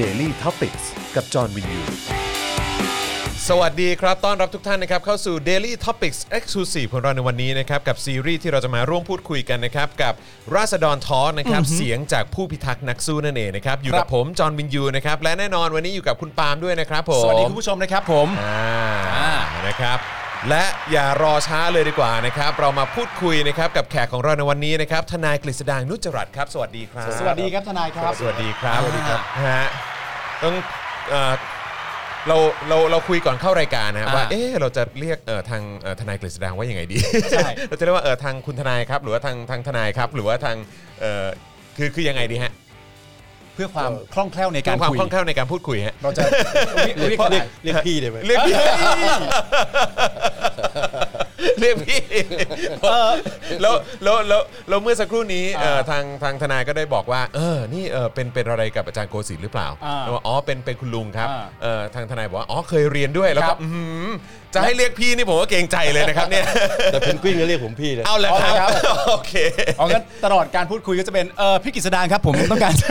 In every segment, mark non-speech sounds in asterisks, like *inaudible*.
Daily t o p i c กกับจอห์นวินยู สวัสดีครับ ต้อนรับทุกท่านนะครับ เข้าสู่ Daily Topics Exclusive ของเราในวันนี้นะครับ กับซีรีส์ที่เราจะมาร่วมพูดคุยกันนะครับ กับราษฎรทอนะครับ เสียงจากผู้พิทักษ์นักสู้นั่นเองนะครับ อยู่กับผม จอห์นวินยูนะครับ และแน่นอนวันนี้อยู่กับคุณปาล์มด้วยนะครับผม สวัสดีคุณผู้ชมนะครับผม อ่านะครับ และอย่ารอช้าเลยดีกว่านะครับ เรามาพูดคุยนะครับกับแขกของเราในวันนี้นะครับ ทนายกฤษดางนุจจรัตน์ครับ สวัสดีครับ สวัสดีครับทนายครับ สวัสดีครับ สวัสดีครับฮะต้องเอ่อเราเราเราคุยก่อนเข้ารายการนะฮะ อ่า ว่า เอ๊ะเราจะเรียกเอ่อทางเอ่อทนายกฤษดางว่ายังไงดี ใช่ *laughs* เราจะเรียกว่าเออทางคุณทนายครับ หรือว่าทางทางทนายครับ หรือว่าทางเอ่อคือคือยังไงดีฮะ เพื่อความคล่องแคล่วใน กา การ ร ความ คุย คล่องแคล่วในการพูดคุยฮะ เราจะเรียกทนาย เรียกพี่ได้ไหม เรียกพี่ เรียกพี่แล้วแล้วแล้วแล้วเมื่อสักครู่นี้เอ่อทางทางทนายก็ได้บอกว่า เออ นี่เออเป็นเป็นอะไรกับอาจารย์โกศินทร์หรือเปล่า อ่า แล้วบอกอ๋อเป็นเป็นคุณลุงครับ อ่า เออทางทนายบอกว่าอ๋อเคยเรียนด้วยแล้ว ค ก็ รับ อื้อหือจะให้เรียกพี่นี่ผมก็เกรงใจเลยนะครับเนี่ย แต่เพนกวินก็เรียกผมพี่นะ เอาแหละครับ โอเค เอางั้นตลอดการพูดคุยก็จะเป็นเออพี่กฤษดางครับผมต้องการ *laughs*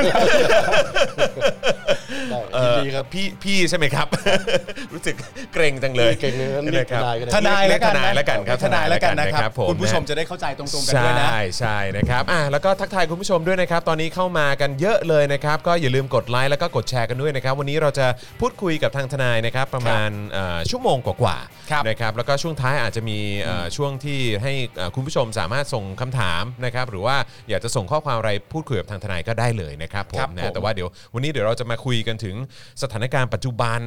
ได้ เอ่ ยิน อ ดีครับ พี่พี่ใช่ไหมครับ *laughs* รู้สึกเกรงจังเลย เกรงเลยงั้นเรียก ะครับ ทนายก็ได้ ทนายแล้วกันะ ทนายแล้วกันครับ ทนายแล้วกันนะค ทาย รับ ผม คุณผู้ชมจะได้เข้าใจตรงๆกันด้วย ใช่ นะ ใช่นะครับอ่ะแล้วก็ทักทายคุณผู้ชมด้วยนะครับ ตอนนี้เข้ามากันเยอะเลยนะครับ ก็อย่าลืมกดไลค์แล้วก็กดแชร์กันด้วยนะครับ วันนี้เราจะพูดคุยกับทางทนายนะครับ ประมาณเอ่อชั่วโมงกว่า ครับ ๆนะครับ แล้วก็ช่วงท้ายอาจจะมีเอ่อช่วงที่ให้เอ่อคุณผู้ชมสามารถส่งคำถามนะครับ หรือว่าอยากจะส่งข้อความอะไรพูดคุยกับทางทนายก็ได้เลยนะครับผ ครั ม บ นะ ผม แต่ว่าเดี๋ยววันนี้เดี๋ยวเราจะมาคุยกันถึงสถานการณ์ปัจจุบัน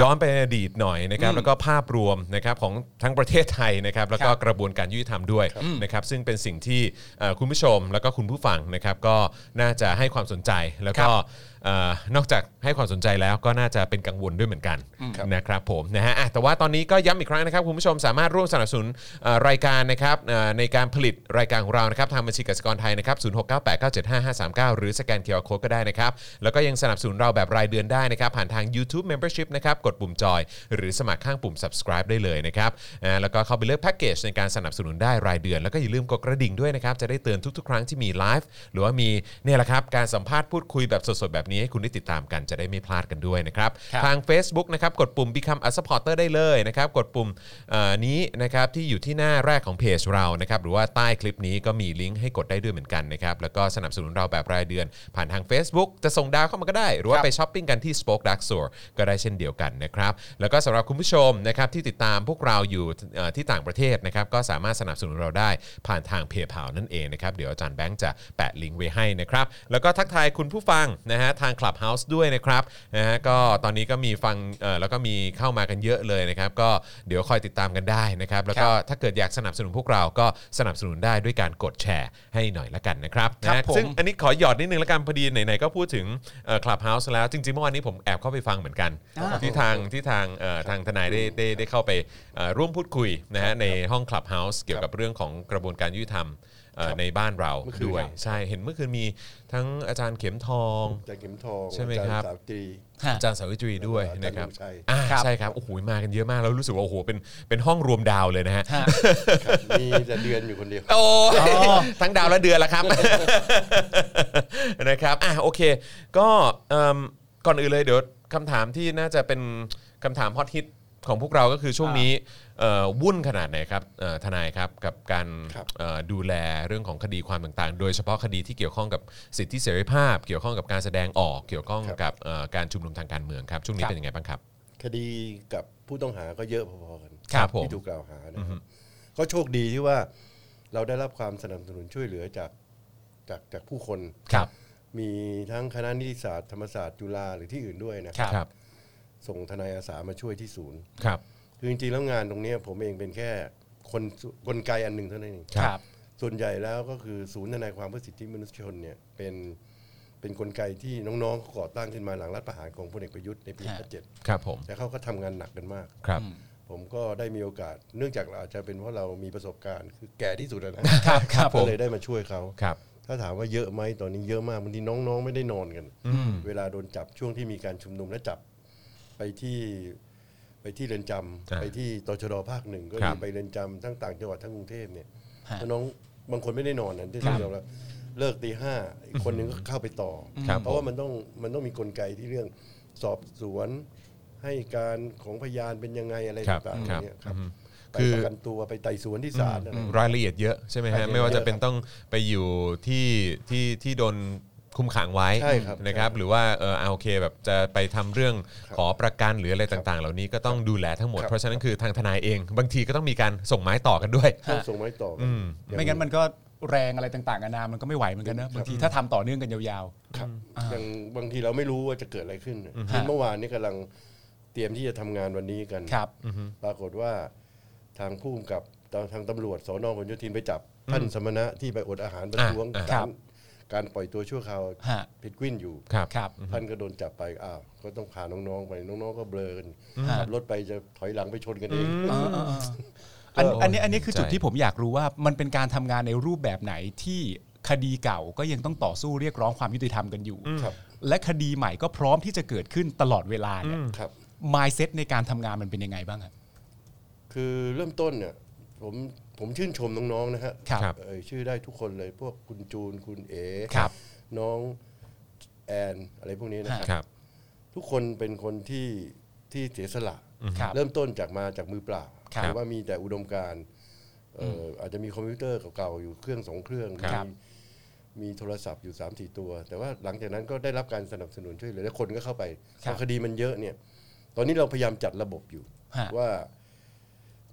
ย้อนไปในอดีตหน่อยนะครับ แล้วก็ภาพรวมนะครับของทั้งประเทศไทยนะครับ แล้วก็ ครับ กระบวนการยุติธรรมด้วยนะครับซึ่งเป็นสิ่งที่เอ่อคุณผู้ชมแล้วก็คุณผู้ฟังนะครับก็น่าจะให้ความสนใจแล้วก็เอ่อนอกจากให้ความสนใจแล้วก็น่าจะเป็นกังวลด้วยเหมือนกันนะครับผมนะฮะอ่ะแต่ว่าตอนนี้ก็ย้ำอีกครั้งนะครับคุณผู้ชมสามารถร่วมสนับสนุนเอ่อรายการนะครับเอ่อในการผลิตรายการของเรานะครับทางบัญชีกสิกรไทยนะครับ0698975539 หรือสแกนเคอร์โคก็ได้นะครับแล้วก็ยังสนับสนุนเราแบบรายเดือนได้นะครับผ่านทาง YouTube Membership นะครับกดปุ่มจอย หรือสมัครข้างปุ่ม subscribe ได้เลยนะครับอ่าแล้วก็เข้าไปเลือกแพ็กเกจในการสนับสนุนได้รายเดือน แล้วก็อย่าลืมกดกระดิ่งด้วยนะครับ จะได้เตือนทุกๆ ครั้งที่มีไลฟ์หรือว่ามีเนี่ยแหละครับการสัมภาษณ์พูดคุยแบบสดๆ แบบนี้ให้คุณได้ติดตามกันจะได้ไม่พลาดกันด้วยนะครับ ครับ ทาง Facebook นะครับกดปุ่ม Become a supporter ได้เลยนะครับ กดปุ่มเอ่อนี้นะครับที่อยู่ที่หน้าแรกของเพจเรานะครับหรือว่าใต้คลิปนี้ก็มีลิงก์ให้กดได้ด้วยเหมือนกันนะครับแล้วก็สนับสนุนเราแบบรายเดือน ผ่านทาง Facebook จะส่งดาวเข้ามาก็ได้ หรือว่าไปช้อปปิ้งกันที่ Spoke Dark Store ก็ได้เช่นเดียวกันนะครับ แล้วก็สำหรับคุณผู้ชมนะครับที่ติดตามพวกเราอยู่เอ่อที่ต่างประเทศนะครับก็สามารถสนับสนุนเราได้ผ่านทางเพย์เพานั่นเองนะครับเดี๋ยวอาจารย์แบงค์จะแปะลิงก์ไว้ให้นะครับแล้วก็ทักทายคุณผู้ฟังนะฮะทาง Clubhouse ด้วยนะครับนะฮะก็ตอนนี้ก็มีฟังเอ่อแล้วก็มีเข้ามากันเยอะเลยนะครับก็เดี๋ยวคอยติดตามกันได้นะครับแล้วก็ถ้าเกิดอยากสนับสนุนพวกเราก็สนับสนุนได้ด้วยการกดแชร์ให้หน่อยละกันนะครับ ครับ นะฮะ ผม ซึ่ง อันนี้ขอหยอดนิดนึงแล้วกันพอดีไหนๆก็พูดถึงคลับเฮาส์แล้ว จริงๆเมื่อวานนี้ผมแอบเข้าไปฟังเหมือนกัน อ่า ที่ทางที่ทางเอ่อทางทนายได้ได้ได้เข้าไปเอ่อร่วมพูดคุยนะฮะในห้องคลับเฮาส์เกี่ยวกับเรื่องของกระบวนการยุติธรรมเอ่อในบ้านเรา เมื่อคืน ด้วย ครับ ใช่เห็นเมื่อคืนมีทั้งอาจารย์เข็มทอง จากเข็มทอง ใช่ไหมครับ อาจาย์สาวตรี ฮะ อาจารย์สาวิตรีด้วยนะครับ อาจารย์ อ่า ครับ ใช่ครับโอ้โหมากันเยอะมากแล้วรู้สึกว่าโอ้โหเป็นเป็นห้องรวมดาวเลยนะฮะ ฮะ ครับมีแต่เดือนอยู่คนเดียว โอ้ย อ๋อ ทั้งดาวและเดือนละครับ นะครับ อ่ะโอเค ก็เอิ่มก่อนอื่นเลยเดี๋ยวคำถามที่น่าจะเป็นคำถามฮอตฮิตของพวกเราก็คือช่วงนี้เอ่อวุ่นขนาดไหนครับเอ่อทนายครับกับการ ครับ เอ่อดูแลเรื่องของคดีความต่างๆ โดยเฉพาะคดีที่เกี่ยวข้องกับสิทธิเสรีภาพ เกี่ยวข้องกับการแสดงออก เกี่ยวข้องกับเอ่อการชุมนุมทางการเมืองครับช่วงนี้ ครับ เป็นยังไงบ้างครับ คดีกับผู้ต้องหาก็เยอะพอๆกัน ครับผม ที่ถูกกล่าวหานะครับก็โชคดีที่ว่าเราได้รับความสนับสนุนช่วยเหลือจากจากจากผู้คน ครับ มีทั้งคณะนิติศาสตร์ธรรมศาสตร์จุฬาหรือที่อื่นด้วยนะ ค ครับ รับ ส่งทนายอาสามาช่วยที่ศูนย์ ครับ คือจริงๆแล้วงานตรงเนี้ยผมเองเป็นแค่คนส่วนกลไกอันหนึ่งเท่านั้นเอง ครับ ส่วนใหญ่แล้วก็คือศูนย์ทนายความเพื่อสิทธิมนุษยชนเนี่ยเป็นเป็นกลไกที่น้องๆเขาก่อตั้งขึ้นมาหลังรัฐประหารของพลเอกประยุทธ์ในปี ครับ 57 ครับผม แต่เขาก็ทำงานหนักกันมาก ครับ ผมก็ได้มีโอกาส เนื่องจากเราอาจจะเป็นเพราะเรามีประสบการณ์ คือแก่ที่สุดแล้วนะครับ ครับผ ก็ ม เลยได้มาช่วยเขา ครับ ถ้าถามว่าเยอะไหมตอนนี้เยอะมากบางทีน้องๆ ไม่ได้นอนกัน เวลาโดนจับช่วงที่มีการชุมนุมและจับไปที่ไปที่เรือนจำ อ่า ไปที่ตชดภาคหนึ่งก็ ครั มี บ ไปเรือนจำทั้งต่างจังหวัดทั้งกรุงเทพเนี่ย ฮะ น้องบางคนไม่ได้นอนนะที่ทำเราแล้ว เลิกตีห้าอีกคนหนึ่งก็เข้าไปต่อ ครับ เพราะว่ามันต้องมันต้องมีกลไกที่เรื่องสอบสวนให้การของพยานเป็นยังไงอะไร ครับ ต่างคๆรับ เนี่ยครับ อืม ไป คือ ประกันตัวไปไต่สวนที่ศาลอะไร รายละเอียดเยอะใช่ไหม ราย ฮะ ละเอียด ไม่ว่าจะเป็น เยอะครับ ต้องไปอยู่ที่ที่ที่โดนคุมขังไว้ ใช่ครับ นะครับ หรือว่าเออเอาโอเคแบบจะไปทำเรื่องขอประกันหรืออะไรต่างๆ เหล่านี้ก็ต้องดูแลทั้งหมด ครับ เพราะฉะนั้นคือทางทนายเอง บางทีก็ต้องมีการส่งไม้ต่อกันด้วย ต้องส่งไม้ต่อกันอย่า ไม่งั้นมันก็แรงอะไรต่างๆกันานามันก็ไม่ไหวเหมือนกันนะบางทีถ้าทำต่อเนื่องกันยาว ครับอย่างบางทีเราไม่รู้ว่าจะเกิดอะไรขึ้นเช่นเมื่อวานนี้กำลังเตรียมที่จะทำงานวันนี้กัน ๆ ครับ ปรากฏว่าทางผู้กำกับทางตำรวจสนพหลโยธินไปจับท่านสมณะที่ไปอดอาหารประท้วง อ่า ครั กา บ รการปล่อยตัวชั่วคราว ฮะ เพนกวินอยู่ ครับ ครับ ท่านก็โดนจับไปอ้าวก็ต้องพาน้องๆไปน้องๆก็เบลอกัน ฮะ ขับรถไปจะถอยหลังไปชนกันเอง เออเออเอออันอันนี้อันนี้คือจุดที่ผมอยากรู้ว่ามันเป็นการทำงานในรูปแบบไหนที่คดีเก่าก็ยังต้องต่อสู้เรียกร้องความยุติธรรมกันอยู่ ครับ และคดีใหม่ก็พร้อมที่จะเกิดขึ้นตลอดเวลาเนี่ย ครับ mindset ในการทำงานมันเป็นยังไงบ้างอะ คือเริ่มต้นเนี่ยผมผมชื่นชมน้องๆนะฮะ ครับ เอ่ยชื่อได้ทุกคนเลยพวกคุณจูนคุณเอ๋ ครับ น้องแอนอะไรพวกนี้นะ ฮะ ค ครับ รับ ทุกคนเป็นคนที่ที่เสียสละ ครับ เริ่มต้นจากมาจากมือเปล่า ครับ หรือว่ามีแต่อุดมการณ์เอ่อออาจจะมีคอมพิวเตอร์เก่าๆอยู่เครื่องสองเครื่อง ครับ มีมีโทรศัพท์อยู่3ามสี่ตัว แต่ว่าหลังจากนั้นก็ได้รับการสนับสนุนช่วยเหลือและคนก็เข้าไปพอคดีมันเยอะเนี่ย ตอนนี้เราพยายามจัดระบบอยู่ ฮะ ว่า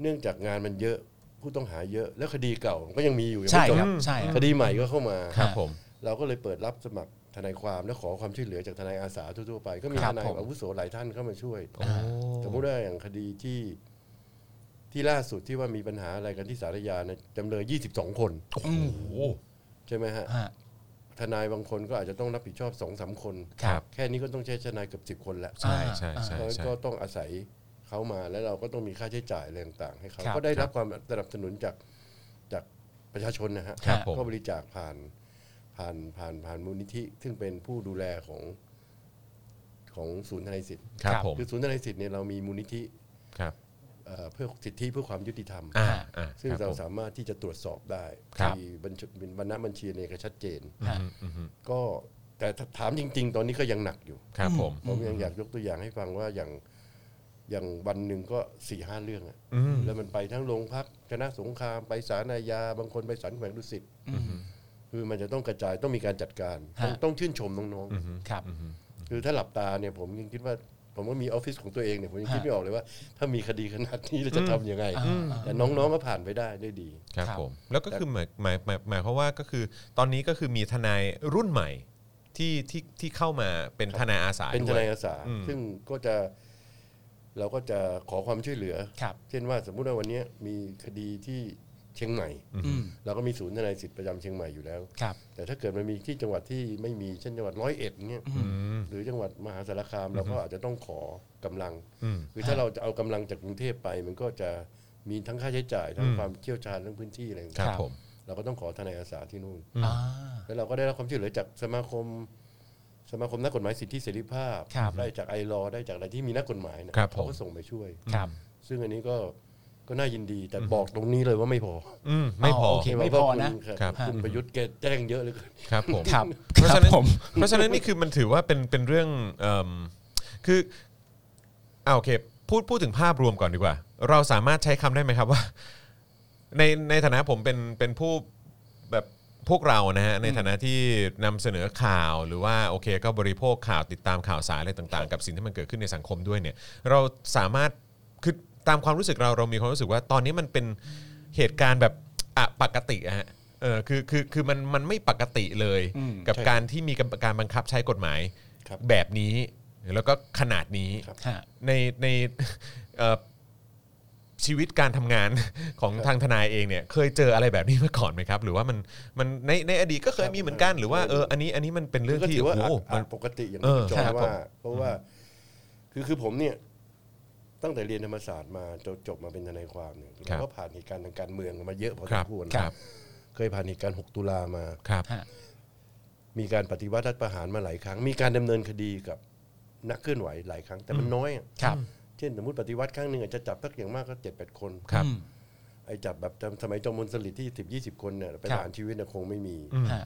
เนื่องจากงานมันเยอะผู้ต้องหาเยอะ แล้วคดีเก่าก็ยังมีอยู่ยัง ใช่ ไม่จ ครับ บ ใช่ครับ คดีใหม่ก็เข้ามา ครับ ฮะ ผม เราก็เลยเปิดรับสมัครทนายความและขอความช่วยเหลือจากทนายอาสาทั่วๆไป ก็มี ครั ท บ นาย ผม อาวุโสหลายท่านเข้ามาช่วย โอ้ สมมติว่าอย่างคดีที่ที่ล่าสุดที่ว่ามีปัญหาอะไรกันที่สารยานะจำเลย 22 คน โอ้โห ใช่ไหมฮะ ฮะ ทนายบางคนก็อาจจะต้องรับผิดชอบสองสามคน ครับ แค่นี้ก็ต้องใช้ทนายเกือบสิบคนแล้ว ใช่ใช่ใช่ แล้ว ใช่ ก็ต้องอาศัยเขามาแล้วเราก็ต้องมีค่าใช้จ่ายอะไรต่างๆให้เขา ครับ ก็ได้รับความสนับสนุนจากจากประชาชนนะฮะ ครับผม ก็บริจาคผ่านผ่านผ่านผ่านมูลนิธิ ซึ่งเป็นผู้ดูแลของของศูนย์ทนายสิทธิ์ ครับ ครับ ผม คือศูนย์ทนายสิทธิ์เนี่ยเรามีมูลนิธิ ครับ เอ่อเพื่อสิทธิเพื่อความยุติธรรม อ่าอ่า ซึ่ง ครับ เรา ผม สามารถที่จะตรวจสอบได้ ครับ มีบัญชีเป็นบรรณบัญชีเนี่ยก็ชัดเจน ฮะ อืมอืม ก็แต่ถ้าถามจริง ๆ ตอนนี้ก็ยังหนักอยู่ ครับผม ผมยังอยากยกตัวอย่างให้ฟังว่าอย่างอย่างวันหนึ่งก็สี่ห้าเรื่องอะ อืม แล้วมันไปทั้งโรงพักคณะสงครามไปศาลอาญาบางคนไปศาลแขวงดุสิตคือมันจะต้องกระจายต้องมีการจัดการ ต้อง ฮะ ต้องชื่นชมน้อง ครับ ๆคือถ้าหลับตาเนี่ยผมยังคิดว่า ผมก็มีออฟฟิศของตัวเองเนี่ยผมยังคิด ฮะ ไม่ออกเลยว่า ถ้ามีคดีขนาดนี้เราจะทำยังไง อืม แต่น้องๆก็ผ่านไปได้ด้วยดี ครับ ครับ ผม แล้วก็คือหมายหมายหมายหมายความว่าก็คือตอนนี้ก็คือมีทนายรุ่นใหม่ที่ที่ที่เข้ามาเป็นทนายอาสา เป็นท ด้วย นายอาสา อืม ซึ่งก็จะเราก็จะขอความช่วยเหลือ ครับ เช่นว่าสมมุติว่าวันเนี้ยมีคดีที่เชียงใหม่ อืม เราก็มีศูนย์ทนายสิทธิ์ประจำเชียงใหม่อยู่แล้ว ครับ แต่ถ้าเกิดมันมีที่จังหวัดที่ไม่มีเช่นจังหวัดร้อยเอ็ดเนี่ย อืม หรือจังหวัดมหาสารคามเราก็อาจจะต้องขอกำลัง อืม คือถ้าเราจะเอากำลังจากกรุงเทพไป มันก็จะมีทั้งค่าใช้จ่ายทั้งความเชี่ยวชาญทั้งพื้นที่อะไร ค ต่าง รับ ครับ ผม ๆเราก็ต้องขอทนายอาสาที่นู่น อ่า แล้วเราก็ได้รับความช่วยเหลือจากสมาคม สมาคมนักกฎหมายสิทธิเสรีภาพ ครับ ได้จากไอรอได้จากอะไรที่มีนักกฎหมายนะครับ ผม เขาก็ส่งไปช่วย ครับ ซึ่งอันนี้ก็ก็น่ายินดีแต่บอกตรงนี้เลยว่าไม่พอ อืมไม่พอ โอเค ไม่พอนะ เพราว่า ครับ คุณคุณประยุทธ์แกแจ้งเยอะเหลย ครับผม ครับ เพราะฉะนั้น ผม เพราะฉะนั้นนี่คือมันถือว่าเป็นเป็นเรื่องเอิ่มคืออ่าโอเคพูดพูดถึงภาพรวมก่อนดีกว่า เราสามารถใช้คำได้ไหมครับว่า ในในฐานะผมเป็นเป็นผู้แบบพวกเรานะฮะในฐานะที่นำเสนอข่าวหรือว่าโอเค ก็บริโภคข่าวติดตามข่าวสารอะไรต่างๆ กับสิ่งที่มันเกิดขึ้นในสังคมด้วยเนี่ย เราสามารถคือตามความรู้สึกเราเรามีความรู้สึกว่าตอนนี้มันเป็นเหตุการณ์แบบอะปกติอะฮะเออคือคือคือมันมันไม่ปกติเลย อืม กับ ใช่ การที่มีกับการบังคับใช้กฎหมาย ครับ แบบนี้ แล้วก็ขนาดนี้ ฮะ ในใน *laughs* เอ่อชีวิตการทำงาน *laughs* ของทางทนายเองเนี่ย เคยเจออะไรแบบนี้มาก่อนไหมครับ หรือว่ามันมันในในอดีตก็เคยมีเหมือนกันหรือว่าเอออันนี้อันนี้มันเป็นเรื่อง ก็ ที่ ถือว่า โอ้โห อั มั ก น ปกติอย่าง เอ ที่ อ จอ ใช่ น ครับผม ว่า เพราะว่าคือคือผมเนี่ย ตั้งแต่เรียนธรรมศาสตร์มาจนจบมาเป็นทนายความเนี่ย ครั เรา บ ก็ผ่านเหตุการณ์ทางการเมืองมาเยอะพอ ค ส รั ม บ ควร ครับ เคยผ่านเหตุการณ์ 6 ตุลามา ครับ ฮะ มีการปฏิวัติรัฐประหารมาหลายครั้ง มีการดำเนินคดีกับนักเคลื่อนไหวหลายครั้ง แต่มันน้อยอะ ครับ เช่นสมมติปฏิวัติครั้งหนึ่งอาจจะจับสักอย่างมากก็เจ็ดแปดคน ครับ อืม ไอ้จับแบบสมัยจอมพลสฤษดิ์ที่สิบยี่สิบคนเนี่ยไปประหารชีวิตเนี่ยคงไม่มี ฮะ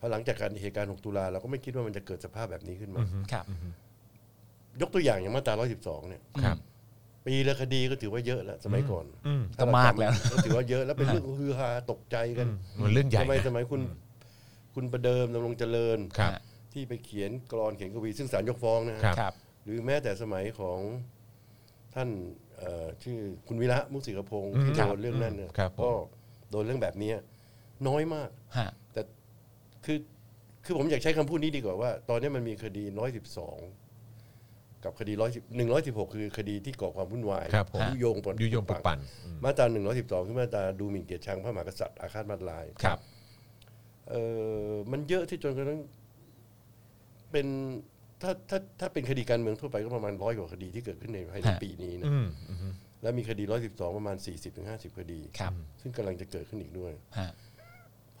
พอหลังจากการเหตุการณ์ 6 ตุลาเราก็ไม่คิดว่ามันจะเกิดสภาพแบบนี้ขึ้นมา ครับ ยกตัวอย่างอย่างมาตรา 112 เนี่ย ครับ ปีละคดีก็ถือว่าเยอะแล้วสมัยก่อน อืม ก็มากแล้ว ก็ถือว่าเยอะแล้วเป็นเรื่องฮือฮาตกใจกัน มันเรื่องใหญ่ สมัยส นะ มัยคุณคุณประเดิมดำรงเจริญ ครับ ที่ไปเขียนกรอนเขียนกวีซึ่งศาลยกฟ้องนะฮะ ครับ ครับ หรือแม้แต่สมัยของท่านเอ่อชื่อคุณวิระมุสิกพงศ์ที่ ครั โด บ นเรื่องนั้นเนี่ย ครับผม ก็โดนเรื่องแบบเนี้ยน้อยมาก ฮะ แต่คือคือผมอยากใช้คำพูดนี้ดีกว่าว่า ตอนนี้มันมีคดี 112 กับคดี110 116 คือคดีที่ก่อความวุ่นวาย ครับผม ยุยงปน ยุยงปลุกปั่นอืม มาตรา112คือมาตราดูหมิ่นเกียรติชังพระมหากษัตริย์อาฆาตมาตราย ครับ เออมันเยอะที่จนกระทั่งเป็นถ้าถ้าถ้าเป็นคดีการเมืองทั่วไปก็ประมาณร้อยกว่าคดีที่เกิดขึ้นในภายในปีนี้นะ อืมอืม แล้วมีคดี112 ประมาณ 40-50 คดี ครับ ซึ่งกำลังจะเกิดขึ้นอีกด้วย ฮะ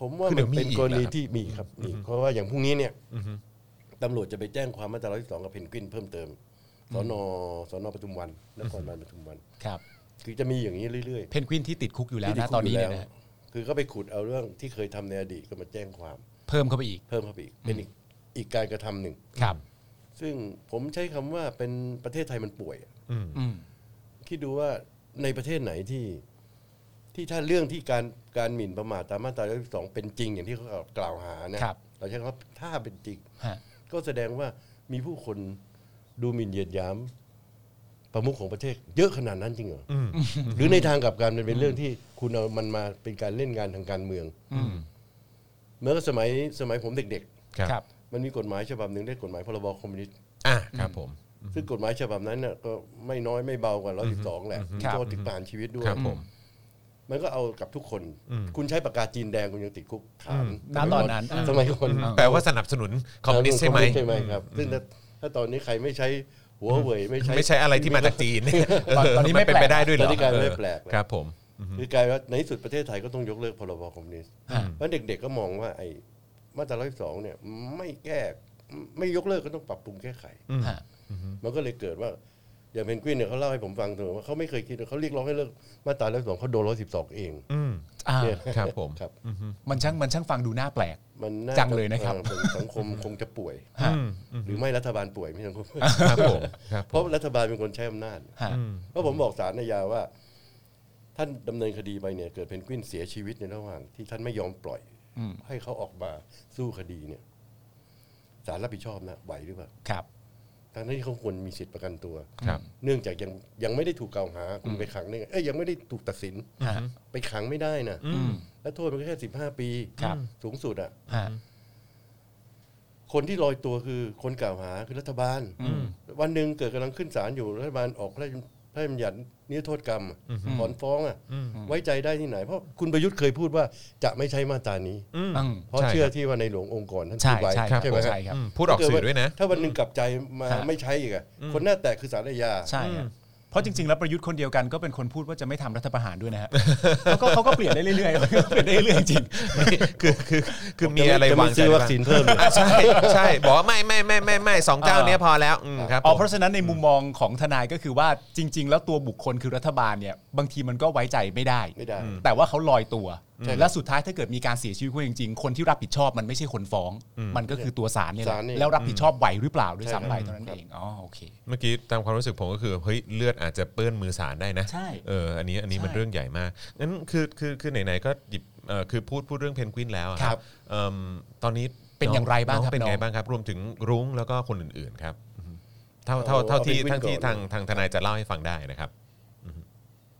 ผมว่า คือ มั เดี๋ยวมีนเป็น อีก กรณี เหรอครับ ที่มีครับมีเพราะว่าอย่างพรุ่งนี้เนี่ย อือฮึ ตำรวจจะไปแจ้งความมาตรา112 กับเพนกวินเพิ่มเติมสนสนปทุมวันนครบาลปทุมวัน ครับ คือจะมีอย่างนี้เรื่อย เพนกวินที่ติดคุกอยู่ ๆ แล้วนะตอนนี้เนี่ยนะฮะ คือก็ไปขุดเอาเรื่องที่เคยทำในอดีตก็มาแจ้งความ เพิ่มเข้าไปอีก เพิ่มเข้าไปอีกเป็นอีกอีกการกระทำหนึ่ง ครับ ซึ่งผมใช้คำว่าเป็นประเทศไทยมันป่วยอะ อืม อืม คิดดูว่าในประเทศไหนที่ที่ถ้าเรื่องที่การการหมิ่นประมาทตามมาตรา112เป็นจริง อย่างที่เขากล่าวหานะครับ เราใช้คำว่าถ้าเป็นจริง ฮะ ก็แสดงว่ามีผู้คนดูหมิ่นเหยียดหยามประมุขของประเทศ เยอะขนาดนั้นจริงเหรออหรือในทางกลับกันมันเป็นเรื่องที่คุณเอามันมาเป็นการเล่นงานทางการเมือง อืม เมื่อสมัยสมัยผมเด็ก ค ค รั รั บบ ๆ มันมีกฎหมายฉบับหนึ่งได้กฎหมายพรบคอมมิวนิสต์ อ่ะครับผม ซึ่งกฎหมายฉบับนั้นน่ะก็ไม่น้อยไม่เบากว่า 112 แหละ ครับ โทษถึงประหารชีวิตด้วย ครับผม มันก็เอากับทุกคน คุณใช้ปากกาจีนแดงคุณยังติดคุกฐาน ณตอนนั้น สมัยก่อน แปลว่าสนับสนุนคอมมิวนิสต์ใช่ไหม ใช่ไหมครับ ซึ่งถ้าถ้าตอนนี้ใครไม่ใช้หัวเว่ยไม่ใช้ ไม่ใช่อะไรที่มาจากจี *laughs* นเนี่ย ตอนตอนนี้ไม่ เป็นไป แปลก ได้ด้วยเหรอ ตอนนี้กลายเป็น เออ ไม่แปลกแล้ว ครับผม คือกลายว่าในที่สุดประเทศไทยก็ต้องยกเลิกพรบคอมมิวนิสต์ ฮะ เพราะเด็กๆก็มองว่าไอ้มาตรา 112 เนี่ยไม่แก้ไม่ยกเลิกก็ต้องปรับปรุงแก้ไข ฮะ มันก็เลยเกิดว่าอย่างเพนกวินเนี่ยเขาเล่าให้ผมฟังเสมอว่าเขาไม่เคยคิดว่าเขาเรียกร้องให้เลิกมาตรา 112เขาโดน112 เอง อืม อ่า เนี่ย ครับผม ครับ มันช่างมันช่างฟังดูน่าแปลก มันน่า จังเลยนะครับ ออสังคมคงจะป่วย ฮะ อืมอืม หรือไม่รัฐบาลป่วยไม่สังคม ครับผมครับ เพ ผม ราะรัฐบาลเป็นคนใช้อำนาจ ฮะ อืม เพราะผมบอกศาลนายาว่า ท่านดำเนินคดีไปเนี่ยเกิดเพนกวินเสียชีวิตในระหว่าง ที่ท่านไม่ยอมปล่อย อืม ให้เขาออกมาสู้คดีเนี่ยศาลรับผิดชอบนะไหวหรือเปล่า ครับ ทั้งที่เขาควรมีสิทธิ์ประกันตัว ครับ เนื่องจากยังยังไม่ได้ถูกกล่าวหาคุณไปขังได้ไงเอ้ยยังไม่ได้ถูกตัดสิน ฮะ ไปขังไม่ได้นะ อืม แล้วโทษมันก็แค่สิบห้าปี ครับ สูงสุดอ่ะ ฮะ คนที่ลอยตัวคือคนกล่าวหาคือรัฐบาล วันหนึ่งเกิดกำลังขึ้นศาลอยู่รัฐบาลออกพระราชพระราชบัญญัตินิรโทษกรรมอะถอนฟ้องอ่ะไว้ใจได้ที่ไหน เพราะคุณประยุทธ์เคยพูดว่าจะไม่ใช้มาตรานี้ อืม อืม เพราะ ใช่ เชื่คอรับ ที่ว่าในหลวงองค์กรท่าน ใช่ พูดไว้ ใช่ครับ ไหมฮะ ใช่ครับ อืมพูดออกสื่อด้วยนะ ถ้าวันหนึ่งกลับใจมา ฮะ ไม่ใช้อีกอะคนหน้าแตกคือสารอาญา ใช่ฮะเพราะจริงๆ แล้วประยุทธ์คนเดียวกันก็เป็นคนพูดว่าจะไม่ทำรัฐประหารด้วยนะ *laughs* ฮะ เขาก็เขาก็เปลี่ยนได้เรื่อยๆ เปลี่ยนได้เรื่อยๆจริง นี่คือคือคือมีอะไร จ วาง ม่ ใจ ซื้อวั บ้า ค ง ซีนเพิ่มเลย อ่ะใช่ใช่บอกว่าไม่ไม่ไม่ไม่ไม่สองเจ้าเนี้ยพอแล้วอืมครับ อ๋อ ผม เพราะฉะนั้นในมุมมองของทนายก็คือว่าจริง ๆ แล้วตัวบุคคลคือรัฐบาลเนี่ยบางทีมันก็ไว้ใจไม่ได้ ไม่ได้ แต่ว่าเขาลอยตัว ใช่ครับ และสุดท้ายถ้าเกิดมีการเสียชีวิตขึ้นจริงๆ คนที่รับผิดชอบมันไม่ใช่คนฟ้อง มันก็คือตัวศาลเนี่ยแหละ ศาลนี่ แล้วรับผิดชอบไหวหรือเปล่าด้วยซ้ำไป ใช่ครับ เท่านั้นเองอ๋อโอเค เมื่อกี้ตามความรู้สึกผมก็คือเฮ้ยเลือดอาจจะเปื้อนมือสารได้นะ ใช่ เอออันนี้อันนี้มัน ใช่ เรื่องใหญ่มากงั้นคือคือคือไหนๆก็หยิบเอ่อคือพูดพูดเรื่องเพนกวินแล้วอะ ครับ เอิ่มตอนนี้ เป็นอย่างไรบ้างครับ น้เป็น น้อง ไงบ้างครับ รวมถึงรุ้งแล้วก็คนอื่นๆครับอือฮึเท่าเท่าเท่าที่ เอาเพนกทั้งวินที่ ก่ ทา อง น ทางทนายจะเล่าให้ฟังได้นะครับ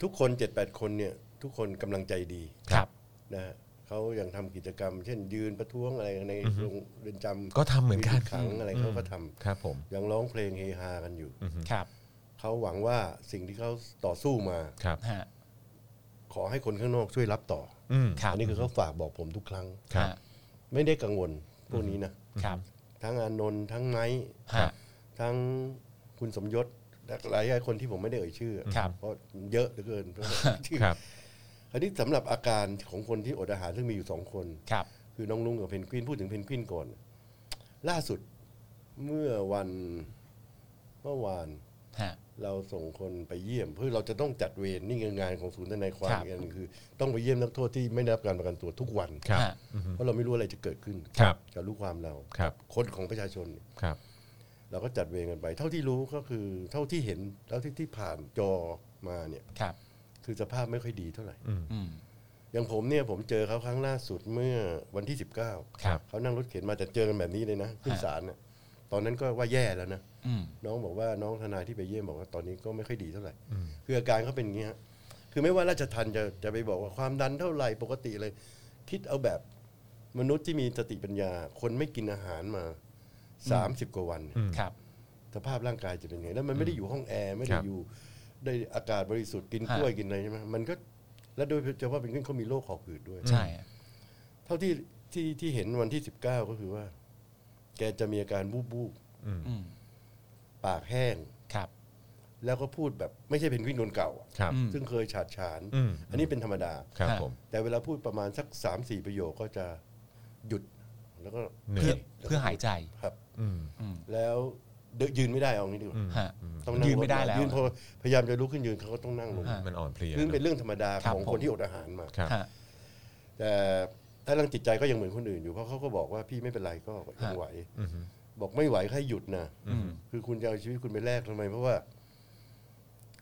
ทุกคนเจ็ดแปดคนเนี่ยทุกคนกำลังใจดี ครับ นะฮะเขายังทำกิจกรรม เช่นยืนประท้วงอะไรในโรงเรือนจำ ก็ทำเหมือนกัน ขังอะไรเขาก็ทำ ครับผม ยังร้องเพลงเฮฮากันอยู่ ครับ เขาหวังว่าสิ่งที่เขาต่อสู้มา ครับ ฮะ ขอให้คนข้างนอกช่วยรับต่อ อืม ครับ อันนี้คือเขาฝากบอกผมทุกครั้ง ครับ ฮะ ไม่ได้กังวลพวกนี้นะครับ ทั้งอานนท์ทั้งไนท์ ฮะ ทั้งคุณสมยศและหลายๆคนที่ผมไม่ได้เอ่ยชื่อ ครับ เพราะเยอะเหลือเกินเพราะชื่อ ครับ อันนี้สำหรับอาการของคนที่อดอาหารซึ่งมีอยู่สองคน ครับ คือน้องลุงกับเพนกวินพูดถึงเพนกวินก่อน ล่าสุดเมื่อวันเมื่อวาน ฮะ เราส่งคนไปเยี่ยม เพื่อเราจะต้องจัดเวรนี่คืองานของศูนย์ทนายควาคมรับ อีกอันหนึ่งคือ ต้องไปเยี่ยมนักโทษที่ไม่ได้รับการประกันตัวทุกวัน ครับ ฮะ เพราะเราไม่รู้อะไรจะเกิดขึ้น ครับ กับลูกความเรา ครับ คนของประชาชนเนี่ย ครับ เราก็จัดเวรกันไป เท่าที่รู้ก็คือเท่าที่เห็นเท่าที่ที่ผ่านจอมาเนี่ย ครับ คือสภาพไม่ค่อยดีเท่าไหร่ อืม อย่างผมเนี่ยผมเจอเขาครั้งล่าสุดเมื่อวันที่ 19 ครับ เขานั่งรถเข็นมาแต่เจอกันแบบนี้เลยนะขึ้น ฮะ ศาลน่ะตอนนั้นก็ว่าแย่แล้วนะ อืม น้องบอกว่าน้องทนายที่ไปเยี่ยมบอกว่าตอนนี้ก็ไม่ค่อยดีเท่าไหร่ คืออาการเขาเป็นอย่างนี้ฮะคือไม่ว่าราชทันจะจะไปบอกว่าความดันเท่าไหร่ปกติเลย คิดเอาแบบมนุษย์ที่มีสติปัญญา คนไม่กินอาหารมาสามสิบกว่าวันเนี่ย ครับ สภาพร่างกายจะเป็นไง แล้วมันไม่ได้อยู่ห้องแอร์ไม่ได้ ครับ อยู่ได้อากาศบริสุทธิ์กิน ฮะ กล้วยกินอะไรใช่ไหมมันก็และโดยเฉพาะเป็นขึ้นเขามีโรคขอบหืดด้วย ใช่ฮะ เท่าที่ที่ที่เห็นวันที่สิบเก้าก็คือว่า แกจะมีอาการบูบบูบ อืม ปากแห้ง ครับ แล้วก็พูดแบบไม่ใช่เพนกวินคนเก่าอะ ครับ อืม ซึ่งเคยฉาดฉาน อืม อันนี้เป็นธรรมดา ครับ ฮะ ผม แต่เวลาพูดประมาณสักสามสี่ประโยคก็จะหยุด แล้วก็ เหนื่ย เพื่อ ด เพื่อหายใจ ครับ อืม อืม แล้วเดินยืนไม่ได้เอางี้ดีกว่า ฮะ ต้องนั่ง ยืนไม่ได้ รถา แล้ว ยืนพอพยายามจะลุกขึ้นยืนเขาก็ต้องนั่งลง ฮะ มันอ่อนเพลีย ซึ่งเป็นเรื่องธรรมดา ครับ ของ ผ คน ม ที่อดอาหารมา ครับ ฮะ แต่ถ้าทางจิตใจก็ยังเหมือนคนอื่นอยู่เพราะเขาก็บอกว่าพี่ไม่เป็นไรก็ยัง ฮะ ไหว อืมฮึ บอกไม่ไหวให้หยุดนะ อืม คือคุณจะเอาชีวิตคุณไปแลกทำไม เพราะว่า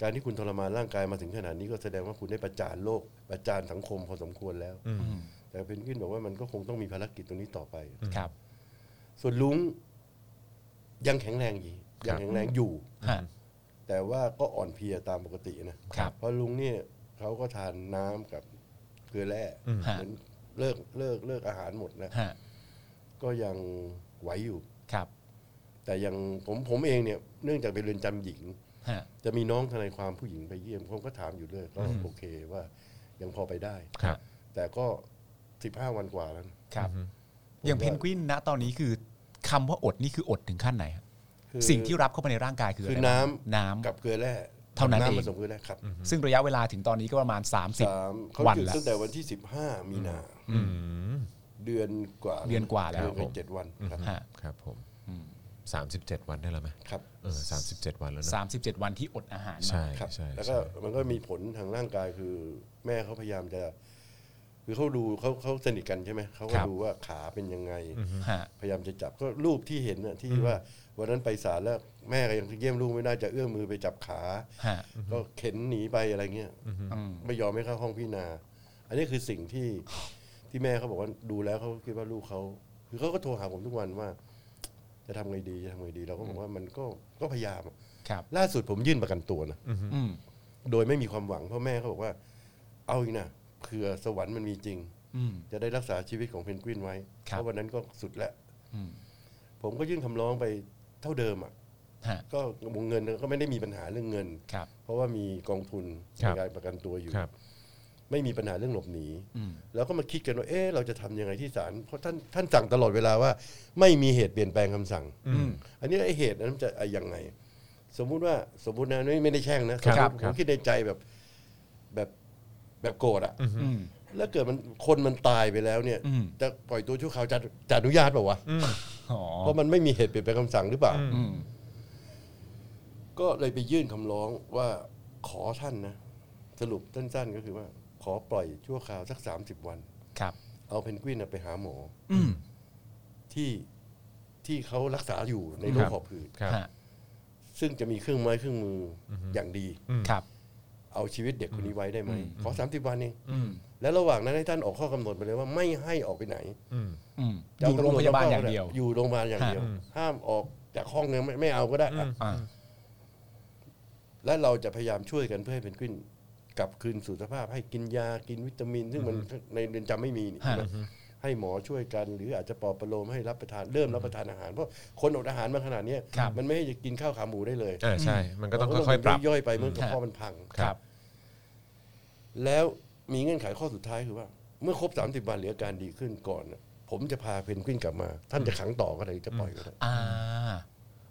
การที่คุณทรมานร่างกายมาถึงขนาดนี้ก็แสดงว่าคุณได้ประจานโลก ประจานสังคมพอสมควรแล้ว อืม อืม แต่เพนกวินบอกว่ามันก็คงต้องมีภารกิจตรงนี้ต่อไป ครับ ส่วนลุงยังแข็งแรงอยู่ยังแข็งแรงอยู่ ฮะ แต่ว่าก็อ่อนเพลียตามปกตินะครับ เพราะลุงเนี่ยเขาก็ทานน้ำกับเกลือแร่ อืม เหมือนเลิกเลิกเลิกอาหารหมดนะ ฮะ ก็ยังไหวอยู่ ครับ แต่ยังผมผมเองเนี่ยเนื่องจากเป็นเรือนจำหญิง ฮะ จะมีน้องทนายความผู้หญิงไปเยี่ยมผมก็ถามอยู่เรื่อยก็โอเคว่ายังพอไปได้ ครับ แต่ก็สิบห้าวันกว่าแล้วนะครับ อย่างเพนกวินณตอนนี้คือคำว่าอดนี่คืออดถึงขั้นไหนฮะ คือ สิ่งที่รับเข้าไปในร่างกายคืออะ คื ไร อน้ำ บ้างน้ำ กับเกลือแร่ เท่านั้น กัเองบำผสมเกลือแร่ครับ ซึ่งระยะเวลาถึงตอนนี้ก็ประมาณ สามเขา 30 วัน หยุด ละ ตั้งแต่วันที่สิบห้ามีนา อืม เดือนกว่า เดือนกว่าแล้ว เดือนเจ็ดวันครับ ฮะ ครับผม อืม สามสิบเจ็ดวันได้แล้วไหม ครับ เออสามสิบเจ็ดวันแล้วเนอะ สามสิบเจ็ดวันที่อดอาหารมา ใช่ ครับ ใช่ แล้วก็ ใช่ มันก็มีผลทางร่างกายคือ แม่เขาพยายามจะ คือเขาดูเขาเขาสนิทกันใช่ไหมเขาก็ดูว่าขาเป็นยังไง ฮะ พยายามจะจับก็รูปที่เห็นน่ะที่ว่าวันนั้นไปศาลแล้วแม่ก็ยังเยี่ยมลูกไม่ได้จะเอื้อมมือไปจับขา ฮะ ก็เข็นหนีไปอะไรเงี้ย อืม ไม่ยอมให้เข้าห้องพิจารณา อันนี้คือสิ่งที่ที่แม่เขาบอกว่าดูแล้วเขาคิดว่าลูกเขาคือเขาก็โทรหาผมทุกวันว่า จะทำไงดีจะทำไงดีเราก็บอกว่ามันก็ก็พยายามอะ ครับ ล่าสุดผมยื่นประกันตัวนะ อืม โดยไม่มีความหวังเพราะแม่เขาบอกว่า เอาอีกนะเผื่อสวรรค์มันมีจริง อืม จะได้รักษาชีวิตของเพนกวินไว้ ครับ เพราะวันนั้นก็สุดแล้ว อืม ผมก็ยื่นคำร้องไปเท่าเดิมอ่ะ ฮะ ก็วงเงินก็ไม่ได้มีปัญหาเรื่องเงิน ครับ เพราะว่ามีกองทุนในการประกันตัวอยู่ ครับ ไม่มีปัญหาเรื่องหลบหนี อืม แล้วก็มาคิดกันว่าเอ๊ะเราจะทำยังไงที่ศาลเพราะท่านท่านสั่งตลอดเวลาว่า ไม่มีเหตุเปลี่ยนแปลงคำสั่ง อืม อันนี้ไอ้เหตุนั้นจะไอ้ยังไง สมมุติว่าสมมุตินะไม่ไม่ได้แช่งนะสม ค ม รับ ติผมคิดในใจแบบแบบแบบโกรธอะ อืม แล้วเกิดมันคนมันตายไปแล้วเนี่ย อืม จะปล่อยตัวชั่วคราวจะจะอนุญาตเปล่าวะ อ๋อ เพราะมันไม่มีเหตุเปลี่ยนแปลงคำสั่งหรือเปล่า อืม อืม ก็เลยไปยื่นคำร้องว่าขอท่านนะ สรุปสั้นๆก็คือว่า ขอปล่อยชั่วคราวสัก 30 วัน ครับ เอาเพนกวินนะไปหาหมอ อืม ที่ที่เขารักษาอยู่ในโรคครับ หอบหืด ครับ ฮะ ซึ่งจะมีเครื่องไม้เครื่องมือออย่างดี ครับ เอาชีวิตเด็กคนนี้ไว้ได้ไหม อืม ขอ 30 วันเอง อืม และระหว่างนั้นให้ท่านออกข้อกำหนดไปเลยว่าไม่ให้ออกไปไหน อืม อืมอ จะ ยู่โรงพยาบาลอย่างเดียว อยู่โรงพยาบาลอย่างเดียว ฮะ ห้ามออกจากห้องเนี่ยไม่ไม่เอาก็ได้อะ อ่า และเราจะพยายามช่วยกันเพื่อให้เพนกวินกลับคืนสู่สภาพ ให้กินยากินวิตามิน ซึ่งมันในเรือนจำไม่มีนี่ ฮะ ใช่ไหม ให้หมอช่วยกัน หรืออาจจะปลอบประโลมให้รับประทานเริ่มรับประทานอาหาร เพราะคนอดอาหารมาขนาดเนี้ย ครับ มันไม่ให้จะกินข้าวขาหมูได้เลย อ่าใช่ มันก็ต้องค่อยๆปรับ ย่อยๆไปเมื่อกระเพาะมันพัง ครับ แล้วมีเงื่อนไขข้อสุดท้ายคือว่า เมื่อครบ 30 วันหรืออาการดีขึ้นก่อนน่ะผมจะพาเพนกวินกลับมา ท่านจะขังต่อก็ได้หรือจะปล่อยก็ได้ อ่า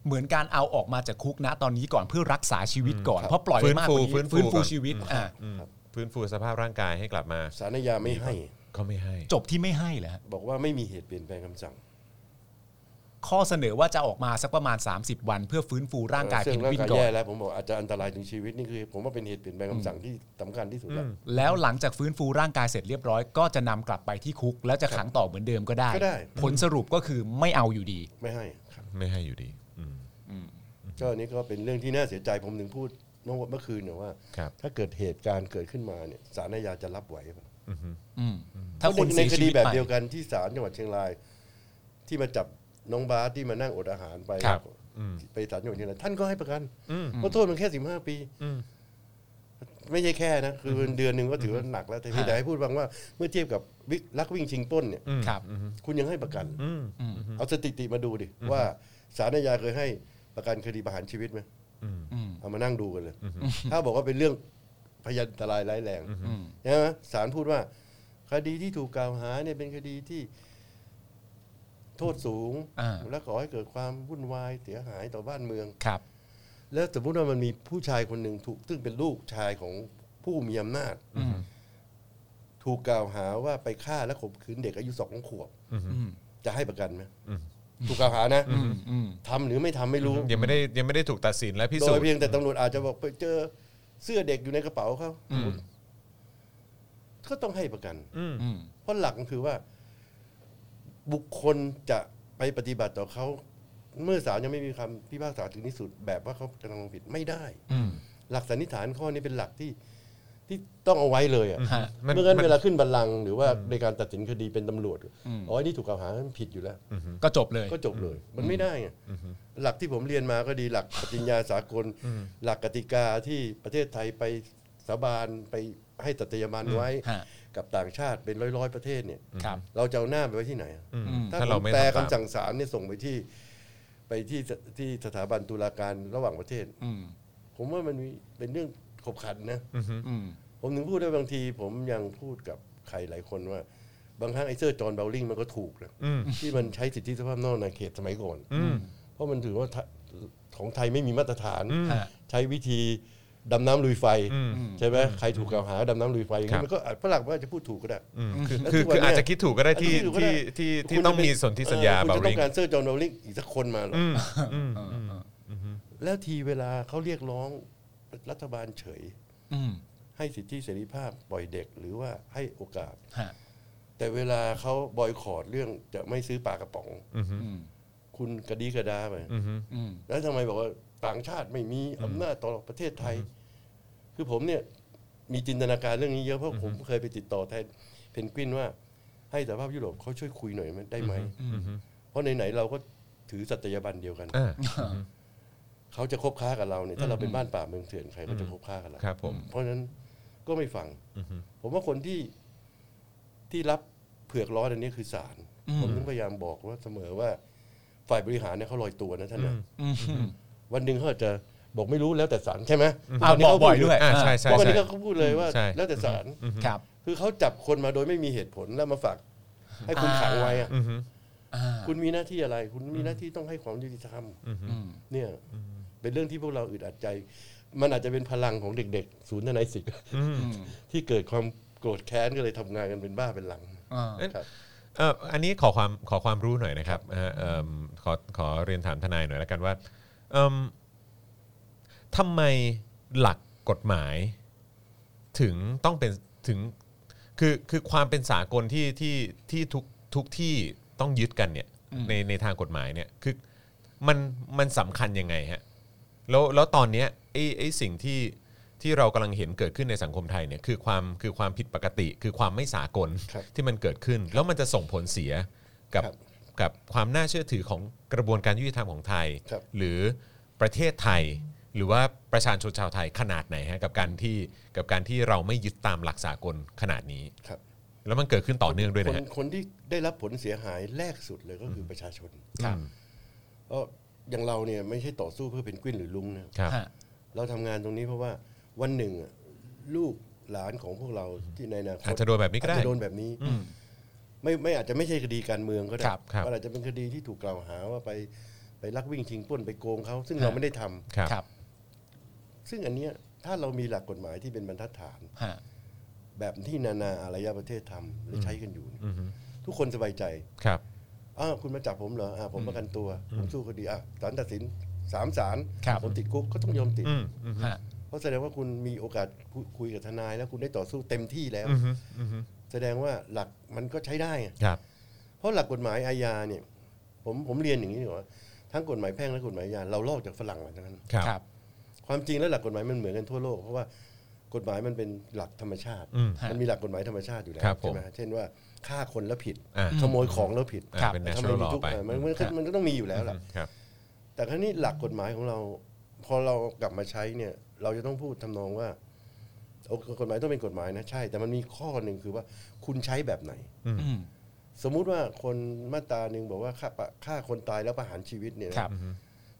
เหมือนการเอาออกมาจากคุกนะตอนนี้ก่อนเพื่อรักษาชีวิตก่อน ครับ เพราะปล่อยไปมากกว่านี้ ฟื้นฟู ฟื้น ก่ ฟู อน ชีวิตอ่า อืมฟื้นฟูสภาพร่างกายให้กลับมา สารยาไม่ให้ ก็ไม่ให้ จบที่ไม่ให้เหรอฮะ บอกว่าไม่มีเหตุเปลี่ยนแปลงคำสั่ง ข ข้อเสนอว่าจะออกมาสักประมาณ 30 วัน เพื่อฟื้นฟูร่างกายเพ ซึ่ น ร่าก วิน กาย ก่อ แย่ น แล้วผมบอกอาจจะอันตรายถึงชีวิตนี่คือ ผมว่าเป็นเหตุเปลี่ยนแปลงคำสั่งที่สำคัญที่สุดแล้ว แล้วหลังจากฟื้นฟูร่างกายเสร็จเรียบร้อย ก็จะนำกลับไปที่คุก แล้วจะขังต่อเหมือนเดิมก็ได้ ก็ได้ ผลสรุปก็คือไม่เอาอยู่ดี ไม่ให้ครับ ไม่ให้อยู่ดีอืม ก็อันนี้ก็เป็นเรื่องที่น่าเสียใจผมถึงพูดเมื่อวันเมื่อคืนเนี่ยว่า ครับ ถ้าเกิดเหตุการณ์เกิดขึ้นมาเนี่ยศาลอาญาจะรับไหวปะ อือฮึ อืมถ้าคน เพระ เสียในค ชี ดี วิต แบบ ไป เดียวกันที่ศาลจังหวัดเชียงราย ที่มาจับน้องบาสที่มานั่งอดอาหารไป ครับ อืม ไปศาลจังหวัดเชียงรายท่านก็ให้ประกัน อืม เพราะโทษมันแค่สิบห้าปี อืม ไม่ใช่แค่นะคือเดือนหนึ่งก็ถือว่าหนักแล้วแต่ที่ ฮะ แต่ให้พูดบ้างว่าเมื่อเทียบกับวิลักวิ่งชิงปล้นเนี่ย อืม ครับ คุณยังให้ประกัน อืม อืม เอาสถิติมาดูดิ ว่าสารอาญาเคยให้ประกันคดีประหารชีวิตไหม อืม อืม เอามานั่งดูกันเลย ถ้าบอกว่าเป็นเรื่องพยันตรายร้ายแรง อืม ใช่ไหมศาลพูดว่า คดีที่ถูกกล่าวหาเนี่ยเป็นคดีที่โทษสูง อ่า และก่อให้เกิดความวุ่นวายเสียหายต่อบ้านเมือง ครับ แล้วสมมติว่ามันมีผู้ชายคนหนึ่งถูกซึ่งเป็นลูกชายของผู้มีอำนาจ อืม ถูกกล่าวหาว่าไปฆ่าและข่มขืนเด็กอายุสองขวบ อืม จะให้ประกันไหม อืม ถูกกล่าวหานะ อืมอืม ทำหรือไม่ทำไม่รู้ ยังไม่ได้ยังไม่ได้ถูกตัดสินและพิ โด สูจ ย น์ เพียงแต่ตำรวจอาจจะบอกไปเจอเสื้อเด็กอยู่ในกระเป๋าเขา อืม ก็ต้องให้ประกัน อืม อืม เพราะหลักก็คือว่า บุคคลจะไปปฏิบัติต่อเขา เมื่อศาลยังไม่มีคำพิพากษาถึงที่สุด แบบว่าเขากระทำความผิดไม่ได้ อืม หลักสันนิษฐานข้อนี้เป็นหลักที่ที่ต้องเอาไว้เลยอะ ฮะ มัน เมื่อกั้น มัน เวลาขึ้นบัลลังก์หรือว่าในการตัดสินคดีเป็นตำรวจ อืม อ๋อนี่ถูกกล่าวหามันผิดอยู่แล้ว ก็จบเลย ก็จบเลย มันไม่ได้ไงหลักที่ผมเรียนมาก็ดีหลักปฏิญญาสากล หลักกติกาที่ประเทศไทยไปสาบานไปให้ตัตยาบันไว้ ฮะ กับต่างชาติเป็นร้อยๆประเทศเนี่ย ครับ เราจะเอาหน้าไปไว้ที่ไหนอะ อืม อืม ถ้า ถ้า ผ เรา ม ไม่ แปล ทำตาม คำสั่งศาลเนี่ยส่งไปที่ไปที่สที่สถาบันตุลาการระหว่างประเทศ อืม ผมว่ามันมีเป็นเรื่องขบขันนะ อือฮึ อืม ผมถึงพูดได้บางที ผมยังพูดกับใครหลายคนว่า บางครั้งไอ้เสื้อจอห์นเบลลิงมันก็ถูกนะ อืม ที่มันใช้สิทธิสภาพนอกในเขตสมัยก่อน อืม เพราะมันถือว่าทะของไทยไม่มีมาตรฐาน อืม ฮะ ใช้วิธีดำน้ำลุยไฟ อืม ใช่ไหมใครถูกกล่าวหาดำน้ำลุยไฟอย่าง ครั นี้ บ มันก็อาจฝรั่งมันอาจจะพูดถูกก็ได้ อืมคือคือคืออาจจะคิดถูกก็ได้ที่ อาจจะคิดถูกก็ได้ ที่ที่ที่ต้องมีสนธิสัญญา คุณ บา จะต้ ริ อง งการเซอร์จอห์นเบลลิงอีกสักคนมาเหรออ อืมอืมอืม แล้วทีเวลาเขาเรียกร้องรัฐบาลเฉย อืม ให้สิทธิเสรีภาพปล่อยเด็กหรือว่าให้โอกาส ฮะ แต่เวลาเขาบอยคอรดเรื่องจะไม่ซื้อปลากระป๋อง อืม อืม คุณกระดีกระดาไป อืม อืม แล้วทำไมบอกว่าต่างชาติไม่มีอำนาจต่อประเทศไทย คือผมเนี่ยมีจินตนาการเรื่องนี้เยอะเพราะผมเคยไปติดต่อแทนเพนกวินว่า ให้สหภาพยุโรปเขาช่วยคุยหน่อยมันได้ไหม อืม เพราะไหนๆเราก็ถือสัตยาบันเดียวกัน อ่า เขาจะคบค้ากับเราเนี่ยถ้าเราเป็นบ้านป่าเมืองเถื่อนใครก็จะคบค้ากับเรา ครับผม เพราะฉะนั้นก็ไม่ฟัง อือฮึ ผมว่าคนที่ที่รับเผือกร้อนอันนี้คือศาลผมถึงพยายามบอกว่าเสมอว่า ฝ่ายบริหารเนี่ยเขาลอยตัวนะท่านนะ อืม วันหนึ่งเขาอาจจะบอกไม่รู้แล้วแต่ศาลใช่ไหม อ่าบอกบ่อยด้วย อ่าใช่ใช่ วัน ใช่ นี้เขาพูดเลยว่า ใช่ แล้วแต่ศาล ครับ คือเขาจับคนมาโดยไม่มีเหตุผลแล้วมาฝากให้คุณ อ่า ขังไว้อะ อืม อ่า คุณมีหน้าที่อะไร คุณมีหน้าที่ต้องให้ความยุติธรรม อืม เนี่ยเป็นเรื่องที่พวกเราอึดอัดใจ มันอาจจะเป็นพลังของเด็กๆ ศูนย์ทนายสิทธิ์ *laughs* อืม ที่เกิดความโกรธแค้นก็เลยทำงานกันเป็นบ้าเป็นหลัง อ่า เอ้ย ครับ เอ่ออันนี้ขอความขอความรู้หน่อยนะครับเอ่อเอิ่มขอขอเรียนถามทนายหน่อยแล้วกันว่าเอิ่มทำไมหลักกฎหมาย ถึงต้องเป็นถึงคือคือความเป็นสากลที่ที่ที่ทุกทุกที่ต้องยึดกันเนี่ยในในทางกฎหมายเนี่ยคือมันมันสำคัญยังไงฮะแล้วแล้วตอนเนี้ยไอ้ไอ้สิ่งที่ที่เรากำลังเห็นเกิดขึ้นในสังคมไทยเนี่ยคือความคือความผิดปกติ คือความไม่สากล ครับ ที่มันเกิดขึ้น แล้วมันจะส่งผลเสียกับ ครับ กับความน่าเชื่อถือของกระบวนการยุติธรรมของไทย ครับ หรือประเทศไทย หรือว่าประชาชนชาวไทยขนาดไหนฮะกับการที่กับการที่เราไม่ยึดตามหลักสากลขนาดนี้ ครับ แล้วมันเกิดขึ้นต่อเนื่องด้วย คน นะฮะ คนที่ได้รับผลเสียหายแรกสุดเลยก็คือประชาชน ครับ ก็อย่างเราเนี่ยไม่ใช่ต่อสู้เพื่อเป็นกวินหรือลุงนะครับ ฮะ เราทำงานตรงนี้เพราะว่าวันหนึ่งอะลูกหลานของพวกเราที่ในอนาคต อาจจะโดนแบบนี้ก็ได้ อาจจะโดนแบบนี้ อืม ไม่ไม่อาจจะไม่ใช่คดีการเมืองก็ได้ ครับ ครับ มันอาจจะเป็นคดีที่ถูกกล่าวหาว่าไปไปลักวิ่งชิงปล้นไปโกงเขาซึ่ง ฮะ เราไม่ได้ทำ ครับ ครับ ซึ่งอันเนี้ยถ้าเรามีหลักกฎหมายที่เป็นบรรทัดฐาน ฮะ แบบที่นานาอารยประเทศทำหรือใช้กันอยู่เนี่ย อือฮึ ทุกคนสบายใจ ครับ อ้าวคุณมาจับผมเหรออ่าผมประกันตัว ผมสู้คดีอ่ะศาลตัดสินสามศาล ครับ ผมติดคุกก็ต้องยอมติด อืมอืม ฮะ เพราะแสดงว่าคุณมีโอกาสคุยคุยกับทนายแล้วคุณได้ต่อสู้เต็มที่แล้ว อืมอืม แสดงว่าหลักมันก็ใช้ได้ไง ครับ เพราะหลักกฎหมายอาญาเนี่ย ผมผมเรียนอย่างนี้ดีกว่าทั้งกฎหมายแพ่งและกฎหมายอาญาเราลอกจากฝรั่งมาทั้งนั้น ครับ ครับ ความจริงแล้วหลักกฎหมายมันเหมือนกันทั่วโลก เพราะว่ากฎหมายมันเป็นหลักธรรมชาติ อืม ฮะ มันมีหลักกฎหมายธรรมชาติอยู่แล้ว ครับผม ใช่ไหมเช่นว่าฆ่าคนแล้วผิด อ่า ขโมยของแล้วผิด อ่า ครับ เป็น แต่ทำไม natural มี law ทุก ไป มันมันก็ ครับ มันก็ต้องมีอยู่แล้วล่ะ ครับ แต่ครั้นี้หลักกฎหมายของเรา พอเรากลับมาใช้เนี่ย เราจะต้องพูดทำนองว่าโอ้กฎหมายต้องเป็นกฎหมายนะใช่ แต่มันมีข้อหนึ่งคือว่าคุณใช้แบบไหน อืม สมมุติว่าคนมาตราหนึ่งบอกว่าฆ่าปะฆ่าคนตายแล้วประหารชีวิตเนี่ยนะครับ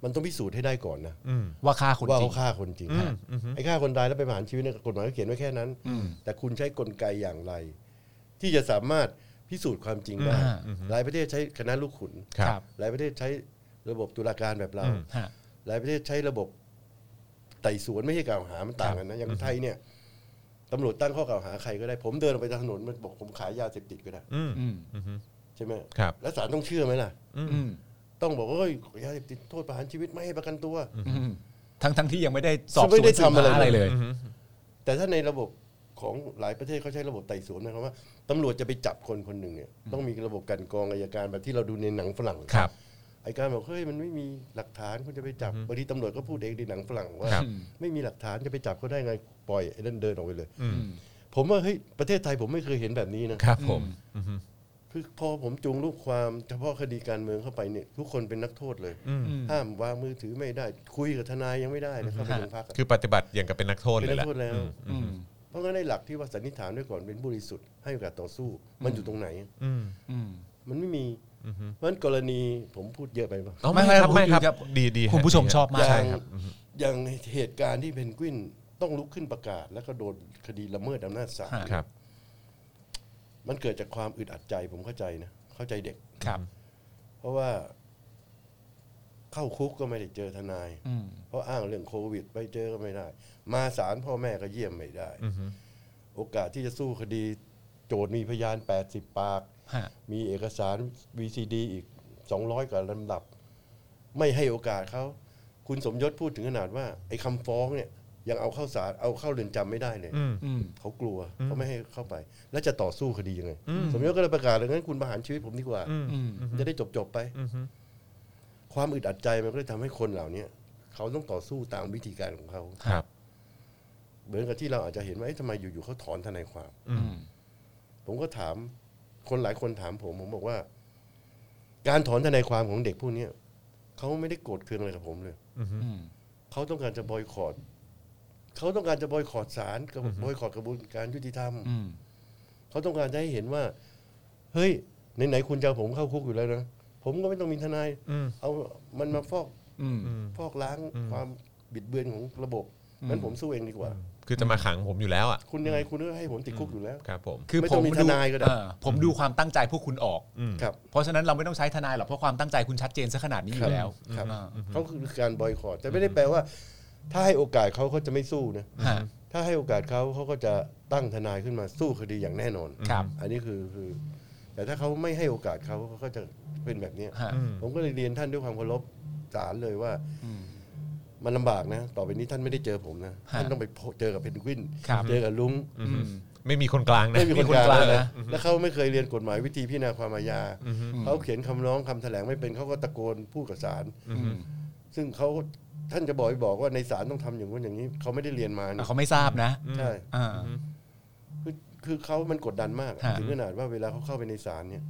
มันต้องพิสูจน์ให้ได้ก่อนนะ อืม ว่าฆ่าคน ว่า จริ เขา ง ฆ่าคนจริง อืมอืม ไอ้ฆ่าคนตายแล้วไปประหารชีวิตเนี่ยกฎหมายก็เขียนไว้แค่นั้น อืม แต่คุณใช้กลไกอย่างไร ที่จะสามารถพิสูจน์ความจริงได้ อ่า หลายประเทศใช้คณะลูกขุน ครับ หลายประเทศใช้ระบบตุลาการแบบเรา อืม ฮะ หลายประเทศใช้ระบบไต่สวนไม่ใช่กล่าวหา มันต่างกันนะ อย่างไทยเนี่ยตำรวจตั้งข้อกล่าวหาใครก็ได้ ผมเดินออกไปตามถนนมันบอกผมขายยาเสพติดก็ได้ อืม อืม อืม ใช่ไหม ครับ แล้วศาลต้องเชื่อไหมล่ะ อืม ต้องบอกว่าเฮ้ยยาเสพติดโทษประหารชีวิตไม่ให้ประกันตัว อืมทั้งทั้งที่ยังไม่ได้สอบสวน ไม่ได้ สืบ ทำอะไร หาอะไรเลย อืม แต่ถ้าในระบบของหลายประเทศเขาใช้ระบบไต่สวนนะครับว่าตำรวจจะไปจับคนคนหนึ่งเนี่ย ต้องมีระบบกลันกรองอายการแบบที่เราดูในหนังฝรั่ง ครับ ไอการบอกเฮ้ยมันไม่มีหลักฐานคุณจะไปจับบางทีตำรวจก็พูดเองในหนังฝรั่งว่า ครับ ไม่มีหลักฐานจะไปจับเขาได้ไงปล่อยไอ้นั่นเดินออกไปเลย อืม อืม ผมว่าเฮ้ยประเทศไทยผมไม่เคยเห็นแบบนี้นะครับ ผมอืม คือพอผมจูงลูกความเฉพาะคดีการเมืองเข้าไปเนี่ยทุกคนเป็นนักโทษเลย อืม อืม ห้ามวางมือถือไม่ได้ คุยกับทนายยังไม่ได้นะครับไปโรงพักอะ คือปฏิบัติอย่างกับเป็นนักโทษ เป็ เลยนนั แหละ กโทษแล้ว อืม เพราะงั้นในหลักที่ว่าสันนิษฐานด้วยก่อนเป็นผู้บริสุทธิ์ให้โอกาสต่อสู้ มันอยู่ตรงไหน อืม อืม มันไม่มีเพราะฉะนั้นกรณีผมพูดเยอะไปป่ะ เอา ไม่ ไม่ ไม่ ครับไม่ครับผมดูครับ ดีดีฮะ คุณผู้ชม ดีฮะ ชอบมาก อ ใช่ ย่าง ครับ อย่างเหตุการณ์ที่เพนกวินต้องลุกขึ้นประกาศ แล้วก็โดนคดีละเมิดอำนาจศาล ฮะ ครับ มันเกิดจากความอึดอัดใจผมเข้าใจนะเข้าใจเด็ก ครับ เพราะว่า เข้าคุกก็ไม่ได้เจอทนาย อืม เพราะอ้างเรื่องโควิดไปเจอก็ไม่ได้ มาศาลพ่อแม่ก็เยี่ยมไม่ได้ อืม โอกาสที่จะสู้คดี โจทย์มีพยาน 80 ปาก ฮะ มีเอกสาร VCD อีก 200 กว่าลำดับ ไม่ให้โอกาสเขา คุณสมยศพูดถึงขนาดว่า ไอ้คำฟ้องเนี่ย ยังเอาเข้าศาลเอาเข้าเรือนจำไม่ได้เลย อืม อืม เขากลัวเขาไม่ให้เข้าไป แล้วจะต่อสู้คดียังไง สมยศก็เลยประกาศเลยงั้นคุณประหารชีวิตผมดีกว่า อืม อืม จะได้จบจบๆไป ความอึดอัดใจมันก็เลยทำให้คนเหล่านี้เขาต้องต่อสู้ตามวิธีการของเขา ครับ เหมือนกับที่เราอาจจะเห็นว่าเอ๊ะทำไมอยู่ๆเขาถอนทนายความ อืม ผมก็ถาม คนหลายคนถามผม ผมบอกว่า การถอนทนายความของเด็กพวกเนี้ยเขาไม่ได้โกรธเคืองอะไรกับผมเลย อืม เขาต้องการจะบอยคอรดเขาต้องการจะบอยคอรดศาลกับบอยคอรดกระบวนการยุติธรรม อืม เขาต้องการจะให้เห็นว่า เฮ้ยไหนๆคุณจะเอาผมเข้าคุกอยู่แล้วนะผมก็ไม่ต้องมีทนาย อืม เอามันมาฟอก อืม ฟอกล้างความบิดเบือนของระบบ อืม นั้นผมสู้เองดีกว่า คือจะมาขังผมอยู่แล้วอ่ะ คุณยังไงคุณก็ให้ผมติดคุกอยู่แล้ว ครับผม คือ ไม่ ผ ต้อ ม งมีทนายก็ได้ เออผมดูความตั้งใจพวกคุณออก อืม ครับ เพราะฉะนั้นเราไม่ต้องใช้ทนายหรอกเพราะความตั้งใจคุณชัดเจนซะขนาดนี้อยู่แล้ว ครับ อ่า เขาคือการบอยคอรดแต่ไม่ได้แปลว่า ถ้าให้โอกาสเขาเขาจะไม่สู้นะ ฮะ ถ้าให้โอกาสเขาเขาก็จะตั้งทนายขึ้นมาสู้คดีอย่างแน่นอน ครับ อันนี้คือคือ แต่ถ้าเขาไม่ให้โอกาสเขาเขาก็จะเป็นแบบเนี้ย ฮะ อืม ผมก็เลยเรียนท่านด้วยความเคารพศาลเลยว่า อืม มันลำบากนะ ต่อไปนี้ท่านไม่ได้เจอผมนะ ฮะ ท่านต้องไปพบเจอกับเพนกวิน ครับ เจอกับลุง อืม ไม่มีคนกลางนะ ไม่มีคน มีคน ก ก ลา ลาง ง นะ นะ แล้วเขาไม่เคยเรียนกฎหมายวิธีพิจารณาความอาญาเขาเขียนคำร้องคำแถลงไม่เป็นเขาก็ตะโกนพูดกับศาล อืม ซึ่งเขาท่านจะบอกบอกว่าในศาลต้องทำอย่างนู้นอย่างนี้เขาไม่ได้เรียนมา อ่ะ เนี่ย เขาไม่ทราบนะ ใช่ อ่า คือคือเขามันกดดันมากอะ ฮะ ถึงขนาดว่าเวลาเขาเข้าไปในศาลเนี่ย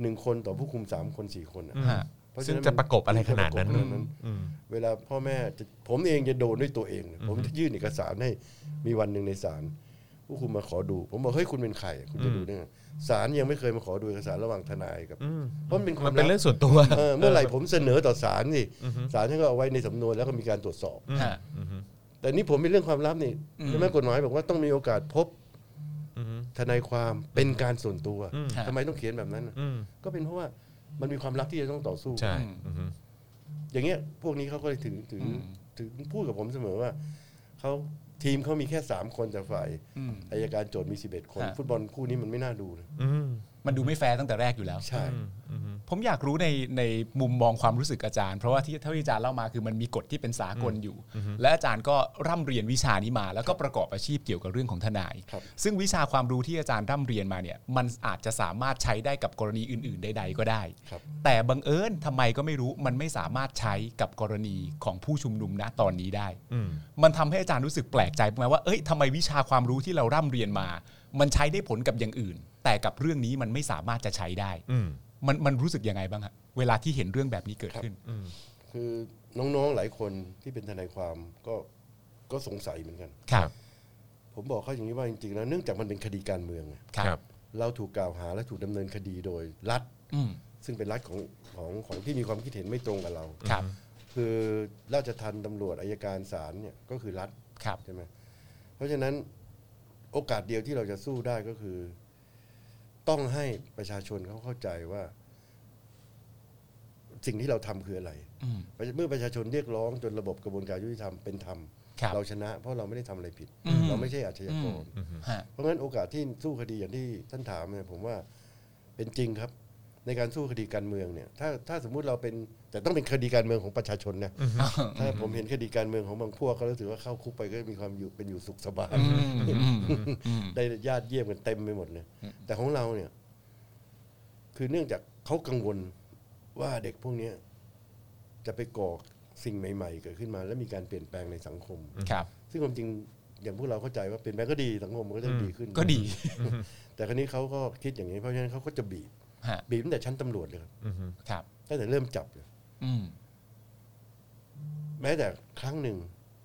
หนึ่งคนต่อผู้คุมสามคนสี่คนอะ อืม ฮะ เพรา ซึ่ง ฉ จะประกบอะไรขนาดนั้น จะประกบขน อืม เวลาพ่อแม่จะผมเองจะโดนด้วยตัวเองนะผมจะยื่นเอกสารให้มีวันหนึ่งในศาลผู้คุมมาขอดู ผมบอกเฮ้ยคุณเป็นใครคุณจะดูได้ไงศาลยังไม่เคยมาขอดูเอกสารระหว่างทนายกับ อืม เพราะมันเป็นควา มั ม นเป็น ลับ เรื่องส่วนตัว เออเมื่อไหร่ผมเสนอต่อศาลนี่ศาลท่านก็เอาไว้ในสำนวนแล้วก็มีการตรวจสอบ ฮะ แต่นี่ผมเป็นเรื่องความลับนี่ อืม ใช่ไหมกฎหมายบอกว่าต้องมีโอกาสพบทนายความเป็นการส่วนตัว อืม ทำไมต้องเขียนแบบนั้นน่ะ อืม ก็เป็นเพราะว่ามันมีความลับที่จะต้องต่อสู้ ใช่ อืม อืม อย่างเงี้ยพวกนี้เขาก็เลยถึงถึงถึงพูดกับผมเสมอว่าเขาทีมเขามีแค่สามคนจากฝ่าย อืม อายการโจทย์มี 11 คน ฮะ ฟุตบอลคู่นี้มันไม่น่าดูนะ อืม มันดูไม่แฟร์ตั้งแต่แรกอยู่แล้ว ใช่ อืมอืม ผมอยากรู้ในในมุมมองความรู้สึกอาจารย์ เพราะว่าที่เท่าที่อาจารย์เล่ามาคือมันมีกฎที่เป็นสากลอยู่ และอาจารย์ก็ร่ำเรียนวิชานี้มา แล้วก็ประกอบอาชีพเกี่ยวกับเรื่องของทนาย ครับ ซึ่งวิชาความรู้ที่อาจารย์ร่ำเรียนมาเนี่ยมันอาจจะสามารถใช้ได้กับกรณีอื่น ๆ ใด ๆ ก็ได้ ครับ แต่บังเอิญทำไมก็ไม่รู้มันไม่สามารถใช้กับกรณีของผู้ชุมนุมณตอนนี้ได้ อืม มันทำให้อาจารย์รู้สึกแปลกใจไหมว่า เอ้ยทำไมวิชาความรู้ที่เราร่ำเรียนมา มันใช้ได้ผลกับอย่างอื่น แต่กับเรื่องนี้มันไม่สามารถจะใช้ได้ อืม มันมันรู้สึกยังไงบ้างฮะเวลาที่เห็นเรื่องแบบนี้เกิดขึ้น คือน้องๆหลายคนที่เป็นทนายความก็ก็สงสัยเหมือนกัน ครับ ผมบอกเขาอย่างนี้ว่าจริงๆแล้วเนื่องจากมันเป็นคดีการเมืองอะ ครับ เราถูกกล่าวหาและถูกดำเนินคดีโดยรัฐ อืม ซึ่งเป็นรัฐของของของที่มีความคิดเห็นไม่ตรงกับเรา ครับ คือราชทันตำรวจอายการศาลเนี่ยก็คือรัฐ ครับ ใช่ไหมเพราะฉะนั้นโอกาสเดียวที่เราจะสู้ได้ก็คือ ต้องให้ประชาชนเขาเข้าใจว่า สิ่งที่เราทำคืออะไร อืม เมื่อประชาชนเรียกร้องจนระบบกระบวนการยุติธรรมเป็นธรรม ครับ เราชนะ เพราะเราไม่ได้ทำอะไรผิด อืม เราไม่ใช่อาชญากร ฮะ เพราะงั้นโอกาสที่สู้คดีอย่างที่ท่านถามเนี่ยผมว่าเป็นจริงครับ ในการสู้คดีการเมืองเนี่ย ถ้าถ้าสมมุติเราเป็นแต่ต้องเป็นคดีการเมืองของประชาชนนะถ้าผมเห็นคดีการเมืองของบางพวกก็รู้สึกว่าเข้าคุกไปก็มีความอยู่เป็นอยู่สุขสบาย อืมอืมอืม ได้ญาติเยี่ยมกันเต็มไปหมดเลยแต่ของเราเนี่ย คือเนื่องจากเขากังวลว่าเด็กพวกเนี้ยจะไปก่อสิ่งใหม่ ๆ เกิดขึ้นมา และมีการเปลี่ยนแปลงในสังคม ครับ ซึ่งความจริงอย่างพวกเราเข้าใจว่าเปลี่ยนแปลงก็ดีสังคมมันก็จะดีขึ้น ก็ดี แต่ครั้นี้เขาก็คิดอย่างนี้เพราะฉะนั้นเขาก็จะบีบ ฮะ บีบตั้งแต่ชั้นตำรวจเลยครับ อืม ครับ ตั้งแต่เริ่มจับเลย อืม แม้แต่ครั้งหนึ่ง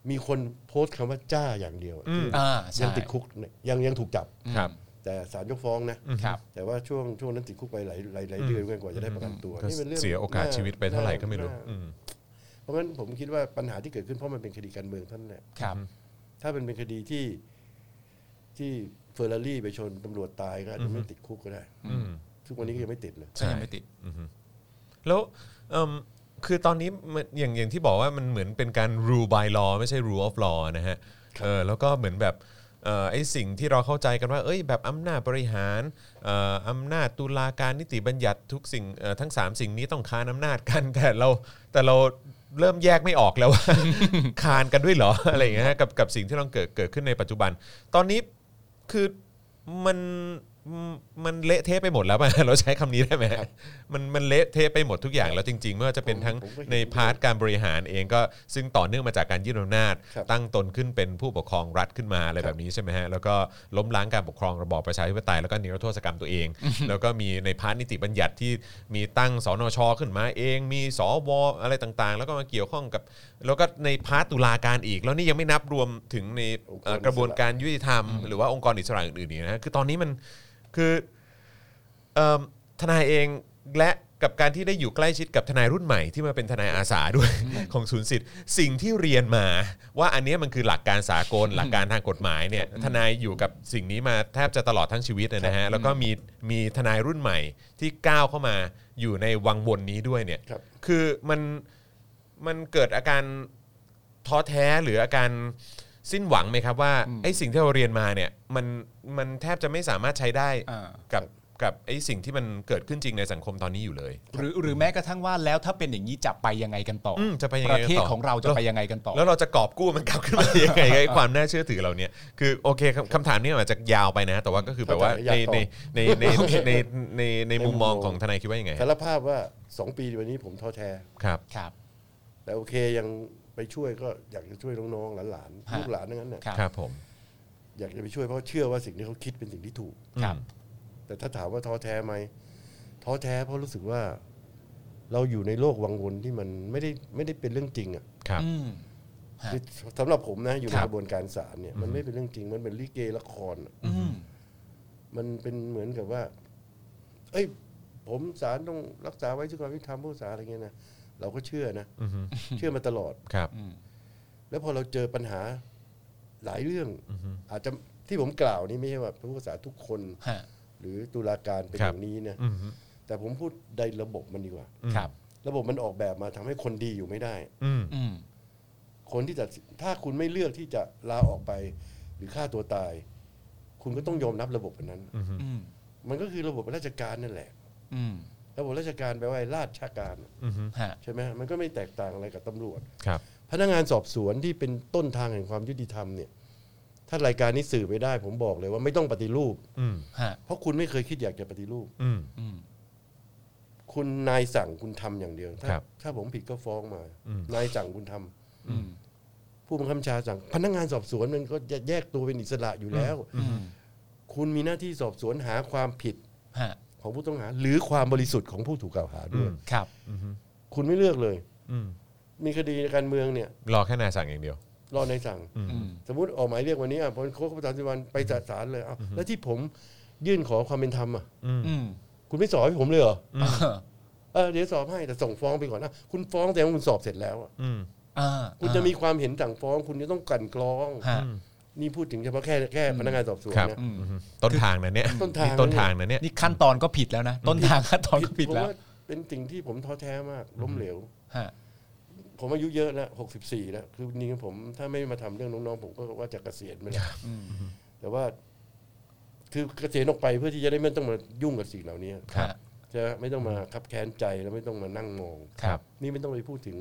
มีคนโพสต์คำว่าจ้าอย่างเดียว อืม อ่า ยั ใช่ งติดคุกเนี่ยยังยังถูกจับ อืม ครับ แต่ศาลยกฟ้องนะ ครับ แต่ว่าช่วงช่วงนั้นติดคุกไปหลายหลายหลายเดือนกว่าจะได้ประกันตัว ก็ นี่ป็นรื่อง เสียโอกาส น่ ชีวิตไปเท่าไหร่ก็ไม่รู้ น่า อืม เพราะงั้นผมคิดว่าปัญหาที่เกิดขึ้นเพราะมันเป็นคดีการเมืองเท่านั้นแหละ ครับ ถ้ามันเป็นคดีที่ที่เฟอร์รารี่ไปชนตำรวจตายก็อาจจะไม่ติดคุกก็ได้ อืม ทุกวันนี้ก็ยังไม่ติดเลย ก็ยังไม่ติด อือฮึแล้วเอิ่มคือตอนนี้มันอย่างอย่างที่บอกว่ามันเหมือนเป็นการ rule by law ไม่ใช่ rule of law นะฮะเออแล้วก็เหมือนแบบเอ่อไอ้สิ่งที่เราเข้าใจกันว่า เอ้ยแบบอำนาจบริหารเอ่ออำนาจตุลาการนิติบัญญัติทุกสิ่งเอ่อทั้ง 3 สิ่งนี้ต้องคานอำนาจกัน *laughs* แต่เราแต่เราเริ่มแยกไม่ออกแล้วว่า *laughs* คานกันด้วยเหรอ อะไรอย่างเงี้ยฮะกับกับสิ่งที่เราเกิดเกิดขึ้นในปัจจุบัน ตอนนี้ คือมันมันเละเทะไปหมดแล้วป่ะ *laughs* เราใช้คำนี้ได้ไหมมันมันเละเทะไปหมดทุกอย่างแล้วจริงๆไม่ว่าจะเป็นทั้ง ผมก็เห็น ในพาร์ทการบริหารเองก็ซึ่งต่อเนื่องมาจากการยื่นอำนาจ ครับ ตั้งตนขึ้นเป็นผู้ปกครองรัฐขึ้นมาอะไรแบบนี้ใช่ไหมฮะแล้วก็ล้มล้างการปกครองระบอบประชาธิปไตยแล้วก็นิรโทษกรรมตัวเอง แล้วก็มีในพาร์ทนิติบัญญัติที่มีตั้งสนชขึ้นมาเอง มีสวอะไรต่างๆ แล้วก็มาเกี่ยวข้องกับ แล้วก็ในพาร์ทตุลาการอีก แล้วนี่ยังไม่นับรวมถึงใน องค์กร เอ่อ อิสระ กระบวนการ การยุติธรรมหรือว่าองค์กรอิสระอื่นๆเนี่ยนะคือตอนนี้มันคือเอิ่มทนายเองและกับการที่ได้อยู่ใกล้ชิดกับทนายรุ่นใหม่ที่มาเป็นทนายอาสาด้วย ของศูนย์สิทธิ์สิ่งที่เรียนมา ว่าอันเนี้ยมันคือหลักการสากล หลักการทางกฎหมายเนี่ยทนายอยู่กับสิ่งนี้มาแทบจะตลอดทั้งชีวิตนะฮะแล้วก็มีมีทนายรุ่นใหม่ที่ก้าวเข้ามาอยู่ในวังวนนี้ด้วยเนี่ย ครับ คือมันมันเกิดอาการท้อแท้หรืออาการสิ้นหวังไหมครับว่าไอ้สิ่งที่เราเรียนมาเนี่ยมันมันแทบจะไม่สามารถใช้ได้ อ่า กับกับไอ้สิ่งที่มันเกิดขึ้นจริงในสังคมตอนนี้อยู่เลย หรือหรือแม้กระทั่งว่าแล้วถ้าเป็นอย่างนี้จะไปยังไงกันต่ออ มจะไปยัง ป ไงกันต่อ ระเทศของเราจะไปยังไงกันต่อ แล้วเราจะกอบกู้มันกลับขึ้นมายังไงกับไอ้ความน่าเชื่อถือเราเนี่ยคือโอเคคำคำถามนี้อาจจะยาวไปนะ แต่ว่าก็คือแบบว่า เข้าใจ ใน อยากตอบ ในในในในในในมุมมอง ในมุมมอง ของทนายคิดว่ายังไง สารภาพว่าสองปีวันนี้ผมท้อแท้ ครับ ครับ แต่โอเคยังไปช่วยก็อยากจะช่วยน้องๆหลานๆ ฮะ ลูกหลานทั้งนั้นน่ะ ครับ ครับผม อยากจะไปช่วยเพราะเชื่อว่าสิ่งที่เขาคิดเป็นสิ่งที่ถูก ครับ แต่ถ้าถามว่าท้อแท้ไหมท้อแท้เพราะรู้สึกว่า เราอยู่ในโลกวังวนที่มันไม่ได้ไม่ได้เป็นเรื่องจริงอ่ะ ครับ อืม ฮะ คือสำหรับผมนะอยู่ใน ครับ กระบวนการศาลเนี่ยมันไม่เป็นเรื่องจริง มันเป็นลิเกละครอะ อืม มันเป็นเหมือนกับว่า เอ้ย ผมศาลต้องรักษาไว้ซึ่งความยุติธรรมผู้ศาลอะไรเงี้ยนะเราก็เชื่อนะ อือฮึ เชื่อมาตลอด ครับ อืม แล้วพอเราเจอปัญหาหลายเรื่อง อาจจะที่ผมกล่าวนี่ไม่ใช่ว่าผู้พิพากษาทุกคน ฮะ หรือตุลาการเป็นอย่างนี้นะ อือฮึ แต่ผมพูดในระบบมันดีกว่า ครับ ระบบมันออกแบบมาทำให้คนดีอยู่ไม่ได้ อืม อืม คนที่จะถ้าคุณไม่เลือกที่จะลาออกไป หรือฆ่าตัวตาย คุณก็ต้องยอมรับระบบอันนั้น อือฮึ อืม มันก็คือระบบราชการนั่นแหละ อืม ระบบราชการไปลว่าไอ้ราชการ อือฮึ ฮะ ใช่ไหมฮะมันก็ไม่แตกต่างอะไรกับตำรวจ ครับ พนักงานสอบสวนที่เป็นต้นทางแห่งความยุติธรรมเนี่ยถ้ารายการนี้สื่อไปได้ ผมบอกเลยว่าไม่ต้องปฏิรูป อืม ฮะ เพราะคุณไม่เคยคิดอยากจะปฏิรูป อืม อืม คุณนายสั่งคุณทำอย่างเดียว ถ้า ครับ ถ้าผมผิดก็ฟ้องมา อืม นายสั่งคุณทำ อืม ผู้บังคับบัญชาสั่ง พนักงานสอบสวนมันก็จะแยกตัวเป็นอิสระอยู่แล้ว อืม คุณมีหน้าที่สอบสวนหาความผิด ฮะ ของผู้ต้องหา หรือความบริสุทธิ์ของผู้ถูกกล่าวหาด้วย อืม ครับ อืม คุณไม่เลือกเลย อืม มีคดีการเมืองเนี่ย รอแค่นายสั่งอย่างเดียว รอนายสั่ง อืม สมมติออกหมายเรียกวันนี้อ่ะพอครบสามสิบวันไปศาลเลยเอาแล้วที่ผมยื่นขอความเป็นธรรมอ่ะ อืม อืม คุณไม่สอบให้ผมเลยเหรอ อ่า เออเดี๋ยวสอบให้แต่ส่งฟ้องไปก่อนนะคุณฟ้องแต่ว่าคุณสอบเสร็จแล้วอ่ะ อืม อ่า คุณจะมีความเห็นสั่งฟ้อง คุณจะต้องกลั่นกรอง ฮะ อืม นี่พูดถึงเฉพาะแค่แค่พนักงานสอบสวน ครับ นะ อืมต้นทางนะเนี่ย ต้นทาง ต้นทางนะเนี่ย นี่ขั้นตอนก็ผิดแล้วนะ ต้นทางขั้นตอนก็ผิด ผม แล้ว ว่าเป็นสิ่งที่ผมท้อแท้มากล้มเหลว ฮะ ผมอายุเยอะแล้วหกสิบสี่แล้วคือจริงๆผมถ้าไม่มาทำเรื่องน้องๆ ผมก็ว่าจะเกษียณไปแล้ว อืม แต่ว่า คือเกษียณออกไปเพื่อที่จะได้ไม่ต้องมายุ่งกับสิ่งเหล่านี้ ครับ ฮะ จะไม่ต้องมาคับแค้นใจแล้วไม่ต้องมานั่งมอง ครับ นี่ไม่ต้องไปพูดถึง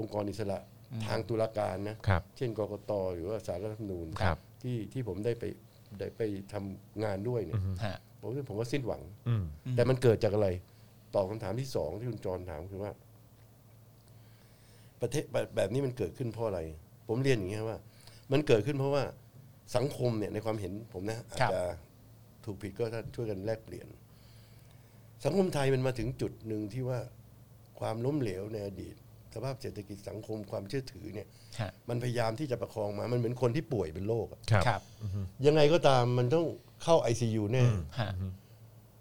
องค์กรอิสระทางตุลาการนะ ครับ เช่นกกตหรือว่าสารรัฐธรรมนูญ ครับ ที่ที่ผมได้ไปได้ไปทำงานด้วยเนี่ย ฮะ ผมว่าผมว่าสิ้นหวัง อืม อืม แต่มันเกิดจากอะไรตอบคำถามที่สองที่คุณจรถามคือว่า ประเทศแบบแบบนี้มันเกิดขึ้นเพราะอะไร ผมเรียนอย่างนี้ครับว่า มันเกิดขึ้นเพราะว่าสังคมเนี่ยในความเห็นผมนะอาจ ครับ จะถูกผิดก็ถ้าช่วยกันแลกเปลี่ยน สังคมไทยมันมาถึงจุดหนึ่งที่ว่าความล้มเหลวในอดีต สภาพเศรษฐกิจสังคมความเชื่อถือเนี่ย ฮะ มันพยายามที่จะประคองมา มันเหมือนคนที่ป่วยเป็นโรคอะ ครับ ครับ ยังไงก็ตามมันต้องเข้า ICU แน่ ฮะ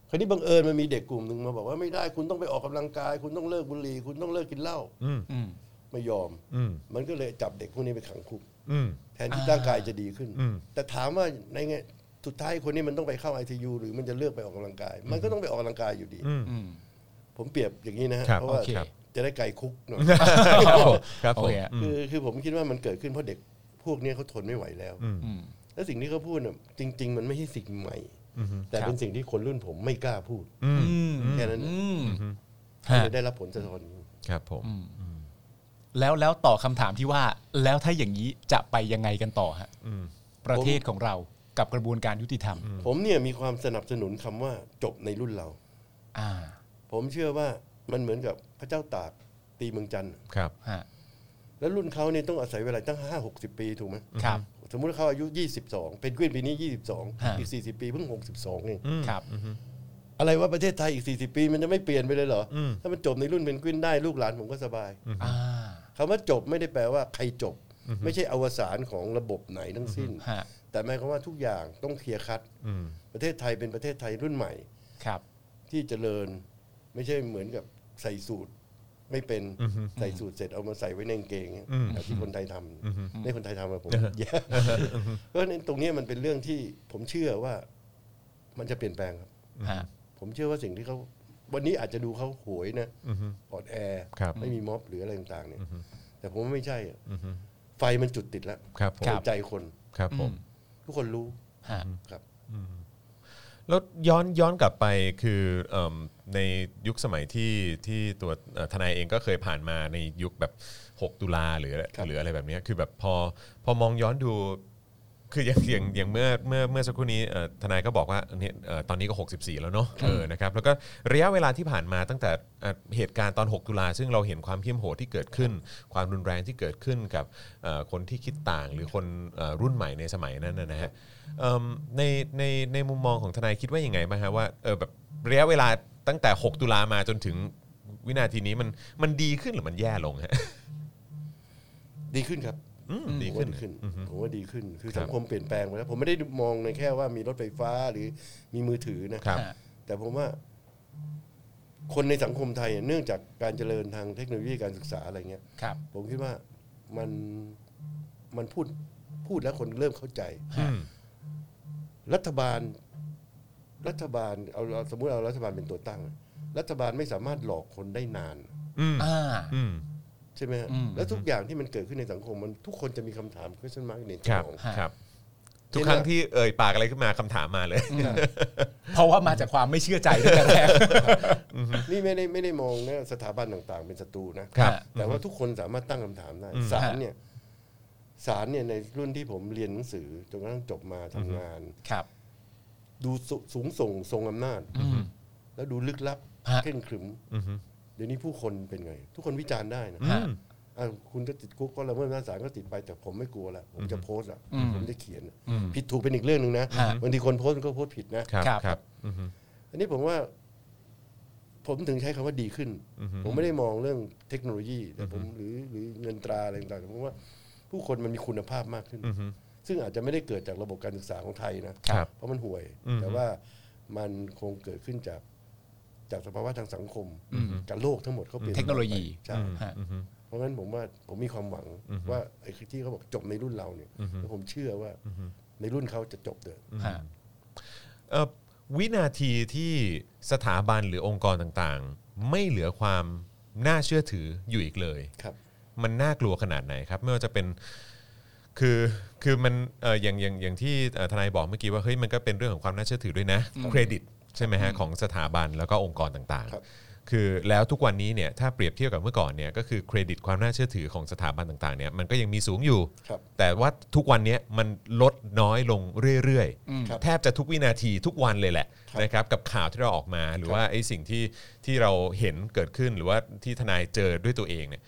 คราวนี้บังเอิญมันมีเด็กกลุ่มหนึ่งมาบอกว่าไม่ได้คุณต้องไปออกกำลังกาย คุณต้องเลิกบุหรี่คุณต้องเลิกกินเหล้า อืม อืม ไม่ยอม อืม มันก็เลยจับเด็กพวกนี้ไปขังคุก อืม แทนที่ อ่า ร่างกายจะดีขึ้น อืม แต่ถามว่าในไงสุดท้ายคนนี้มันต้องไปเข้าไอทียูหรือมันจะเลือกไปออกกำลังกาย มันก็ต้องไปออกกำลังกายอยู่ดี อืม อืม ผมเปรียบอย่างนี้นะฮะ ครับ เพราะว่า โอเค จะได้ไกลคุกหน่อย ครับผมครับผ โอ ม เคอะ อืม คือคือผมคิดว่ามันเกิดขึ้นเพราะเด็กพวกนี้เขาทนไม่ไหวแล้ว อืม อืม และสิ่งที่เขาพูดน่ะจริง ๆ มันไม่ใช่สิ่งใหม่ อืม แต่ ครับ เป็นสิ่งที่คนรุ่นผมไม่กล้าพูด อืม อืม แค่นั้น อืม ก็ ฮะ เลยได้รับผลสะท้อนอย่างนี้ ครับผม อืมแล้วแล้วต่อคำถามที่ว่า แล้วถ้าอย่างนี้จะไปยังไงกันต่อฮะ อืม ประเทศของเรากับกระบวนการยุติธรรม ผมเนี่ยมีความสนับสนุนคำว่าจบในรุ่นเรา อ่า ผมเชื่อว่ามันเหมือนกับพระเจ้าตากตีเมืองจันทร์ ครับ ฮะ แล้วรุ่นเขาเนี่ยต้องอาศัยเวลาตั้ง 5 6 0 ปีถูกไหม ครับ สมมุติว่าเขาอายุ 22 เป็นกวินปีนี้ ฮะ 22 อีก 40 ปีเพิ่ง 62เอง อืม ครับ อืม อะไรว่าประเทศไทยอีก 40 ปีมันจะไม่เปลี่ยนไปเลยเหรอ อืม ถ้ามันจบในรุ่นเป็นกวินได้ลูกหลานผมก็สบาย อ่า คำว่าจบไม่ได้แปลว่าใครจบ ไม่ใช่อวสานของระบบไหนทั้งสิ้น ฮะ แต่หมายความว่าทุกอย่างต้องเคลียร์คัด อืม ประเทศไทยเป็นประเทศไทยรุ่นใหม่ ครับ ที่เจริญไม่ใช่เหมือนกับใส่สูตรไม่เป็น อืมอืม ใส่สูตรเสร็จเอามาใส่ไว้ในกางเกงเนี่ย อืม แบบที่คนไทยท อืม ำในคนไทยทำอะผม *laughs* แย่เพราะฉะนั้นตรงเนี้ยมันเป็นเรื่องที่ผมเชื่อว่ามันจะเปลี่ยนแปลงครับ ฮะ ผมเชื่อว่าสิ่งที่เขาวันนี้อาจจะดูเขาโหยนะ อืม อ่อนแอ ครับ ไม่มีม็อบหรืออะไรต่างๆเนี่ย อือฮึ แต่ผมว่าไม่ใช่อะ อืม ไฟมันจุดติดแล้ว ครับผม ครับหัวใจคน ครับผม ทุกคนรู้ ฮะ ครับ แล้วย้อนย้อนกลับไปคือเอิ่มในยุคสมัยที่ที่ตัวเอ่อทนายเองก็เคยผ่านมาในยุคแบบ 6 ตุลาหรือ ครับ หรืออะไรแบบเนี้ยคือแบบพอพอมองย้อนดู คืออย่างอย่างอย่างเมื่อเมื่อเมื่อสักครู่นี้เอ่อทนายก็บอกว่าเนี่ยเอ่อตอนนี้ก็ 64 แล้วเนาะเออนะครับแล้วก็ระยะเวลาที่ผ่านมาตั้งแต่เอ่อเหตุการณ์ตอน 6 ตุลาซึ่งเราเห็นความเหี้ยมโหดที่เกิดขึ้น ความรุนแรงที่เกิดขึ้นกับเอ่อคนที่คิดต่างหรือคนเอ่อรุ่นใหม่ในสมัยนั้นนะนะฮะเอิ่มในในในมุมมองของทนายคิดว่ายังไงบ้างฮะว่าเออแบบระยะเวลาตั้งแต่ 6 ตุลามาจนถึงวินาทีนี้มันมันดีขึ้นหรือมันแย่ลงฮะ ดีขึ้นครับ อืมดี ผขึ้มว่าน ดีขึ้นผมว่าดีขึ้น คือ ครับ สังคมเปลี่ยนแปลงไปแล้ว ผมไม่ได้มองในแค่ว่ามีรถไฟฟ้าหรือมีมือถือนะ ครับ แต่ผมว่า คนในสังคมไทยเนี่ยเนื่องจากการเจริญทางเทคโนโลยีการศึกษาอะไรเงี้ย ครับ ผมคิดว่ามันมันพูดพูดแล้วคนเริ่มเข้าใจ อืม รัฐบาล รัฐบาลเอาเอาสมมติเอารัฐบาลเป็นตัวตั้ง รัฐบาลไม่สามารถหลอกคนได้นาน อืม อ่า อืม ใช่ไหมฮะ อืม แล้วทุกอย่างที่มันเกิดขึ้นในสังคมมันทุกคนจะมีคำถาม question mark ในส ครับ มอง ครับ ทุกครั้งที่เอ่ยปากอะไรขึ้นมาคำถามมาเลย เพราะว่ามาจากความไม่เชื่อใจตั้งแต่แรก นี่ไม่ได้ไม่ได้มองนะสถาบันต่างๆ เป็นศัตรูนะครับ แต่ว่าทุกคนสามารถตั้งคำถามได้ศาลเนี่ยศาลเนี่ยในรุ่นที่ผมเรียนหนังสือจนกระทั่งจบมาทำงาน ครับ ดูสูสูงส่งทรงอำนาจ แล้วดูลึกลับ ฮะ เข่นขรึมเดี๋ยวนี้ผู้คนเป็นไง ทุกคนวิจารณ์ได้นะ ฮะ อ่ะคุณจะติดคุกก็ละเมิดอำนาจศาลก็ติดไปแต่ผมไม่กลัวละผมจะโพสต์ละ อืม ผมจะเขียนละ อืม ผิดถูกเป็นอีกเรื่องหนึ่งนะ ฮะ บางทีคนโพสต์มันก็โพสต์ผิดนะ ครับ ครับ ครับอือฮึ อันนี้ผมว่า ผมถึงใช้คำว่าดีขึ้น ผมไม่ได้มองเรื่องเทคโนโลยีแต่ผมหรือหรือเงินตราอะไรต่างๆผมว่าผู้คนมันมีคุณภาพมากขึ้น ซึ่งอาจจะไม่ได้เกิดจากระบบการศึกษาของไทยนะ ครับ เพราะมันห่วย แต่ว่ามันคงเกิดขึ้นจากจากสภาวะทางสังคมกับโลกทั้งหมดเขาเปลี่ยน เทคโนโลยี ใช่ ฮะ เพราะงั้นผมว่าผมมีความหวังว่าไอ้ที่เขาบอกจบในรุ่นเราเนี่ยแล้วผมเชื่อว่าในรุ่นเขาจะจบเด้อะ ฮะ เอ่อวินาทีที่สถาบันหรือองค์กรต่างๆ ไม่เหลือความน่าเชื่อถืออยู่อีกเลย ครับ มันน่ากลัวขนาดไหนครับ ไม่ว่าจะเป็นคือคือมันเอ่ออย่างอย่างอย่างที่เอ่อทนายบอกเมื่อกี้ว่าเฮ้ยมันก็เป็นเรื่องของความน่าเชื่อถือด้วยนะ เครดิตใช่ไหมฮะของสถาบันแล้วก็องค์กรต่าง ครับ ๆ คือแล้วทุกวันนี้เนี่ยถ้าเปรียบเทียบกับเมื่อก่อนเนี่ยก็คือเครดิตความน่าเชื่อถือของสถาบันต่างๆเนี่ยมันก็ยังมีสูงอยู่ ครับ แต่ว่าทุกวันเนี้ยมันลดน้อยลงเรื่อย อืม ๆ แทบจะทุกวินาทีทุกวันเลยแหละ ครับ นะครับกับข่าวที่เราออกมาหรือ ครับ ว่าไอ้สิ่งที่ที่เราเห็นเกิดขึ้นหรือว่าที่ทนายเจอด้วยตัวเองเนี่ย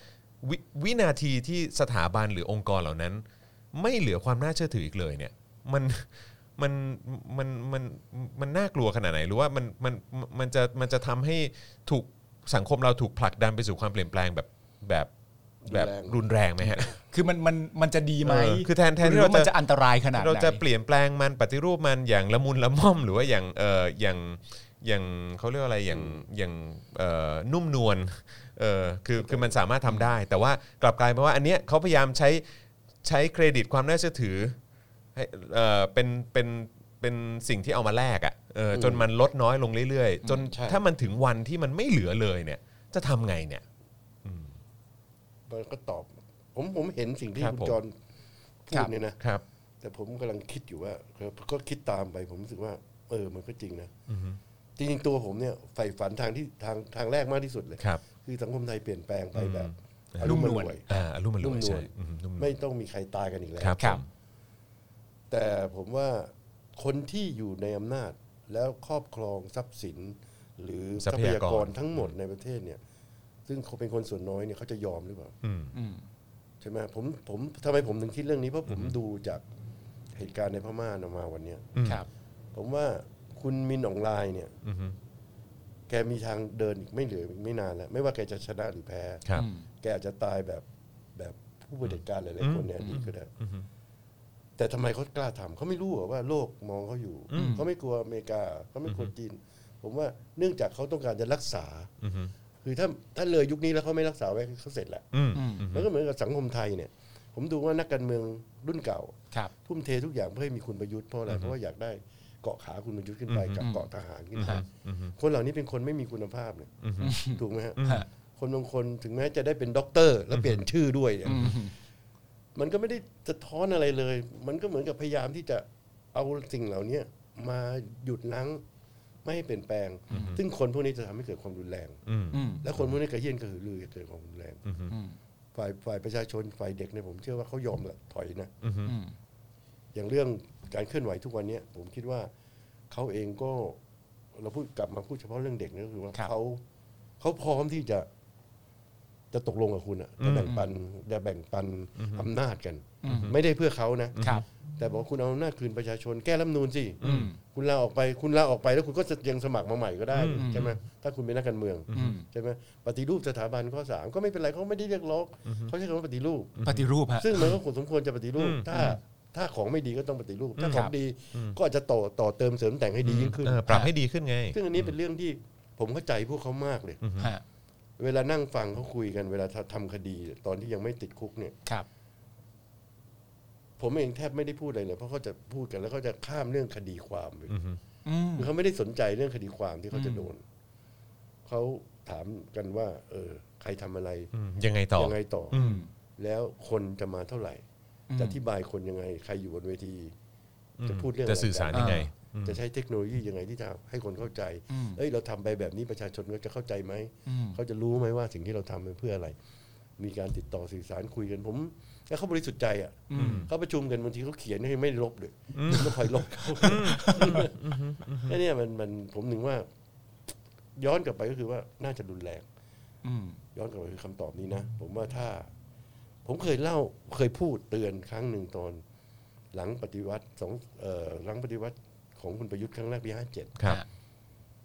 วิวินาทีที่สถาบันหรือองค์กรเหล่านั้น ไม่เหลือความน่าเชื่อถืออีกเลยเนี่ยมันมันมันมันมันน่ากลัวขนาดไหน หรือว่ามันมันมันจะมันจะทำให้ถูกสังคมเราถูกผลักดันไปสู่ความเปลี่ยนแปลงแบบแบบแบบรุนแรงไหมฮะ คือมันมันมันจะดีไหม เออคือแทนแทนที่ หรือว่า เราจะ มันจะอันตรายขนาดไหน เราจะเปลี่ยนแปลงมันปฏิรูปมันอย่างละมุนละม่อม หรือว่าอย่างเอออย่างอย่างเขาเรียกว่าอะไรอย่างอย่างเอ่อนุ่มนวลเออคือคือมันสามารถทำได้ แต่ว่ากลับกลายเป็นว่าอันเนี้ยเขาพยายามใช้ใช้เครดิตความน่าเชื่อถือให้เออเป็นเป็นเป็นสิ่งที่เอามาแลกอ่ะเออจนมันลดน้อยลงเรื่อยๆ จน ใช่ ถ้ามันถึงวันที่มันไม่เหลือเลยเนี่ย จะทำไงเนี่ย มันก็ตอบ ผมผมเห็นสิ่งที่ ครับ คุณ ผม จรพู ครั ด บ เนี่ยนะครับ แต่ผมกำลังคิดอยู่ว่าเออก็คิดตามไป ผมรู้สึกว่า เออ มันก็จริงนะจริงๆตัวผมเนี่ยใฝ่ฝันทางที่ทางทางแรกมากที่สุดเลย ครับ อสังคมไทยเปลี่ยนแปลงไปแบบ อืมนุ่มนวล อารมณ์รวย อ่าอรุ่มมันร นุ่ ว ม ย นว ใช่ ล อืมนุ่มนว ไม่ ล ต้องมีใครตายกันอีกแล้ว ครับผม แต่ผมว่าคนที่อยู่ในอำนาจแล้วครอบครองทรัพย์สิน หรือทรัพยากรทั้งหมดในประเทศเนี่ย ซึ่งเขาเป็นคนส่วนน้อยเนี่ยเขาจะยอมหรือเปล่า อืม อืม ใช่ไหมผมผมทำไมผมถึงคิดเรื่องนี้เพราะผมดูจากเหตุการณ์ในพม่านะมาวันเนี้ย อืม ครับ ผมว่าคุณมินอองไลน์เนี่ย อืม แกมีทางเดินอีกไม่เหลืออีกไม่นานแล้ว ไม่ว่าแกจะชนะหรือแพ้ ครับ แกอาจจะตายแบบแบบผู้บริการหลายๆคนในอดีตก็ได้ อืม แต่ทำไมเขากล้าทำเขาไม่รู้เหรอว่าโลกมองเขาอยู่ อืม เขาไม่กลัวอเมริกาเขาไม่กลัวจีน ผมว่าเนื่องจากเขาต้องการจะรักษา อืม คือถ้าถ้าเลยยุคนี้แล้วเขาไม่รักษาไว้เขาเสร็จแหละ อืม อืม มันก็เหมือนกับสังคมไทยเนี่ย ผมดูว่านักการเมืองรุ่นเก่า ครับ ทุ่มเททุกอย่างเพื่อให้มีคุณประยุทธ์เพราะอะไรเพราะว่าอยากได้เกาะขาคุณประยุทธ์ขึ้นไปกับเกาะทหารขึ้นไป อืม คนเหล่านี้เป็นคนไม่มีคุณภาพเนี่ยถูกไหมฮะ ฮะ คนบางคนถึงแม้จะได้เป็นด็อกเตอร์ แล้วเปลี่ยนชื่อด้วยเนี่ย อืม มันก็ไม่ได้สะท้อนอะไรเลย มันก็เหมือนกับพยายามที่จะเอาสิ่งเหล่านี้มาหยุดลั้งไม่ให้เปลี่ยนแปลง ซึ่งคนพวกนี้จะทำให้เกิดความรุนแรง อืม อืม และคนพวกนี้กระเฮี้ยนกระหือรือจะเกิดความรุนแรง อืม ฝ่ายฝ่ายประชาชนฝ่ายเด็กเนี่ยผมเชื่อว่าเขายอมละถอยนะ อืม อืม อย่างเรื่องการเคลื่อนไหวทุกวันเนี้ยผมคิดว่าเขาเองก็เราพูดกลับมาพูดเฉพาะเรื่องเด็กนะก็คือว่า ครับ เขาเขาพร้อมที่จะจะตกลงกับคุณอะจะแบ่งปันจะแบ่งปันอำนาจกัน ไม่ได้เพื่อเขานะ ครับ แต่บอกว่าคุณเอาอำนาจคืนประชาชน แก้รัฐธรรมนูนสิ อืม คุณลาออกไปคุณลาออกไปแล้วคุณก็ยังสมัครมาใหม่ก็ได้ อืม ใช่ไหมถ้าคุณเป็นนักการเมือง อืม ใช่ไหมปฏิรูปสถาบันข้อสามก็ไม่เป็นไรเขาไม่ได้เรียกร้องเขาใช้คำว่าปฏิรูป ปฏิรูปฮะ ซึ่งมันก็ควรสมควรจะปฏิรูป อืม ถ้าถ้าของไม่ดีก็ต้องปฏิรูป ถ้า อืม ข ครั อง บ ดีก็อาจจะต่อต่อเติมเสริมแต่งให้ดียิ่งขึ้น เออปรับให้ดีขึ้นไง ซึ่งอันนี้เป็นเรื่องที่ผมเข้าใจพวกเขามากเลย ฮะ เวลานั่งฟังเขาคุยกันเวลาทำคดี ตอนที่ยังไม่ติดคุกเนี่ย ครับ ผมเองแทบไม่ได้พูดอะไรเลย เพราะเขาจะพูดกันแล้วเขาจะข้ามเรื่องคดีความไป อืม คือเขาไม่ได้สนใจเรื่องคดีความที่เขาจะโดนเขาถามกันว่า เออ ใครทำอะไร อืมยังไงต่อ ยังไงต่ออ อืม แล้วคนจะมาเท่าไหร่ อืม จะอธิบายคนยังไง ใครอยู่บนเวที จะพูดเรื่อง จะ ไร สื่อสาร กัน ยังไง จะใช้เทคโนโลยียังไงที่จะให้คนเข้าใจเอ้ยเราทำไปแบบนี้ประชาชนเขาจะเข้าใจไหม เขาจะรู้ไหมว่าสิ่งที่เราทำเป็นเพื่ออะไร มีการติดต่อสื่อสารคุยกันผมแล้วเขาบริสุทธิ์ใจอ่ะเขาประชุมกันบางทีเขาเขียนให้ไม่ลบเลยต้องคอยลบเขาไอ้เนี่ยมันมันผมถึงว่า ย้อนกลับไปก็คือว่าน่าจะรุนแรง ย้อนกลับไปคือคำตอบนี้นะ ผมว่าถ้า ผมเคยเล่าเคยพูดเตือนครั้งหนึ่งตอน หลังปฏิวัติสองเอ่อหลังปฏิวัติของคุณประยุทธ์ครั้งแรกปีห้าเจ็ด ครับ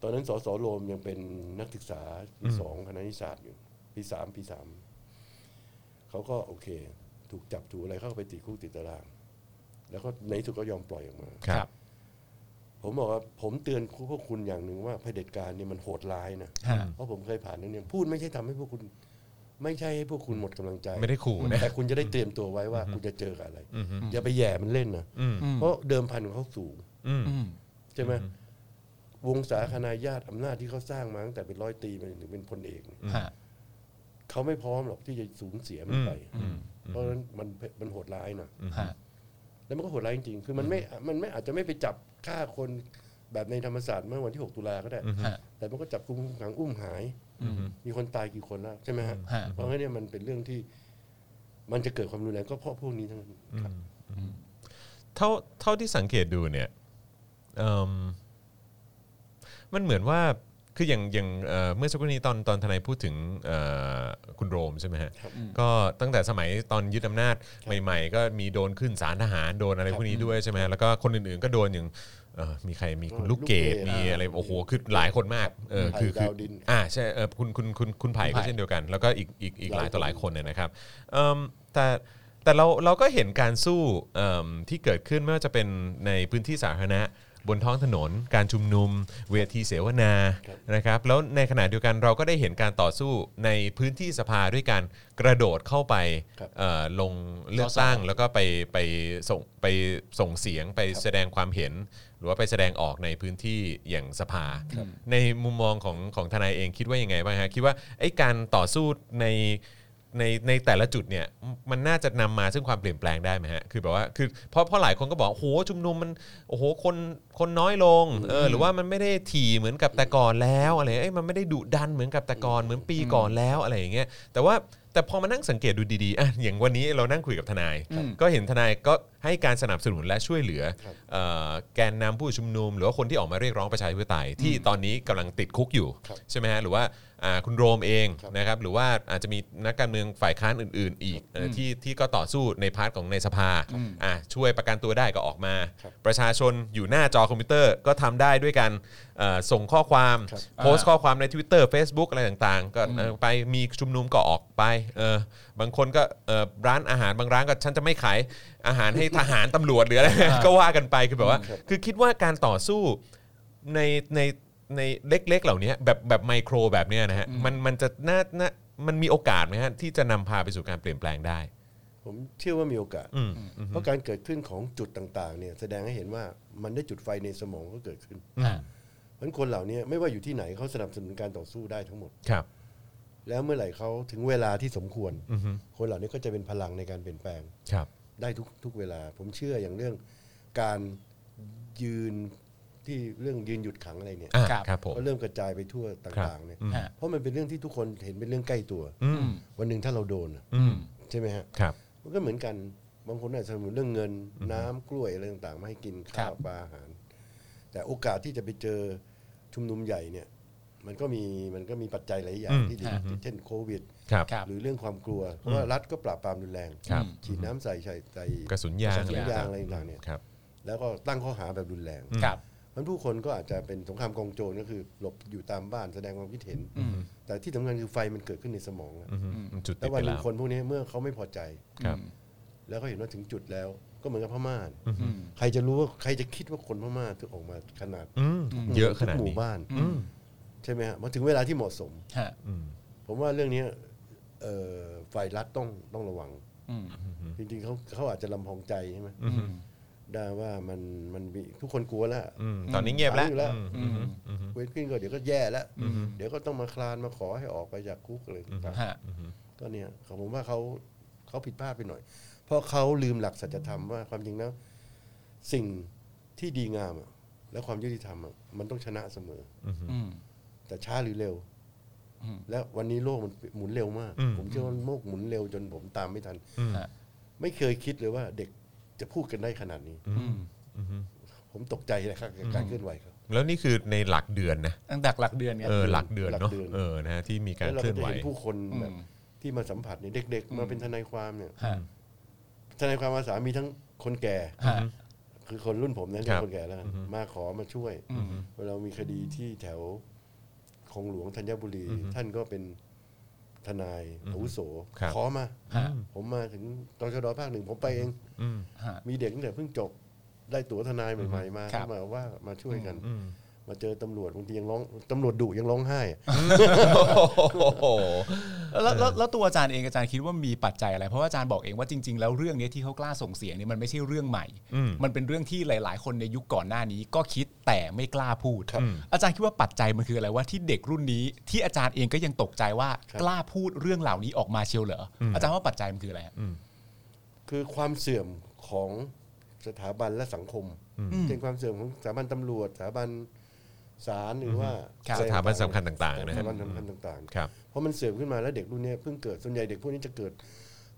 ตอนนั้นสสโรมยังเป็นนักศึกษาปีสองคณะนิสสตร์อยู่ปีสามปีสามเขาก็โอเค ถูกจับถูกอะไรเข้าไปติดคุกติดตาราง แล้วก็ในที่สุดก็ยอมปล่อยออกมา ครับ ผมบอกว่าผมเตือนพวกคุณอย่างหนึ่งว่าเผด็จการเนี่ยมันโหดร้ายนะ ฮะ เพราะผมเคยผ่านเรื่องนี้พูดไม่ใช่ทำให้พวกคุณ ไม่ใช่ให้พวกคุณหมดกำลังใจ ไม่ได้ขู่นะ แต่คุณจะได้เตรียมตัวไว้ว่าคุณจะเจอกับอะไร อืมฮึ อย่าไปแหย่มันเล่นนะ อืม เพราะเดิมพันของเขาสูง อืม อืม ใช่ไหมวงศาคณาญาติอำนาจที่เขาสร้างมาตั้งแต่เป็นร้อยตรีมาจนถึงเป็นพลเอกเนี่ย ฮะ เขาไม่พร้อมหรอกที่จะสูญเสียมันไป อืม เพราะฉะนั้นมันมันโหดร้ายนะ ฮะ แล้วมันก็โหดร้ายจริงๆคือมันไม่มันไม่อาจจะไม่ไปจับฆ่าคนแบบในธรรมศาสตร์เมื่อวันที่ 6 ตุลาก็ได้ อืม ฮะ แต่มันก็จับกุมขังอุ้มหาย อืม มีคนตายกี่คนแล้วใช่ไหมฮะ ฮะ เพราะงั้นเนี่ยมันเป็นเรื่องที่ มันจะเกิดความรุนแรงก็เพราะพวกนี้ทั้งนั้นครับ เท่าเท่าที่สังเกตดูเนี่ยเอิ่มมันเหมือนว่าคืออย่างอย่างเอ่อเมื่อสักครู่นี้ตอนตอนทนายพูดถึงเอ่อคุณโรมใช่ไหมฮะ ครับ ก็ตั้งแต่สมัยตอนยึดอำนาจใหม่ๆ ก็มีโดนขึ้นสารทหารโดนอะไรพวกนี้ด้วยใช่ไหมฮะแล้วก็คนอื่นๆก็โดนอย่างเอ่อมีใครมีคุณ เออ ลูกเกด ลูกเกด มีอะไรโอ้โหคือหลายคนมากเออ ไผ่ คือคือ ดาวดิน อ่าใช่เออคุณคุณคุณคุณไผ่ก็เช่นเดียวกัน แล้วก็อีกอีกอีกหลายต่อหลายคนเนี่ยนะครับเอิ่มแต่ แต่เราเราก็เห็นการสู้เอิ่มที่เกิดขึ้นไม่ว่าจะเป็นในพื้นที่สาธารณะ บนท้องถนน การชุมนุม เวทีเสวนา ครับ นะครับแล้วในขณะเดียวกันเราก็ได้เห็นการต่อสู้ในพื้นที่สภาด้วยการกระโดดเข้าไปเอ่อลงเลือกตั้ง แล้วก็ไปไปส่งไปส่งเสียงไปแสดงความเห็น หรือว่าไปแสดงออกในพื้นที่อย่างสภา ในมุมมองของของทนายเองคิดว่ายังไงบ้างฮะคิดว่าไอ้การต่อสู้ใน ในในแต่ละจุดเนี่ยมันน่าจะนำมาซึ่งความเปลี่ยนแปลงได้ไหมฮะคือแบบว่าคือเพราะเพราะหลายคนก็บอกโหชุมนุมมันโอ้โหคนคนน้อยลงเออหรือว่ามันไม่ได้ถี่เหมือนกับแต่ก่อนแล้วอะไรเอ้ยมันไม่ได้ดุดันเหมือนกับแต่ก่อนเหมือนปีก่อนแล้วอะไรอย่างเงี้ยแต่ว่าแต่พอมานั่งสังเกตดูดีๆอ่ะอย่างวันนี้เรานั่งคุยกับทนาย ครับ ก็เห็นทนายก็ให้การสนับสนุนและช่วยเหลือ ครับ เอ่อแกนนำผู้ชุมนุม หรือว่าคนที่ออกมาเรียกร้องประชาธิปไตยที่ตอนนี้กำลังติดคุกอยู่ ครับ ใช่ไหมฮะหรือว่าอ่าคุณโรมเอง ครับ นะครับหรือว่าอาจจะมีนักการเมืองฝ่ายค้านอื่น ๆ อีกเอ่อที่ที่ก็ต่อสู้ในพาร์ทของในสภาอ่ะช่วยประกันตัวได้ก็ออกมา ครับ ประชาชนอยู่หน้าจอคอมพิวเตอร์ก็ทำได้ด้วยกันเอ่อส่งข้อความ ครับ โพสต์ข้อความใน Twitter Facebook อะไรต่าง ๆ ก็เอ่อไปมีชุมนุมก็ออกไปเออบางคนก็เอ่อร้านอาหารบางร้านก็ฉันจะไม่ขายอาหารให้ทหารตำรวจหรืออะไร *laughs* ก็ว่ากันไปคือแบบว่า คือคิดว่าการต่อสู้ ในในในเล็กๆ เหล่านี้แบบแบบไมโครแบบเนี้ยนะฮะมันมันจะน่าน่ามันมีโอกาสไหมฮะที่จะนำพาไปสู่การเปลี่ยนแปลงได้ ผมเชื่อว่ามีโอกาส อืม เพราะการเกิดขึ้นของจุดต่าง ๆ เนี่ยแสดงให้เห็นว่ามันได้จุดไฟในสมองก็เกิดขึ้น ฮะ เพราะฉะนั้นคนเหล่านี้ไม่ว่าอยู่ที่ไหนเขาสนับสนุนการต่อสู้ได้ทั้งหมด ครับ แล้วเมื่อไหร่เขาถึงเวลาที่สมควร อือฮึ คนเหล่านี้ก็จะเป็นพลังในการเปลี่ยนแปลง ครับ ได้ทุกทุกเวลา ผมเชื่ออย่างเรื่องการยืนที่เรื่องยืนหยุดขังอะไรเนี่ย อ่า ครับ ครับผม ก็เริ่มกระจายไปทั่ว ครับ ต่างๆเนี่ย ฮะ เพราะมันเป็นเรื่องที่ทุกคนเห็นเป็นเรื่องใกล้ตัว อืม วันหนึ่งถ้าเราโดนอะ อืม ใช่ไหมฮะ ครับ มันก็เหมือนกันบางคนอาจจะสนับสนุนเรื่องเงินน้ำกล้วยอะไรต่างๆมาให้กินข้าวปลาอาหาร แต่โอกาสที่จะไปเจอชุมนุมใหญ่เนี่ย มันก็มีมันก็มีปัจจัยหลายอย่า อื ง ม ที่ดี ครับ ที่เช่นโควิด ครับ ครับ หรือเรื่องความกลัว เพราะว่ารัฐก็ปราบปรามรุนแรง ครับ ฉีดน้ำใส่ใส่ใส่ กระสุนยาง กระสุนยางอะไรต่างๆเนี่ย ครับ แล้วก็ตั้งข้อหาแบบรุนแรง ครับ มันผู้คนก็อาจจะเป็นสงครามกองโจรก็คือ หลบอยู่ตามบ้านแสดงความคิดเห็น อืม แต่ที่สำคัญคือไฟมันเกิดขึ้นในสมองอะ อืมมันจุดติ แล้ ด ว ไป วันห แล้ นึ่ง ว คนพวกนี้เมื่อเขาไม่พอใจ ครับ แล้วก็เห็นว่าถึงจุดแล้วก็เหมือนกับพม่าเนี่ย อืม ใครจะรู้ว่าใครจะคิดว่าคนพม่าถึงออกมาขนาด อืมเยอะขนาด ทุกห นี้ มู่บ้าน อืม ใช่ไหมฮะมาถึงเวลาที่เหมาะสม ฮะ อืม ผมว่าเรื่องเนี้ยเอ่อฝ่ายรัฐต้องต้องระวัง อืม จริงๆเขาเขาอาจจะลำพองใจใช่ไหม อืม ได้ว่ามันมันมีทุกคนกลัวแล้ว อืมตอนนี้เงียบแล้ว ตอนนี้อยู่แล้ว อืม อืม อืม เวทขึ้นก็เดี๋ยวก็แย่แล้วเดี๋ยวก็ต้องมาคลานมาขอให้ออกไปจากคุกอะไรต่าง ฮะ ๆก็เนี่ยเขาผมว่าเขาเขาผิดพลาดไปหน่อย เพราะเขาลืมหลักสัจธรรมว่าความจริงแล้วสิ่ง ที่ดีงามอะและความยุติธรรมอะมันต้องชนะเสมอ อืม แต่ช้าหรือเร็ว อืม และวันนี้โลกมันหมุนเร็วมาก อืม ผมเชื่อว่าโลกหมุนเร็วจนผมตามไม่ทัน อืม ฮะ ไม่เคยคิดเลยว่าเด็กจะพูดกันได้ขนาดนี้ อืม อืม ผมตกใจเลยครับกับการเคลื่อนไหวครับ แล้วนี่คือในหลักเดือนนะ ตั้งแต่หลักเดือนไง เออหลักเดือน หลัก เนาะ เดือน เออนะฮะที่มีการ แล้วเรา เคลื่ ก็ อน จะ ไหว เห็นผู้คน อืม แบบที่มาสัมผัสเนี่ยเด็ก ๆ มาเป็นทนายความเนี่ย ฮะ ทนายความอาสามีทั้งคนแก่ ฮะ คือคนรุ่นผมนั้น ครับ คนแก่แล้วกันมาขอมาช่วย อืม เวลามีคดีที่แถวคลองหลวงธัญบุรี ท่านก็เป็นทนายอาวุโส ครับ ขอมา ฮะ ผมมาถึงตชดภาคหนึ่งผมไปเอง อืม ฮะ มีเด็กตั้งแต่เพิ่งจบได้ตั๋วทนายใหม่ๆมา ครับ มาว่ามาช่วยกัน อืม มาเจอตำรวจบางทียังร้องตำรวจดุยังร้องไห้อะ โอ้โห แล้วแล้วแล้วตัวอาจารย์เองอาจารย์คิดว่ามีปัจจัยอะไรเพราะว่าอาจารย์บอกเองว่าจริง ๆ แล้วเรื่องเนี้ยที่เขากล้าส่งเสียงเนี่ยมันไม่ใช่เรื่องใหม่ อืม มันเป็นเรื่องที่หลาย ๆ คนในยุคก่อนหน้านี้ก็คิดแต่ไม่กล้าพูด ครับอืม อาจารย์คิดว่าปัจจัยมันคืออะไรว่าที่เด็กรุ่นนี้ ที่อาจารย์เองก็ยังตกใจว่า ครับ กล้าพูดเรื่องเหล่านี้ออกมาเชียวเหรอออาจารย์ว่าปัจจัยมันคืออะไรฮะ คือความเสื่อมของสถาบันและสังคมเช่นความเสื่อมของสถาบันตำรวจสถาบันศาลหรือว่า ครับ สถาบันสำคัญต่างๆ ส นะฮะ ถาบันสำคัญต่าง ครับ ๆเพราะมันเสื่อมขึ้นมาแล้วเด็กรุ่นเนี้ยเพิ่งเกิดส่วนใหญ่เด็กพวกนี้จะเกิด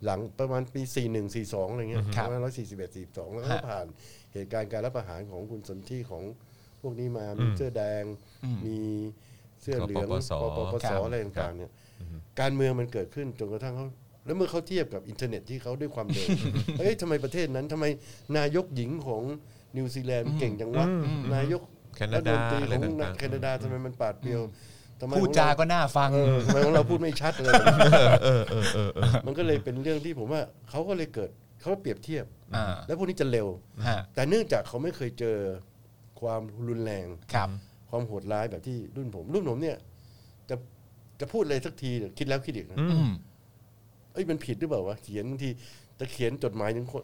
หลังประมาณปี 41 42อะไรเงี้ย ครับ ประมาณ141 42 แล้วก็ ฮะ ผ่านเหตุการณ์การรับประหารของคุณสนธิของพวกนี้มา อื มี ม เสื้อแดง อืม มีเสื้อเหลือง กปปส ปป ค ส รับ อะไรต่างๆเนี่ยการเมืองมันเกิดขึ้นจนกระทั่งเขาแล้วเมื่อเขาเทียบกับอินเทอร์เน็ตที่เขาด้วยความเร็ว เอ้ยทำไมประเทศนั้นทำไมนายกหญิงของนิวซีแลนด์เก่งจังวะนายก แคนาดา ฐมนตรี อะไร ของ ต่างๆ แคนาดาทำไมมันปาดเปรียวทำไม พูดจาก็น่าฟัง เออทำไมของเราพูดไม่ชัดเลย เออเออเออเออ มันก็เลยเป็นเรื่องที่ผมว่าเขาก็เลยเกิดเขาเปรียบเทียบ อ่า แล้วพวกนี้จะเร็ว ฮะ แต่เนื่องจากเขาไม่เคยเจอความรุนแรง ครับ ความโหดร้ายแบบที่รุ่นผม รุ่นผมเนี่ยจะจะพูดอะไรสักทีเนี่ยคิดแล้วคิดอีกนะ อื อืม เอ้ยมันผิดหรือเปล่าวะเขียนบางทีจะเขียนจดหมายถึงคน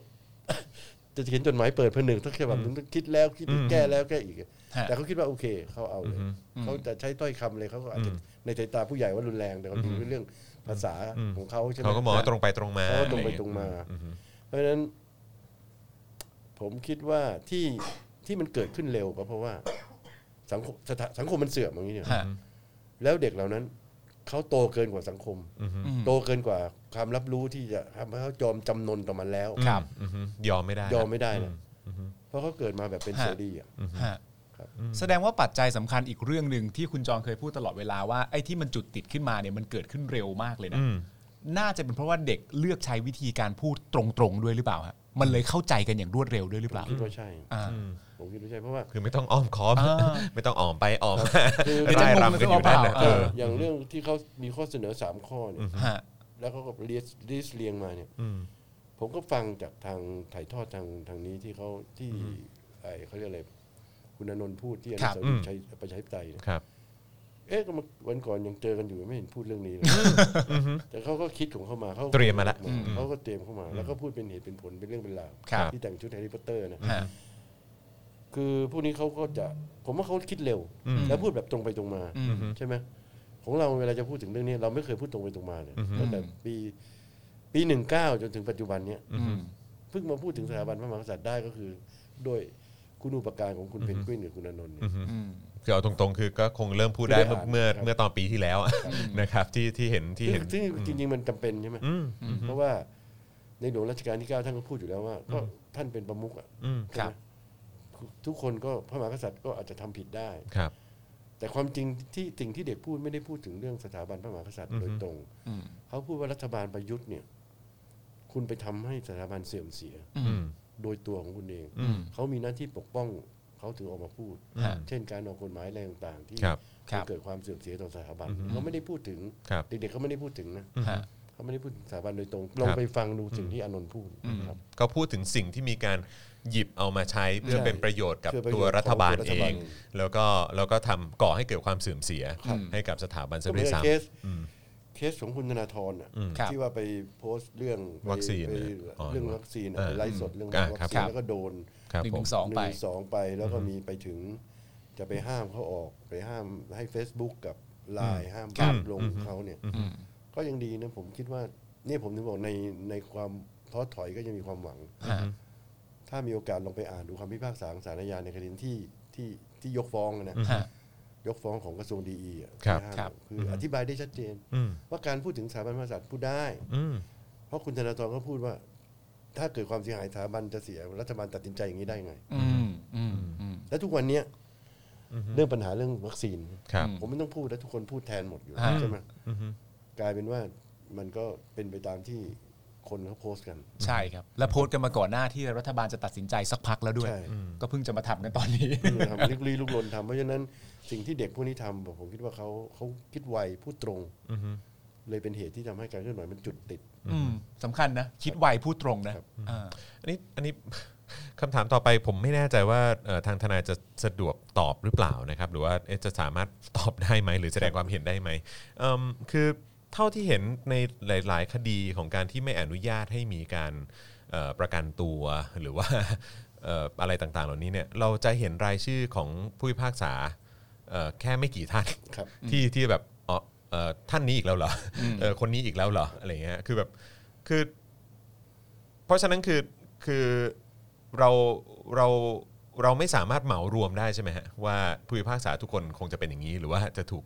*laughs* จะเขียนจดหมายเปิดผนึกทั้งฉบับหนึงต้องคิดแล้วคิดอีก อืม แก้แล้วแก้อีกอะ ฮะ แต่เขาคิดว่าโอเคเขาเอาเลย อือฮึ เขาจะใช้ถ้อยคำเลยเขาก็อาจจะในสายตาผู้ใหญ่ว่ารุนแรงแต่ความจริงเป็นเรื่องภาษา อืม ของเขาใช่ไหม เขาก็มองว่าตรงไปตรงมา เขาก็ตรงไปตรงมา อืม เพราะฉะนั้น ผมคิดว่าที่ที่มันเกิดขึ้นเร็วก็เพราะว่า สังคมสถาสังคมมันเสื่อมอย่างนี้เนี่ย ฮะ แล้วเด็กเหล่านั้นเขาโตเกินกว่าสังคม อืม อืม โตเกินกว่าความรับรู้ที่จะทำให้เขายอมจำนนต่อมันแล้ว ครับ อืมอืมยอมไม่ได้นะ ยอมไม่ได้นะ อืมอืม เพราะเขาเกิดมาแบบเป็นเสรีอ่ะ ฮะ ครับ แสดงว่าปัจจัยสำคัญอีกเรื่องหนึ่งที่คุณจองเคยพูดตลอดเวลาว่าไอ้ที่มันจุดติดขึ้นมาเนี่ยมันเกิดขึ้นเร็วมากเลยนะ อืม น่าจะเป็นเพราะว่าเด็กเลือกใช้วิธีการพูดตรงๆด้วยหรือเปล่าฮะมันเลยเข้าใจกันอย่างรวดเร็วด้วยหรือเปล่า คิดว่าใช่ อ่า ผมคิดว่าใช่เพราะว่า คือไม่ต้องอ้อมค้อม อ่า *laughs* ไม่ต้องอ้อมไปอ้อมมา คือ ไม่ได้รำกันอยู่นั่นนะ เอ เอ อ อ อย่างเรื่องที่เขามีข้อเสนอสามข้อเนี่ย ฮะ แล้วเขาก็เรียสเรียสเรียงมาเนี่ย อืม ผมก็ฟังจากทางถ่ายทอดทางทางนี้ที่เขาที่ไอเขาเรียกอะไรคุณอนนท์พูดที่อนุสาวรี อืม ย์ชัยประชาธิปไตยเนี่ย ครับ เอ๊ะก็มาวันก่อนยังเจอกันอยู่ไม่เห็นพูดเรื่องนี้เลยแต่เขาก็คิดของเขามาเขาก็ เตรียมมาละ อืเขาก็เตรียมเข้ามา แล้วก็พูดเป็นเหตุเป็นผลเป็นเรื่องเป็นราว ครับ ที่แต่งชุดแฮร์รี่พอตเตอร์นะ ฮะ คือพวกนี้เขาก็จะผมว่าเขาคิดเร็ว แล้วพูดแบบตรงไปตรงมา อืม ใช่ไหมของเราเวลาจะพูดถึงเรื่องนี้ เราไม่เคยพูดตรงไปตรงมาเลยตั้งแต่ปีปีหนึ่งเก้าจนถึงปัจจุบันเนี้ย อืม เพิ่งมาพูดถึงสถาบันพระมหากษัตริย์ได้ก็คือด้วยคุณูปการของคุณเพนกวินกับคุณอนนท์เนี่ย อืม คือเอาตรงๆ คือก็คงเริ่มพูดได้ คือ เมื่อ ได้อ่าน เมื่อ ครับ เมื่อตอนปีที่แล้วอะนะครับ ที่ที่เห็นที่เห็น ซึ่งซึ่งจริงๆมันจำเป็นใช่ไหม อืม เพราะว่าในหลวงรัชกาลที่เก้าท่านก็พูดอยู่แล้วว่าก็ท่านเป็นประมุขอะ อืมคใช่ไห รั ม บ ทุกคนก็พระมหากษัตริย์ก็อาจจะทำผิดได้ ครับ แต่ความจริงที่สิ่งที่เด็กพูดไม่ได้พูดถึงเรื่องสถาบันพระมหากษัตริย์โดยตรง อืม เขาพูดว่ารัฐบาลประยุทธ์เนี่ย คุณไปทำให้สถาบันเสื่อมเสีย อื อื ม ม โดยตัวของคุณเอง อืม เขามีหน้าที่ปกป้องเขาถึงออกมาพูด ฮะ เช่นการออกกฎหมายอะไรต่างๆ ที่ ครับ ครับ เกิดความเสื่อมเสียต่อสถาบันเขาไม่ได้พูดถึง ครับ เด็กๆเขาไม่ได้พูดถึงนะ ฮะ เขาไม่ได้พูดถึงสถาบันโดยตรงลองไปฟังดูสิ่งที่อานนท์พูดครับ ก็พูดถึงสิ่งที่มีการหยิบเอามาใช้เพื่อ ใช่ เป็นประโยชน์กับ เพื่อตัประโยว ชน์ รัฐบาล ของตัวรั เอ ฐบาล ง เอง แล้วก็แล้วก็ทำก่อให้เกิดความเสื่อมเสีย ครับ ให้กับสถาบันซะ ก็เหมื ด้วอน ย กับ ซ้ำ เคสเคสของคุณธนาธรน่ะ ครับ ที่ว่าไปโพสต์เรื่อง วัคซีน ไป นะอ๋อ เรื่องวัคซีน อ่า ไลฟ์สดเรื่อง อ่า วัค ครับ ซีนแล้วก็โดน ครับ หนึ่ง ผ ถึ ม งสอง ห ไป นึ่งสองไปแล้วก็มีไปถึง จะไปห้ามเขาออก ไปห้ามให้ Facebook กับไลน์ห้าม ครับ ภาพลงเขาเนี่ย อืม ก็ยังดีนะผมคิดว่าเนี่ยผมถึงบอกในในความท้อถอยก็ยังมีความหวัง ฮะ ท ถ้ามีโอกาสลองไปอ่านดูคำพิพากษาของศาลอาญาในคดีที่ที่ที่ยกฟ้องนะ ฮะ ยกฟ้องของกระทรวงดีอีอะ ครับ ที่ห้า ครับ คืออธิบายได้ชัดเจน อืม ว่าการพูดถึงสถาบันพระมหากษัตริย์พูดได้ อืม เพราะคุณธนาธรก็พูดว่า ถ้าเกิดความเสียหายสถาบันจะเสียรัฐบาลตัดสินใจอย่างนี้ได้ไง อืมอืมอืม และทุกวันเนี้ยเรื่องปัญหาเรื่องวัคซีน ครับ ผมไม่ต้องพูดแล้วทุกคนพูดแทนหมดอยู่แล้ว อ่า ใช่ไหม อือฮึ กลายเป็นว่ามันก็เป็นไปตามที่คนเขาโพสต์กัน ใช่ครับ และโพสต์กันมาก่อนหน้าที่รัฐบาลจะตัดสินใจสักพักแล้วด้วย ใช่ ก็เพิ่งจะมาทำกันตอนนี้ ทำลุ *laughs* กลี้ลุกลนทำเพราะฉะนั้นสิ่งที่เด็กพวกนี้ทำผมคิดว่าเขาเขาคิดไวพูดตรง อือฮึ เลยเป็นเหตุที่ทำให้การเคลื่อนไหวมันจุดติด อืมสำคัญนะ คิดไวพูดตรงนะครับ อ่า อันนี้อันนี้ *laughs* คำถามต่อไปผมไม่แน่ใจว่าเอ่อทางทนายจะสะดวกตอบหรือเปล่านะครับ หรือว่าเอ๊ะจะสามารถตอบได้ไหมหรือแสดงความเห็นได้ไหมเอิ่มคือเท่าที่เห็นในหลาย ๆ คดีของการที่ไม่อนุญาตให้มีการเอ่อประกันตัวหรือว่า *laughs* เอ่ออะไรต่าง ๆ เหล่านี้เนี่ยเราจะเห็นรายชื่อของผู้พิพากษาเอ่อแค่ไม่กี่ท่าน ครับ ที่ที่แบบอ๋อเอ่อท่านนี้อีกแล้วเหรออเออคนนี้อีกแล้วเหรออะไรเงี้ยคือแบบคือ เพราะฉะนั้นคือคือเราเราเราไม่สามารถเหมารวมได้ใช่ไหมฮะว่าผู้พิพากษาทุกคนคงจะเป็นอย่างนี้ หรือว่าจะถูก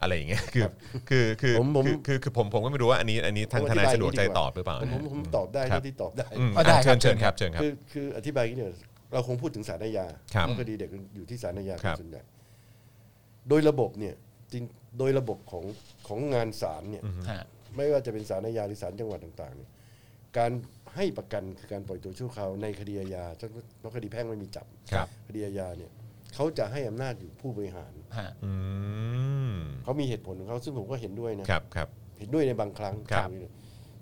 อะไรอย่างเงี้ยคือคือคือ ผมผม คือคือคือผมผมก็ไม่รู้ว่าอันนี้อันนี้ทางทนายสะดวกใจตอบหรือเปล่า ผมผมผมตอบได้ ครั เท่าที่ตอบได้ อืม อ๋อได้ อ่ะเชิญ ครับ เชิญครับเชิญครับ คือคืออธิบายอย่างนี้เดี๋ยวเราคงพูดถึงสารอาญา ครับ เพาะคดีเด็กอยู่ที่สารอาญา ครับ ส่วนใหญ่โดยระบบเนี่ยจริงโดยระบบของของงานศาลเนี่ย ฮะ ไม่ว่าจะเป็นศาลอาญาหรือศาลจังหวัดต่างๆเนี่ยการให้ประกันคือการปล่อยตัวชั่วคราวในคดีอาญาเพราะคดีแพ่งไม่มีจับ ครับ คดีอาญาเนี่ยเขาจะให้อำนาจอยู่ผู้บริหาร ฮะ อืม เขามีเหตุผลของเขาซึ่งผมก็เห็นด้วยนะครับ ครับ เห็นด้วยในบางครั้ง ครับ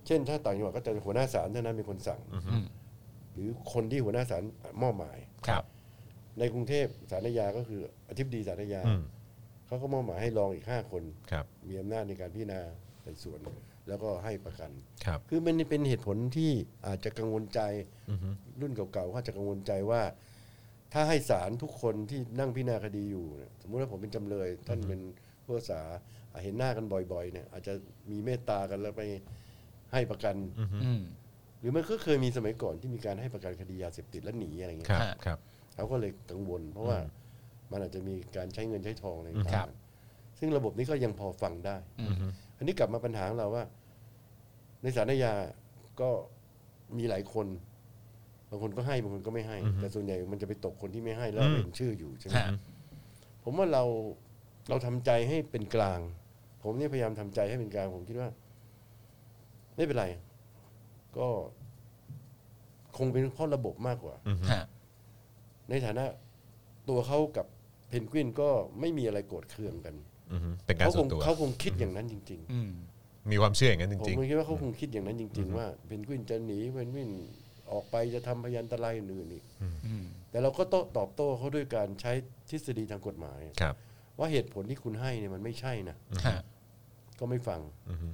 เช่น ถ้าต่างจังหวัดก็จะหัวหน้าศาลเท่านั้นเป็นคนสั่ง อืม หรือคนที่หัวหน้าศาลมอบหมาย ครับ ในกรุงเทพศาลอาญาก็คืออธิบดีศาลอาญา อืม เขาก็มอบหมายให้รองอีกห้าคน ครับ มีอำนาจในการพิจารณาไต่สวน แล้วก็ให้ประกัน ครับ คือมันเป็นเหตุผลที่อาจจะกังวลใจรุ่นเก่าๆก็อาจจะกังวลใจว่า ถ้าให้ศาลทุกคนที่นั่งพิจารณาคดีอยู่เนี่ยสมมุติว่าผมเป็นจำเลย ท่านเป็นผู้พิพากษาอ่ะเห็นหน้ากันบ่อยๆเนี่ยอาจจะมีเมตตากันแล้วไปให้ประกัน อืม หรือมันก็เคยมีสมัยก่อนที่มีการให้ประกันคดียาเสพติดแล้วหนีอะไรเงี้ย ครับ ฮะ ครับ เขาก็เลยกังวล เพราะว่ามันอาจจะมีการใช้เงินใช้ทองอะไร อืมครับ ต่างๆซึ่งระบบนี้ก็ยังพอฟังได้ อืม อันนี้กลับมาปัญหาของเราว่า ในสารยาก็มีหลายคน บางคนก็ให้บางคนก็ไม่ให้ แต่ส่วนใหญ่มันจะไปตกคนที่ไม่ให้แล้วเห็นชื่ออยู่ใช่ไหม ฮะ ผมว่าเราเราทำใจให้เป็นกลาง ผมเนี่ยพยายามทำใจให้เป็นกลาง ผมคิดว่า ไม่เป็นไร ก็ คงเป็นเพราะระบบมากกว่า ฮะ ในฐานะตัวเขากับเพนกวินก็ไม่มีอะไรโกรธเคืองกัน อือฮึเป็นการ เขา ส่ ค วน ง ตัว เขาคงคิดอย่างนั้นจริง ๆ อืม มีความเชื่ออย่างนั้นจ ผม ริง ก็คิดว่าเขาคงคิดอย่างนั้นจริง ๆ ว่าเพนกวินจะหนีเพนกวินออกไปจะทำพยันตรายอื่นๆอีก อืม แต่เราก็โต้ตอบโต้เขาด้วยการใช้ทฤษฎีทางกฎหมาย ๆ ครับ ว่าเหตุผลที่คุณให้เนี่ยมันไม่ใช่นะ ฮะ ก็ไม่ฟัง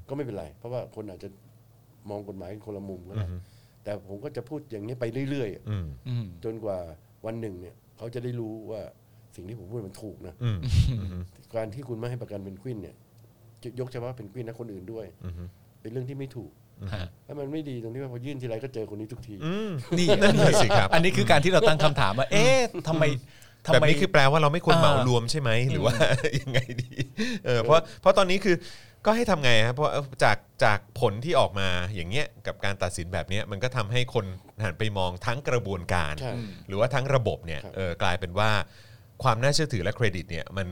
ก็ไม่เป็นไร เพราะว่าคนอาจจะมองกฎหมายคนละมุมก็ได้แต่ผมก็จะพูดอย่างนี้ไปเรื่อย อืม อืม ๆ จนกว่าวันหนึ่งเนี่ยเขาจะได้รู้ว่าสิ่งที่ผมพูดมันถูกนะ อืม การที่คุณไม่ให้ประกันเพนกวินเนี่ยยกเฉพาะเพนกวินและคนอื่นด้วย อืม เป็นเรื่องที่ไม่ถูก ฮะ แล้วมันไม่ดีตรงที่ว่าพอยื่นทีไรก็เจอคนนี้ทุกที อืม นี่ นั่นน่ะสิครับ อันนี้คือการที่เราตั้งคำถามว่า เอ๊ะทำไมทำ แบบ ไม นี้คือแปลว่าเราไม่ควร อ่า เหมารวมใช่ไหมหรือว่า *laughs* ยังไงดีเออเพราะเพราะตอนนี้คือก็ให้ทำไงฮะเพราะจากจากผลที่ออกมาอย่างเงี้ยกับการตัดสินแบบเนี้ยมันก็ทำให้คนหันไปมองทั้งกระบวนการ ใช่ หรือว่าทั้งระบบเนี่ย ครับ เออกลายเป็นว่าความน่าเชื่อถือและเครดิตเนี่ยมัน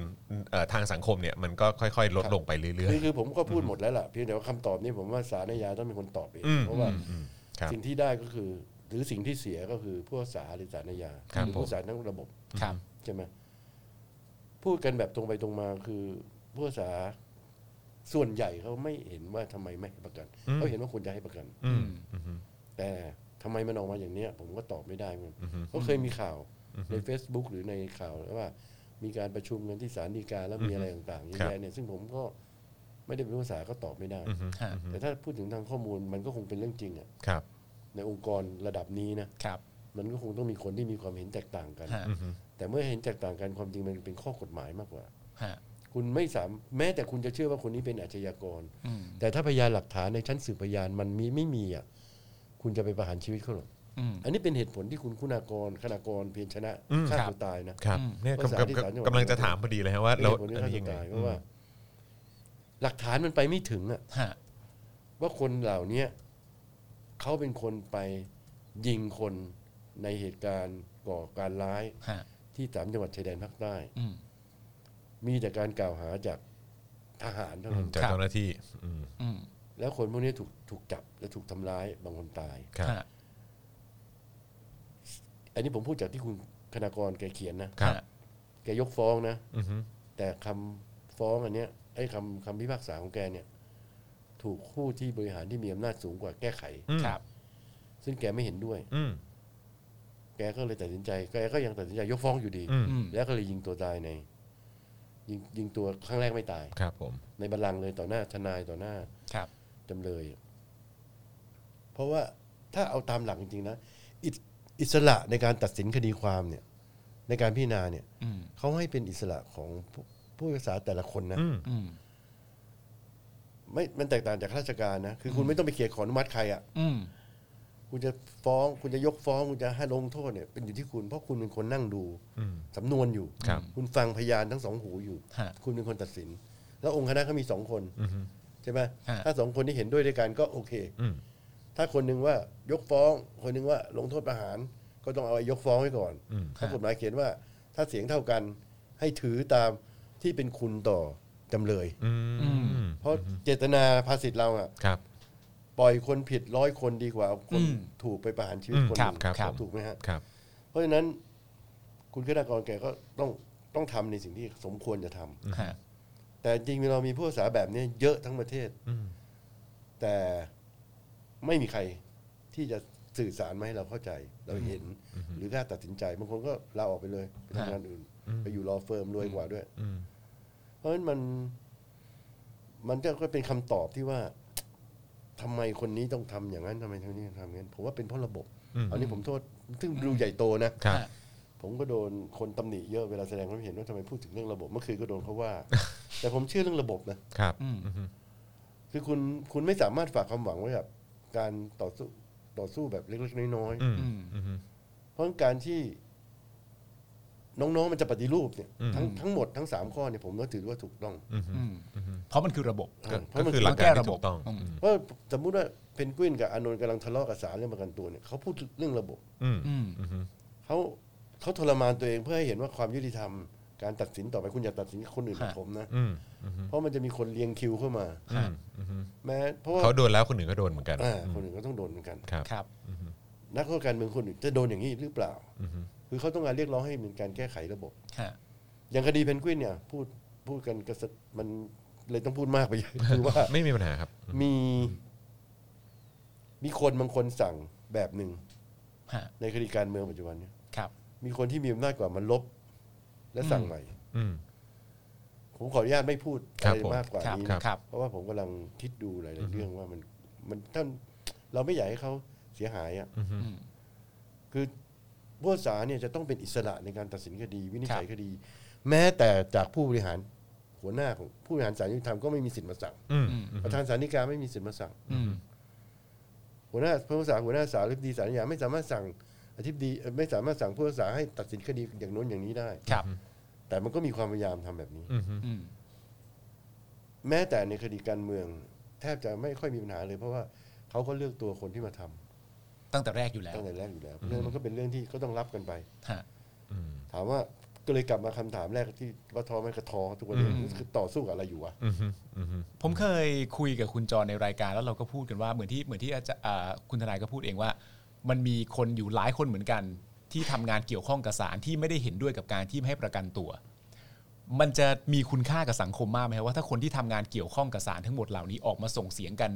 เอ่อทางสังคมเนี่ยมันก็ค่อยๆ ลดลงไปเรื่อย คือคือผมก็พูดหมดแล้วล่ะเพียงแต่ว่าคำตอบนี้ผมว่าสารนายาต้องเป็นคนตอบเอง อืม เพราะว่า ๆอืมครับ สิ่งที่ได้ก็คือ หรือสิ่งที่เสียก็คือผู้สาหรือสารนายา ครับ หรือ ผม ผู้สาทั้งระบบ ครับ ใช่ไหมพูดกันแบบตรงไปตรงมาคือผู้สาส่วนใหญ่เขาไม่เห็นว่าทำไมไม่ให้ประกันเขาเห็นว่าควรจะให้ประกัน อืม แต่ทำไมมันออกมาอย่างเนี้ย ผมก็ตอบไม่ได้เหมันก็เคยมีข่าวใน Facebook หรือในข่าวว่า มีการประชุมกันที่ศาลฎีกาแล้วมีอะไรต่างๆเยอะ ครับ แยะเนี่ยซึ่งผมก็ไม่ได้เป็นผู้ภาษาก็ตอบไม่ได้ ฮะ แต่ถ้าพูดถึงทางข้อมูลมันก็คงเป็นเรื่องจริงอะ ครับ ในองค์กรระดับนี้นะครับ มันก็คงต้องมีคนที่มีความเห็นแตกต่างกัน ฮะ แต่เมื่อเห็นแตกต่างกันความจริงมันเป็นข้อกฎหมายมากกว่า ฮะ คุณไม่สามแม้แต่คุณจะเชื่อว่าคนนี้เป็นอาชญากร อืม แต่ถ้าพยานหลักฐานในชั้นสืบพยานมันมีไม่มีอ่ะคุณจะไปประหารชีวิตเขาหรอก อืม อันนี้เป็นเหตุผลที่คุณคุณากรคณากรเพียรชนะ อืม ฆ่า ครับ ตัวตายนะ ครับ อืม เนี่ย ภาษาก ำ ที่ กำ ศาลจังหวัด กำลังจะถามพอดีเลยฮะว่า เป็น เรา เหตุผลที่ อัน ฆ่า นี้ยังไงตัวตายเพราะว่า หลักฐานมันไปไม่ถึงอะ ฮะ ว่าคนเหล่าเนี้ยเขาเป็นคนไปยิงคนในเหตุการณ์ก่อการร้าย ฮะ ที่สามจังหวัดชายแดนภาคใต้ อืม มีแต่การกล่าวหาจากทหารเท่า อืม นั้น จาก ครับ เจ้าหน้าที่อืม อืม แล้วคนพวกนี้ถูกถูกจับและถูกทำร้ายบางคนตาย ครับ ฮะ อันนี้ผมพูดจากที่คุณคณากรแกเขียนนะ ครับ ฮะ แกยกฟ้องนะ อือฮึ แต่คำฟ้องอันเนี้ยไอ้คำคำพิพากษาของแกเนี่ย ถูกผู้ที่บริหารที่มีอำนาจสูงกว่าแก้ไข อืม ครับ ซึ่งแกไม่เห็นด้วย อืม แกก็เลยตัดสินใจแกก็ยังตัดสินใจยกฟ้องอยู่ดี อืม อืม แล้วก็เลยยิงตัวตายในยิงยิงตัวครั้งแรกไม่ตาย ครับผม ในบัลลังก์เลยต่อหน้าทนายต่อหน้า ครับ จำเลย เพราะว่าถ้าเอาตามหลักจริงๆนะอิสอิสระในการตัดสินคดีความเนี่ย ในการพิจารณาเนี่ย อืม เขาให้เป็นอิสระของผู้ผู้พิพากษาแต่ละคนนะ อืม อืม ไม่มันแตกต่างจากข้าราชการนะ คือคุณไม่ต้องไปเขียนขออนุมัติใครอ่ะ อืม คุณจะฟ้อง คุณจะยกฟ้อง คุณจะให้ลงโทษเนี่ย เป็นอยู่ที่คุณ เพราะคุณเป็นคนนั่งดู อืม สำนวนอยู่ ครับ คุณฟังพยานทั้งสองหูอยู่ ฮะ คุณเป็นคนตัดสิน แล้วองค์คณะเขามีสองคน อืม ใช่ไหม ฮะ ถ้าสองคนที่เห็นด้วยด้วยกันก็โอเค อืม ถ้าคนหนึ่งว่ายกฟ้อง คนหนึ่งว่าลงโทษประหาร ก็ต้องเอาไอ้ยกฟ้องไว้ก่อน อืม ถ้ากฎหมายเขียนว่า ถ้าเสียงเท่ากันให้ถือตามที่เป็นคุณต่อจำเลย อืม เพราะเจตนาภาษิตเราอะ ครับ ปล่อยคนผิดร้อยคนดีกว่าเอาคน อืม ถูกไปประหารชีวิต อืม คนคหรับ นึ่ง ครับ ครั ผ บ ม ถูกไหมฮะ ครับ เพราะฉะนั้น คุณคณากรแกก็ต้องต้องทำในสิ่งที่สมควรจะทำ ฮะ แต่จริงๆเรามีผู้รักษาแบบนี้เยอะทั้งประเทศ อืม แต่ไม่มีใครที่จะสื่อสารมาให้เราเข้าใจเราเห็น หรือกล้าตัดสินใจบางคนก็ลาออกไปเลยไปทำงานอื่น ไปอยู่รอเฟิร์มรวยกว่าด้วย อืม เพราะฉะนั้นมัน มันก็เป็นคำตอบที่ว่าทำไมคนนี้ต้องทำอย่างนั้นทำไมคนนี้ต้องทำอย่างนั้นผมว่าเป็นเพราะระบบ อืม อันนี้ผมโทษ ซึ่งดูใหญ่โตนะ ครับ ฮะผม ผมก็โดนคนตำหนิเยอะเวลาแสดงความเห็นว่าทำไมพูดถึงเรื่องระบบ เมื่อคืนก็โดนเขาว่า แต่ผมเชื่อเรื่องระบบนะ ครับ อืม อืม คือคุณคุณไม่สามารถฝากความหวังไว้กับการต่อสู้ต่อสู้แบบเล็กๆน้อย อืมอืม ๆ เพราะการที่น้องๆมันจะปฏิรูปเนี่ย อืม ทั้งทั้งหมดทั้งสามข้อเนี่ยผมก็ถือว่าถูกต้อง อืม อืมเพราะมันคือระบบ อ่า ก็ก็เพราะมัน คือหลักการที่ถูกต้อง อืม เพราะสมมติว่าเพนกวินกับอานนท์กำลังทะเลาะกับศาลเรื่องประกันตัวเนี่ยเขาพูดเรื่องระบบ อืม อืม อืม เขาเขาทรมานตัวเองเพื่อให้เห็นว่าความยุติธรรม การตัดสินต่อไปคุณอย่าตัดสินคนอื่นแบบผมนะ อืมอืม เพราะมันจะมีคนเรียงคิวเข้ามา ฮะ อืม แม้เพราะว่า เขาโดนแล้วคนอื่นก็โดนเหมือนกัน อ่า อืม คนอื่นก็ต้องโดนเหมือนกัน ครับ ครับ นักโทษการเมืองคนอื่นจะโดนอย่างนี้หรือเปล่า อืม คือเขาต้องการเรียกร้องให้มีการแก้ไขระบบ ฮะ อย่างคดีเพนกวินเนี่ยพูดพูดกันกระสบมันเลยต้องพูดมากไป คือว่า ไม่มีปัญหาครับ มี มีคนบางคนสั่งแบบหนึ่ง ฮะ ในคดีการเมืองปัจจุบันเนี่ย ครับ มีคนที่มีอำนาจกว่ามันลบ และสั่ง อืม ใหม่ อืม ผมขออนุญาตไม่พูด ครับอะไร ผม มากกว่า ครับ นี้ ค นะ รับ ครับ เพราะว่าผมกำลังคิดดูหลาย ๆ เรื่องว่ามันมันท่านเราไม่อยากให้เขาเสียหายอ่ะ อืม อืม คือผู้สาเนี่ยจะต้องเป็นอิสระในการตัดสินคดี วินิจฉัยคดี แม้แต่จากผู้บริหารหัวหน้าของผู้บริหารศาลยุติธรรมก็ไม่มีสิทธิ์มาสั่ง อืม ประธานศาลฎีกาไม่มีสิทธิ์มาสั่ง อืม หัวหน้าผู้พิพากษาหัวหน้าศาลอธิบดีศาลฎีกาไม่สามารถสั่งอธิบดีเอ่อไม่สามารถสั่งผู้พิพากษาให้ตัดสินคดีอย่างโน้นอย่างนี้ได้ ครับ แต่มันก็มีความพยายามทำแบบนี้ อืม อืม แม้แต่ในคดีการเมือง แทบจะไม่ค่อยมีปัญหาเลย เพราะว่าเขาก็เลือกตัวคนที่มาทำ ตั้งแต่แรกอยู่แล้ว ตั้งแต่แรกอยู่แล้วเรื่องมันก็เป็นเรื่องที่ก็ต้องรับกันไป ฮะ อืม ถามว่าก็เลยกลับมาคำถามแรกที่ว่าท้อไหมกระท้อทุกวันนี้ อืม คือต่อสู้กับอะไรอยู่วะ อืมอืม ผมเคยคุยกับคุณจรในรายการแล้วเราก็พูดกันว่าเหมือนที่เหมือนที่อาจารย์อ่าคุณทนายก็พูดเองว่า มันมีคนอยู่หลายคนเหมือนกัน ที่ทำงานเกี่ยวข้องกับสารที่ไม่ได้เห็นด้วยกับการที่ไม่ให้ประกันตัว มันจะมีคุณค่ากับสังคมมากไหมครับว่าถ้าคนที่ทำงานเกี่ยวข้องกับสารทั้งหมดเหล่านี้ออกมาส่งเสียงกัน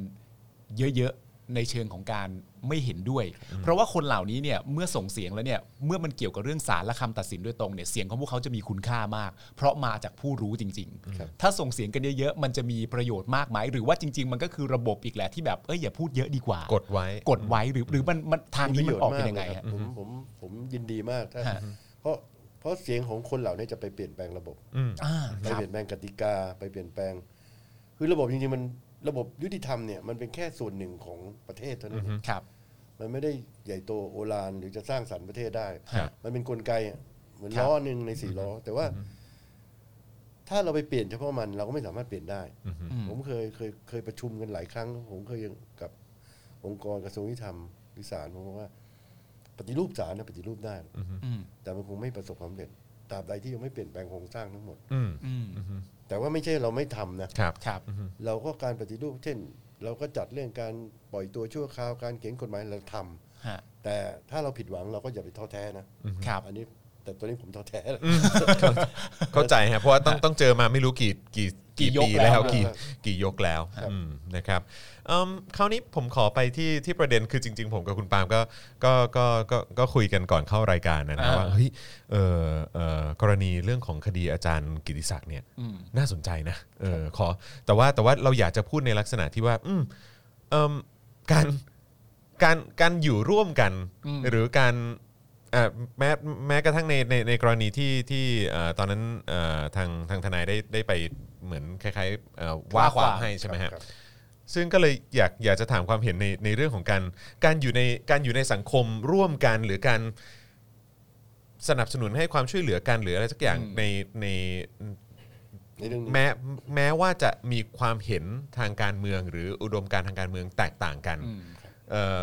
เยอะๆในเชิงของการไม่เห็นด้วย เพราะว่าคนเหล่านี้เนี่ยเมื่อส่งเสียงแล้วเนี่ยเมื่อมันเกี่ยวกับเรื่องสารและคำตัดสินโดยตรงเนี่ยเสียงของพวกเขาจะมีคุณค่ามาก เพราะมาจากผู้รู้จริง ครับ ๆ ถ้าส่งเสียงกันเยอะๆมันจะมีประโยชน์มากไหมหรือว่าจริง ๆ มันก็คือระบบอีกแหละที่แบบเอ้ยอย่าพูดเยอะดีกว่าก ก ดไว้ กดไว้หรือหรือมันมันทางนี้มันออกเป็นยังไง ครั ฮะ ผมผมผมยินดีมากถ้า ฮะ เพราะเพราะเสียงของคนเหล่านี้จะไปเปลี่ยนแปลงระบบ อืม อ่า ไป ครับ เปลี่ยนแปลงกติกาไปเปลี่ยนแปลง คือระบบจริงๆมันระบบยุติธรรมเนี่ยมันเป็นแค่ส่วนหนึ่งของประเทศเท่านั้นเอง ครับ มันไม่ได้ใหญ่โตโอฬารหรือจะสร้างสรรค์ประเทศได้ ครับ มันเป็นกลไกอะเหมือน ครับ ล้อหนึ่งในสี่ล้อ แต่ว่า ถ้าเราไปเปลี่ยนเฉพาะมันเราก็ไม่สามารถเปลี่ยนได้ อืม ผมเคยเคยเคยประชุมกันหลายครั้ง ผมเคยยังกับองค์กรกระทรวงยุติธรรมหรือศาลผมบอกว่า ปฏิรูปศาลนะปฏิรูปได้ อืม แต่มันคงไม่ประสบความสำเร็จตราบใดที่ยังไม่เปลี่ยนแปลงโครงสร้างทั้งหมด อืม อืม แต่ว่าไม่ใช่เราไม่ทำนะ ครับ ครับ เราก็การปฏิรูปเช่น เราก็จัดเรื่องการปล่อยตัวชั่วคราวการเขียนกฎหมายเราทำ ฮะ แต่ถ้าเราผิดหวังเราก็อย่าไปท้อแท้นะครับ อันนี้แต่ตัวนี้ผมท้อแท้เลย *laughs* *laughs* เข้าใจฮะเพราะว่าต้องต้องเจอมาไม่รู้กี่กี่กี่ กี่ยก ปีแล้ว แล้ว กี่ ครับ กี่ยกแล้ว ครับ อืมนะครับเอิ่มคราวนี้ผมขอไปที่ที่ประเด็นคือจริง ๆ ผมกับคุณปาล์มก็ก็ก็ก็ก็คุยกันก่อนเข้ารายการนะนะ อ่า ว่าเฮ้ยเออเออกรณีเรื่องของคดีอาจารย์กิติศักดิ์เนี่ย อืม น่าสนใจนะเออขอแต่ว่าแต่ว่าเราอยากจะพูดในลักษณะที่ว่า อืมเอิ่มการการการอยู่ร่วมกัน อืม หรือการเอ่อแม้แม้กระทั่งในในในกรณีที่ที่เอ่อตอนนั้นเอ่อทางทางทนายได้ได้ไปเหมือนคล้ายๆเอ่อว่าความให้ใช่ไหมฮะ ครับ ซึ่งก็เลยอยากอยากจะถามความเห็นในในเรื่องของการการอยู่ในการอยู่ในสังคมร่วมกันหรือการสนับสนุนให้ความช่วยเหลือกันหรืออะไรสักอย่าง อืม ในใน ในเรื่องนี้ แม้แม้ว่าจะมีความเห็นทางการเมือง หรืออุดมการณ์ทางการเมืองแตกต่างกัน อืม เอ่อ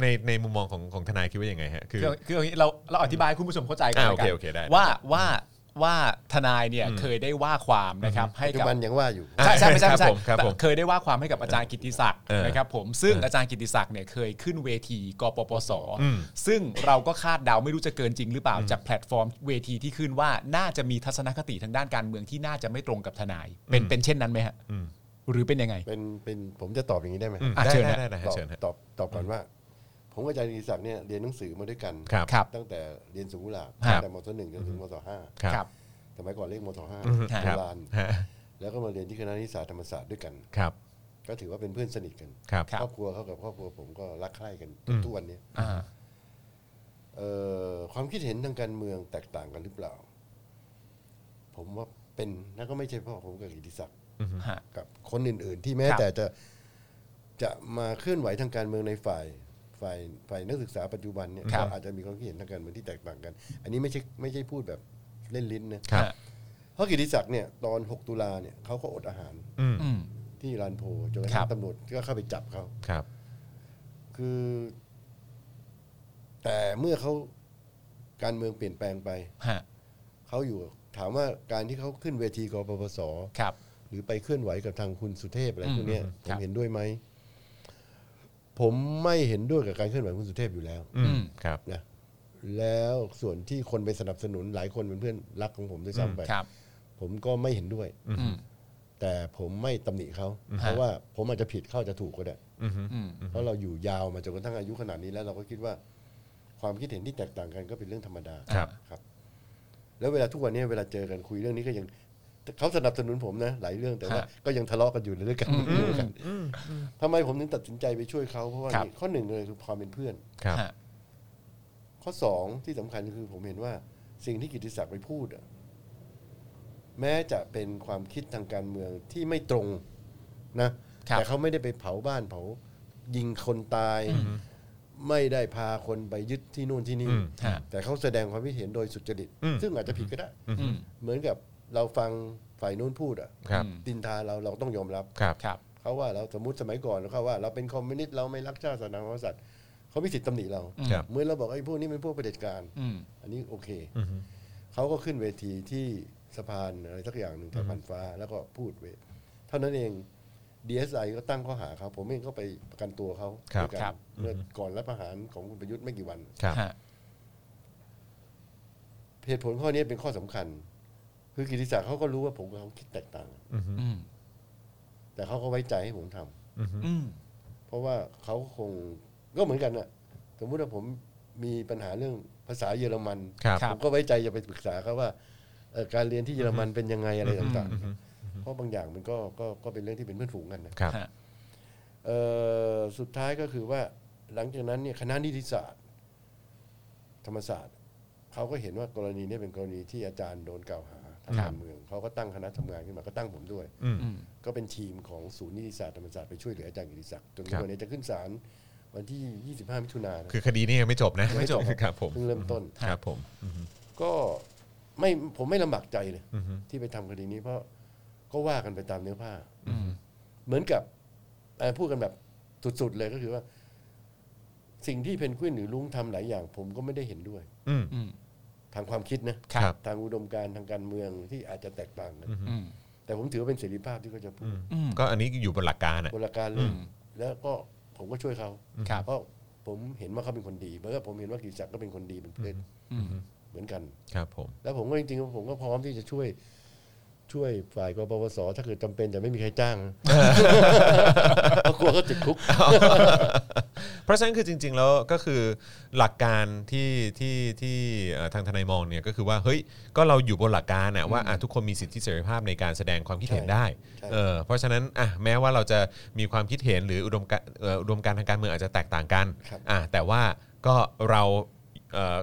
ในในมุมมองของของทนายคิดว่ายังไงฮะ คือ คือคืออย่างนี้เราเราอธิบายให้คุณผู้ชมเข้าใจกั อ่า แล้วโอกัเคโอเคได้ ว่าว่าว่าทนายเนี่ยเคยได้ว่าความนะครับให้ ปัจจุ กับ บันยังว่าอยู่ อ่ะ ใช่ใช่ไม่ใช่คไม่รั ใช่ บผมครับผม แต่เคยได้ว่าความให้กับอาจารย์กิติศักดิ์ เออ นะครับผมซึ่ง เอออ อาจารย์กิติศักดิ์เนี่ยเคยขึ้นเวทีกปปส อืม ซึ่งเราก็คาดเดาไม่รู้จะเกินจริงหรือเปล่าจากแพลตฟอร์มเวทีที่ขึ้นว่าน่าจะมีทัศนคติทางด้านการเมืองที่น่าจะไม่ตรงกับทนาย เป็น อืม เป็นเช่นนั้นไหมฮะ อืม หรือเป็นยังไง เป็นเป็นผมจะตอบอย่างนี้ได้ไหม อืม อ่ะ ได้ เชิญ ได้ ฮะ ได้ได้ ตอบ เชิญฮะ ตอบตอบก่อนว่า ผมกับอาจารย์กิติศักดิ์เนี่ยเรียนหนังสือมาด้วยกัน ครับ ครับ ตั้งแต่เรียนสูงกุหลาบ ครั ตั้ บ งแต่มศหนึ่งจนถึงมศห้า ครับ สมัยก่อนเรียกมศห้า อืม โบราณ ฮะ แล้วก็มาเรียนที่คณะนิสสาธรรมศาสตร์ด้วยกัน ครับ ก็ถือว่าเป็นเพื่อนสนิทกัน ครับ ครับ ครอบครัวเขากับครอบครัวผมก็รักใคร่กัน อืม ทุกวันเนี้ย อ่า เอ่อความคิดเห็นทางการเมืองแตกต่างกันหรือเปล่า ผมว่าเป็นแล้วก็ไม่ใช่เพ่อผมกับกิติศักดิ์ ฮะ กับคนอื่น ๆ ที่แม้ ครับ แต่จะจะมาเคลื่อนไหวทางการเมืองในฝ่ายฝ่ายฝ่ายนักศึกษาปัจจุบันเนี่ยก็อาจจะมีความคิดเห็นทางการเมืองที่แตกต่างกัน อันนี้ไม่ใช่ไม่ใช่พูดแบบเล่นลิ้นนะครับ ฮะ เพราะกิติศักดิ์เนี่ยตอน 6 ตุลาเนี่ยเขาก็อดอาหาร อืม อืม ที่ลานโพจนกระ ครั ทั่ง บ ตำรวจก็เข้าไปจับเขา ครับ คือ แต่เมื่อเขาการเมืองเปลี่ยนแปลงไป ฮะ เขาอยู่ถามว่าการที่เขาขึ้นเวทีกปปส ครับ หรือไปเคลื่อนไหวกับทางคุณสุเทพอะไร อืม พวกเนี้ย ค ผ รั ม บ เห็นด้วยไหม ผมไม่เห็นด้วยกับการเคลื่อนไหวคุณสุเทพอยู่แล้ว อื อื ม ม ครับ นะแล้วส่วนที่คนไปสนับสนุนหลายคนเป็นเพื่อนรักของผมด้วยซ้ำไป ครับ ผมก็ไม่เห็นด้วย อืม แต่ผมไม่ตำหนิเขาเพราะว่าผมอาจจะผิดเขาอาจจะถูกก็ได้ อืม อืม เพราะเราอยู่ยาวมาจนกระทั่งอายุขนาดนี้แล้วเราก็คิดว่า ความคิดเห็นที่แตกต่างกันก็เป็นเรื่องธรรมดา ครับ ครับ แล้วเวลาทุกวันนี้เวลาเจอกันคุยเรื่องนี้ก็ยังเขาสนับสนุนผมนะหลายเรื่องแต่ว่า ก็ยังทะเลาะกันอยู่เรื่องกันเรื่องกันทำไมผมถึงตัดสินใจไปช่วยเขาเพราะว่านี่ข้อหนึ่งเลยคือความเป็นเพื่อน ครับ ฮะ ข้อสองที่สำคัญคือผมเห็นว่าสิ่งที่กิติศักดิ์ไปพูดอะแม้จะเป็นความคิดทางการเมืองที่ไม่ตรงนะแต่เขาไม่ได้ไปเผาบ้านเผา ยิงคนตาย ไม่ได้พาคนไปยึดที่นู่นที่นี่ อืม ฮะ แต่เขาแสดงความคิดเห็นโดยสุจริต อืม ซึ่งอาจจะผิดก็ได้ อืม เหมือนกับเราฟังฝ่ายนู้นพูดอะ ครับ ดินทาเราเราต้องยอมรับ ครับ ครับ เขาว่าเราสมมติสมัยก่อนเขาว่า เราเป็นคอมมิวนิสต์เราไม่รักชาติศาสนาพระกษัตริย์เขามีสิทธิ์ตำหนิเรา ครับ เหมื่อนเราบอกไอ้พวกนี้เป็นพวกเผด็จการ อืม อันนี้โอเค อืม เขาก็ขึ้นเวทีที่สะพานอะไรสักอย่างหนึ่งสะพานฟ้าแล้วก็พูดเวทเท่านั้นเอง DSI ก็ตั้งข้อหาเขาผมเองก็ไปประกันตัวเขา ครับ ด้วยกันเมื่อก่อนรับประหารของคุณประยุทธ์ไม่กี่วัน ครับ ฮะ เหตุผลข้อนี้เป็นข้อสำคัญ คือกิติศักดิ์เขาก็รู้ว่าผมกับเขาคิดแตกต่าง อืม อืม แต่เขาก็ไว้ใจให้ผมทำ อืม อืม เพราะว่าเขาคงก็เหมือนกันน่ะ สมมุติว่าผมมีปัญหาเรื่องภาษาเยอรมัน ครับ ผมก็ไว้ใจจะไปปรึกษาเขาว่าเอ่อการเรียนที่เยอรมันเป็นยังไงอะไรต่างๆ เพราะบางอย่างมันก็ก็ก็เป็นเรื่องที่เป็นเพื่อนฝูงกันนะครับ ฮะ เอ่อสุดท้ายก็คือว่าหลังจากนั้นเนี่ยคณะนิติศาสตร์ ธรรมศาสตร์เขาก็เห็นว่ากรณีเนี้เป็นกรณีที่อาจารย์โดนกล่าวหาทาง ครับ การเมืองเขาก็ตั้งคณะทำงานขึ้นมาก็ตั้งผมด้วย อืม อืม ก็เป็นทีมของศูนย์นิติศาสตร์ธรรมศาสตร์ไปช่วยเหลืออาจารย์กิติศักดิ์จน ครับ วันนี้จะขึ้นศาล วันที่ 25 มิถุนายนนะ คือคดีนี้ยังไม่จบนะ ยังไม่จบ ครับผม เพิ่งเริ่มต้น ครับผมอืม ก็ไม่ผมไม่ลำบากใจเลย อืม ที่ไปทำคดีนี้เพราะก็ว่ากันไปตามเนื้อผ้าเหมือนกับเอ่อพูดกันแบบสุดๆเลยก็คือว่า สิ่งที่เพนกวินหรือลุงทำหลายอย่าง ผมก็ไม่ได้เห็นด้วย อืม อืม ทางความคิดนะครับ ทางอุดมการณ์ทางการเมืองที่อาจจะแตกต่างกัน อืม แต่ผมถือว่าเป็นเสรีภาพที่เขาจะพูด อืม ก็อันนี้อยู่บนหลักการอ่ะ บนหลักการเล อื ย ม แล้วก็ผมก็ช่วยเขา ครับ เพราะผมเห็นว่าเขาเป็นคนดีเพราะว่าผมเห็นว่ากิติศักดิ์ก็เป็นคนดีเป็นเพื่อน อืม เหมือนกัน ครับผม แล้วผมก็จริงๆผมก็พร้อมที่จะช่วย ช่วยฝ่ายกปปสถ้าเกิดจำเป็นแต่ไม่มีใคร *laughs* จ้างนะ เพราะกลัวเขาติดคุก เพราะฉะนั้นคือจริง ๆ แล้วก็คือหลักการที่ที่ที่เอ่อทางทนายมองเนี่ยก็คือว่าเฮ้ยก็เราอยู่บนหลักการน่ะว่าอ่ะทุกคนมีสิทธิเสรีภาพในการแสดงความคิดเห็นได้ ใช่ เออเพราะฉะนั้นอ่ะแม้ว่าเราจะมีความคิดเห็นหรืออุดมการเอ่ออุดมการณ์ทางการเมืองอาจจะแตกต่างกัน ครับ อ่ะแต่ว่าก็เราเอ่อ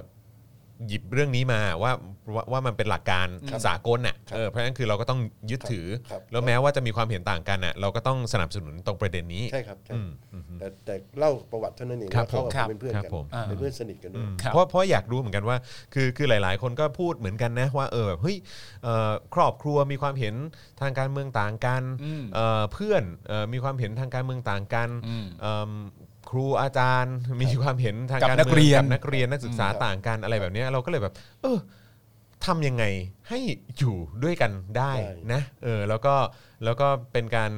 หยิบเรื่องนี้มาว่าว่าว่ามันเป็นหลักการ ครับ สากลน่ะ ครับ เออเพราะฉะนั้นคือเราก็ต้องยึดถือ ครับ แล้วแม้ว่าจะมีความเห็นต่างกันน่ะเราก็ต้องสนับสนุนตรงประเด็นนี้ ใช่ครับใช่ อืมอืม แต่แต่เล่าประวัติเท่านั้นเอง ครับ ว่าเขากัผบมครับ ผมครับผม อ่าเป็นเพื่อนกันเป็นเพื่อนสนิทกันด้วย ครับ เพราะเพราะอยากรู้เหมือนกันว่าคือคือหลาย ๆ คนก็พูดเหมือนกันนะว่าเออแบบเฮ้ยเอ่อครอบครัวมีความเห็นทางการเมืองต่างกัน อืม เอ่อเพื่อนเอ่อมีความเห็นทางการเมืองต่างกัน อืม เอิ่มครูอาจารย์ *laughs* มีความเห็นทาง กับ การ นักเรียน กับนักเรียนนักศึกษา อืมครับ ต่างกันอะไรแบบเนี้ยเราก็เลยแบบ เออทำยังไงให้อยู่ด้วยกันได้นะเออแล้วก็แล้วก็เป็นการ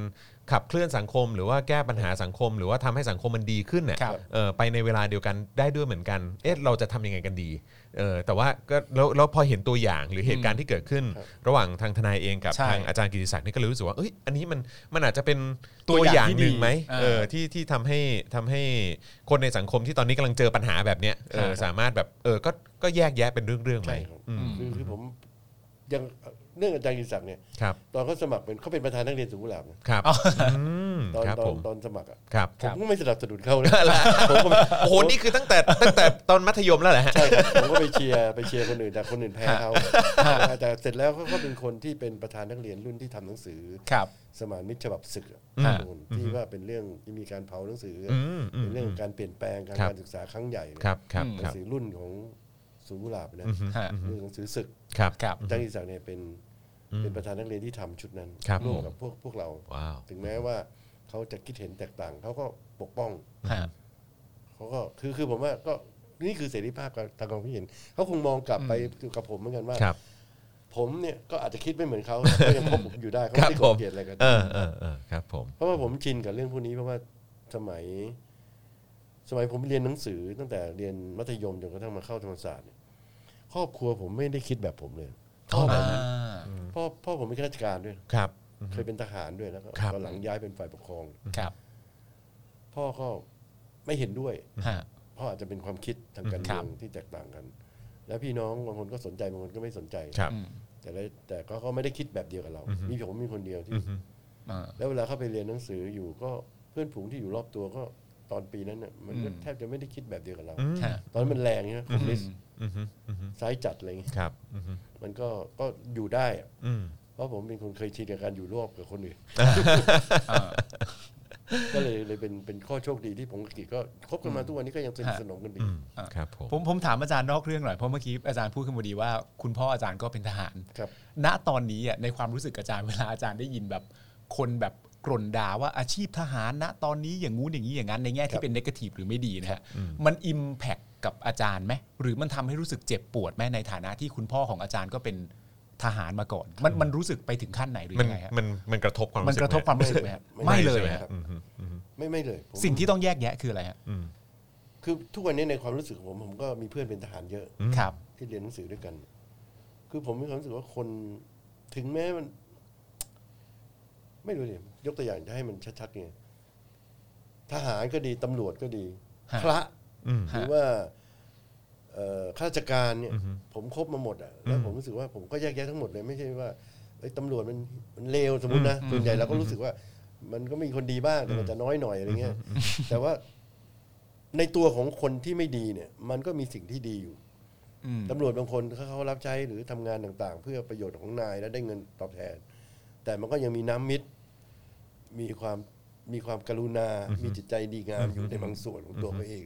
ขับเคลื่อนสังคม หรือว่าแก้ปัญหาสังคม หรือว่าทำให้สังคมมันดีขึ้นเนี่ย ครับ เออไปในเวลาเดียวกันได้ด้วยเหมือนกัน เอ๊ะเราจะทำยังไงกันดีเออแต่ว่าก็แล้วแล้วพอเห็นตัวอย่างหรือเหตุการณ์ที่เกิดขึ้น ครับ ระหว่างทางทนายเองกับ ใช่ ทางอาจารย์กิติศักดิ์นี่ก็เลยรู้สึกว่าเอ้ยอันนี้มันมันอาจจะเป็น ตัวอย่างที่ หนึ่ง ดี ไหม อ่า เออที่ที่ทำให้ทำให้คนในสังคมที่ตอนนี้กำลังเจอปัญหาแบบเนี้ยเออ ครับ สามารถแบบเออก็ก็แยกแยะเป็นเรื่องๆไหม ใช่ครับ อืม คือคือผมยังเรื่องอาจารย์กิติศักดิ์เนี่ย ครับ ตอนเขาสมัครเป็นเขาเป็นประธานนักเรียนสูงกุหลาบนะครับ อืม ตอน ครับ ตอ ผ น ม ตอนสมัครอะ ครับ ผมก็ไม่สนับสนุนเขานะผมก็ โอ้โหนี่คือตั้งแต่ตั้งแต่ตอนมัธยมแล้วแหละฮะ ใช่ครับผมก็ไปเชียร์ไปเชียร์คนอื่นแต่คนอื่นแพ้เขาแต่แต่เสร็จแล้วเขาก็เป็นคนที่เป็นประธานนักเรียนรุ่นที่ทำหนังสือ ครับ สมานมิตรฉบับศึกอะ อืม คุณที่ว่าเป็นเรื่องที่มีการเผาหนังสืออ อืมอืม เป็นเรื่องการเปลี่ยนแปลงการ ครับ การศึกษาครั้งใหญ่เลย ครับครับ หนั ครั ง บ สือรุ่นของสูงกุหลาบนะ อืมฮึ ฮะ เรื่องหนังสือศึก ครับ ครับ อาจารย์อิศักดิ์เนี่ยเป็น อืม เป็นประธานนักเรียนที่ทำชุดนั้น ครับ ร่วม ผม กับพวกพวกเรา ว้าว ถึงแม้ว่าเขาจะคิดเห็นแตกต่างเขาก็ปกป้อง ฮะ เขาก็คือคือผมว่าก็นี่คือเสรีภาพการทางความคิดเห็นเขาคงมองกลับไปกับผมเหมือนกันว่า ครับ ผมเนี่ยก็อาจจะคิดไม่เหมือนเขา *laughs* แต่ก็ยังพบผมอยู่ได้เขา ครับไม่ผได้โกร ม เกลียดอะไรกัน เออเออเออครับผม เพราะว่าผมชินกับเรื่องพวกนี้เพราะว่าสมัย สมัยผมเรียนหนังสือ ตั้งแต่เรียนมัธยมจนกระทั่งมาเข้าธรรมศาสตร์เนี่ยครอบครัวผมไม่ได้คิดแบบผมเลย อ๋อ พ่อผอ่มา พ่อพ่อผมเป็นข้าราชการด้วย ครับ เคยเป็นทหารด้วยแล้วก็ ครับ ตอนหลังย้ายเป็นฝ่ายปกครอง ครับ พ่อก็ไม่เห็นด้วย ฮะ พ่ออาจจะเป็นความคิดทางการ ค เมื รั อบ งที่แตกต่างกัน แล้วพี่น้องบางคนก็สนใจบางคนก็ไม่สนใจ ครับ อืม แต่ละแต่ก็ก็ไม่ได้คิดแบบเดียวกับเรา มีผมมีคนเดียวที่ อ่า แล้วเวลาเข้าไปเรียนหนังสืออยู่ก็เพื่อนฝูงที่อยู่รอบตัวก็ตอนปีนั้นน่ะมันก็ อืม แทบจะไม่ได้คิดแบบเดียวกับเรา อืม ฮะ ตอนนั้นมันแรงใช่ไหมคอมมิวนิสต์ อืมฮึอืมฮึ ซ้ายจัดอะไรอย่างเงี้ย ครับอืมฮึ มันก็ก็อยู่ได้อะ อืม เพราะผมเป็นคนเคยชินกับการอยู่ร่วมกับคนอื่นก็เลยเลยเป็นเป็นข้อโชคดีที่ผมกับกิจก็คบกันมาทุกวันนี้ก็ยังสนิท ฮะ สนมกันดี อืมครับผม ผมผมถามอาจารย์นอกเรื่องหน่อยเพราะเมื่อกี้อาจารย์พูดขึ้นมาดีว่า คุณพ่ออาจารย์ก็เป็นทหาร ครับ ณตอนนี้อ่ะในความรู้สึกอาจารย์เวลาอาจารย์ได้ยินแบบคนแบบกล่นด่าว่าอาชีพทหารณตอนนี้อย่างงู้นอย่างนี้อย่างนั้นในแง่ที่เป็นนกาทีฟหรือไม่ดีนะฮะมันอิมแพคกับอาจารย์ไหมหรือมันทำให้รู้สึกเจ็บปวดไหมในฐานะที่คุณพ่อของอาจารย์ก็เป็นทหารมาก่อน มันมันรู้สึกไปถึงขั้นไหนหรือ มัน ยังไงฮะ มันมันกระทบความ มัน สึ กระทบความรู้สึกไหมฮะ ไม่ ไม่เลย ใช่ห ฮะ อืมฮึอืมฮึ ไม่ไม่เลยผม สิ่งที่ต้องแยกแยะคืออะไรฮะ อืม คือทุกวันนี้ในความรู้สึกของผมผมก็มีเพื่อนเป็นทหารเยอะ อืม ครับ ที่เรียนหนังสือด้วยกัน คือผมมีความรู้สึกว่าคนถึงแม้มัน ไม่รู้เลยยกตัวอย่างจะให้มันชัดๆเนี่ยทหารก็ดีตำรวจก็ดี ฮะ พระ อืม หรือว่าเอ่อข้าราชการเนี่ย อือฮึ ผมครบมาหมดอ่ะแล้ว อืม ผมรู้สึกว่าผมก็แยกแยะทั้งหมดเลยไม่ใช่ว่าเอ้ยตำรวจมันมันเลวสมมตินะ อืม ส่วนใหญ่เราก็รู้สึกว่า มันก็มีคนดีบ้างแต่มันจะน้อยหน่อยอะไรเงี้ยแต่ว่าในตัวของคนที่ไม่ดีเนี่ย มันก็มีสิ่งที่ดีอยู่ อืม ตำรวจบางคนเขาเขารับใช้หรือทำงานต่างๆ เพื่อประโยชน์ของนายและได้เงินตอบแทน แต่มันก็ยังมีน้ำมิตร มีความ มีความกรุณา มีจิตใจดีงามอยู่ในบางส่วนของตัวเขาเอง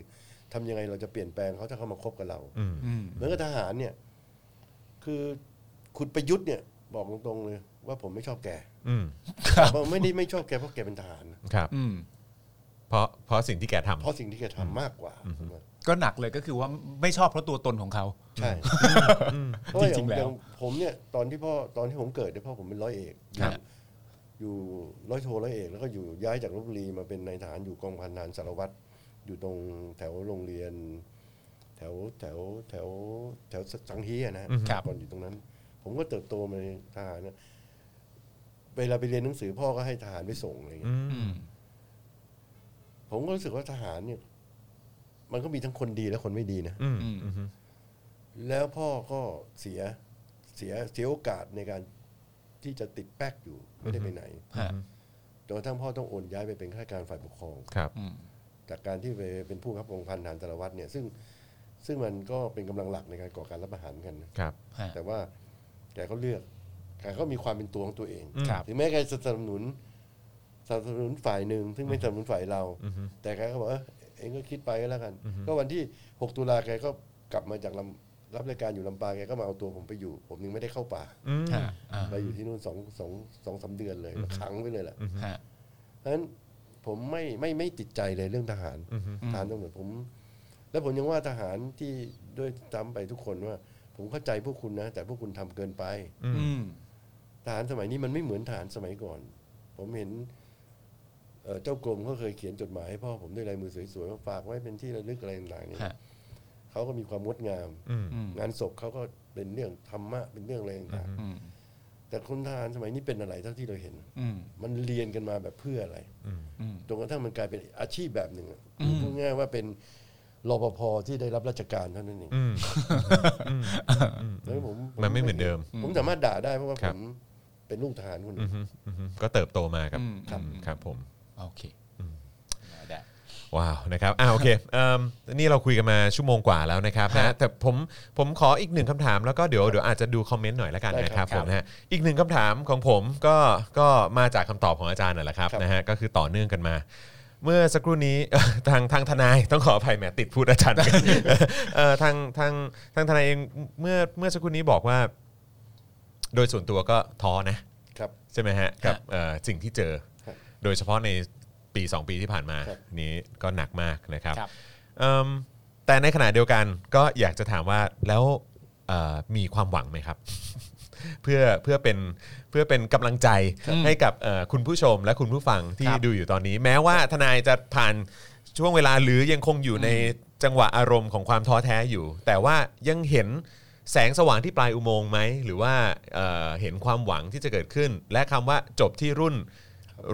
ทำยังไงเราจะเปลี่ยนแปลงเขาถ้าเขามาคบกับเรา อืม อืม เหมือนกับทหารเนี่ย คือคุณประยุทธ์เนี่ย บอกตรงๆเลยว่าผมไม่ชอบแก อืม ผมไม่ได้ไม่ชอบแกเพราะแกเป็นทหารนะครับ อืม เพราะเพราะสิ่งที่แกท เพราะสิ่งที่แกทำมากกว่าผมว่า ก็หนักเลยก็คือว่าไม่ชอบเพราะตัวตนของเขา ใช่เพราะ จริงๆ อย่า แล้ว อย่างผมเนี่ย ตอนที่พ่อตอนที่ผมเกิดเนี่ยพ่อผมเป็นร้อยเอก ครับ อยู่ร้อยโทร้อยเอกแล้วก็อยู่ย้ายจากลพบุรีมาเป็นนายทหารอยู่กองพันทหารสารวัตรอยู่ตรงแถวโรงเรียน แถวแถวแถวแถวสังฮีอะนะฮะ ำอืม ครับ ก่อนอยู่ตรงนั้น ผมก็เติบโตมาในทหารนะเวลาไปเรียนหนังสือพ่อก็ให้ทหารไปส่งอะไร อื เงี้ย ม อืม ผมก็รู้สึกว่าทหารเนี่ย มันก็มีทั้งคนดีและคนไม่ดีนะ อืม อืม แล้วพ่อก็เสียเสียเสียโอกาสในการที่จะติดแป๊กอยู่ไม่ได้ไปไหน ฮะ จนกระทั่งพ่อต้องโอนย้ายไปเป็นข้าราชการฝ่ายปกครอง ครับ อืม จากการที่ไปเป็นผู้ขับกองพันทหารตารวัตรเนี่ย ซึ่งซึ่งมันก็เป็นกำลังหลักในการก่อการรับประหารกันนะครับ ฮะ แต่ว่าแกก็เลือกแกก็มีความเป็นตัวของตัวเอง ครับ ถึงแม้แกจะสนับสนุนสนับสนุนฝ่ายหนึ่ง ซึ่งไม่สนับสนุนฝ่ายเรา อืม แต่แกก็บอกเออเองก็คิดไปก็แล้วกัน ก็วันที่ 6 ตุลาแกก็กลับมาจากลำรับรายการอยู่ลำปางแกก็มาเอาตัวผมไปอยู่ ผมยังไม่ได้เข้าป่า อืม ฮะอ่า ไปอยู่ที่นู่นสองสองสองสามเดือนเลยขังไว้เลยแหละ ฮะ เพราะฉะนั้นผมไม่ไม่ไม่ติดใจเลยเรื่องทหาร อืม ทหารตำรวจผม แล้วผมยังว่าทหารที่ด้วยจำไปทุกคนว่า ผมเข้าใจพวกคุณนะ แต่พวกคุณทำเกินไป อืม ทหารสมัยนี้มันไม่เหมือนทหารสมัยก่อน ผมเห็นเอ่อเจ้ากรมเขาเคยเขียนจดหมายให้พ่อผมด้วยลายมือสวยๆว่าฝากไว้เป็นที่ระลึกอะไรต่างๆเนี่ย ฮะ เขาก็มีความงดงาม อืม อืม งานศพเขาก็เป็นเรื่องธรรมะเป็นเรื่องอะไรต่าง อืม ๆแต่คนทหารสมัยนี้เป็นอะไรเท่าที่เราเห็น อืม มันเรียนกันมาแบบเพื่ออะไร อืม จนกระทั่งมันกลายเป็นอาชีพแบบหนึ่งอะ อืม พูดง่ายๆว่าเป็นรปภที่ได้รับราชการเท่านั้นเอง อืม แล้วผมผ มันไม่เหมือนเดิม ผมสามารถด่าได้เพราะว่า ครั ผ บ มเป็นลูกทหารคนหนึ่ อื ง มอืมก็เติบโตมากับ อืม อืมครับผม โอเคได้ ว้าวนะครับอ่าโอเคเอิ่มนี่เราคุยกันมาชั่วโมงกว่าแล้วนะครับนะแต่ผมผมขออีกหนึ่งคำถามแล้วก็เดี๋ยวเดี๋ยวอาจจะดูคอมเมนต์หน่อยละกัน ได้ นะค ครั รับบ ผมนะฮะอีกหนึ่งคำถามของผมก็ก็มาจากคำตอบของอาจารย์นั่นแหละครับ ครับ นะฮะก็คือต่อเนื่องกันมา เมื่อสักครู่นี้ *laughs* ทางทางทนายต้องขออภัยแหมติดพูดอาจ *laughs* ารย์ เอ่อทางทางทางทนายเองเมื่อเมื่อสักครู่นี้บอกว่า โดยส่วนตัวก็ท้อนะ ครับ ใช่ไหมฮะกับเอ่อสิ่งที่เจอ ครับ โดยเฉพาะในปี 2 ปีที่ผ่านมา ครับ นี้ก็หนักมากนะครับ ครับ เอิ่มแต่ในขณะเดียวกันก็อยากจะถามว่าแล้วเอ่อมีความหวังไหมครับ *laughs* เพื่อเพื่อเป็นเพื่อเป็นกำลังใจ ครับ ให้กับเอ่อคุณผู้ชมและคุณผู้ฟังที่ ครับ ดูอยู่ตอนนี้ แม้ว่าทนายจะผ่านช่วงเวลาหรือยังคงอยู่ในจังหวะอารมณ์ของความท้อแท้อยู่ แต่ว่ายังเห็นแสงสว่างที่ปลายอุโมงค์ไหมหรือว่าเอ่อเห็นความหวังที่จะเกิดขึ้น และคำว่าจบที่รุ่น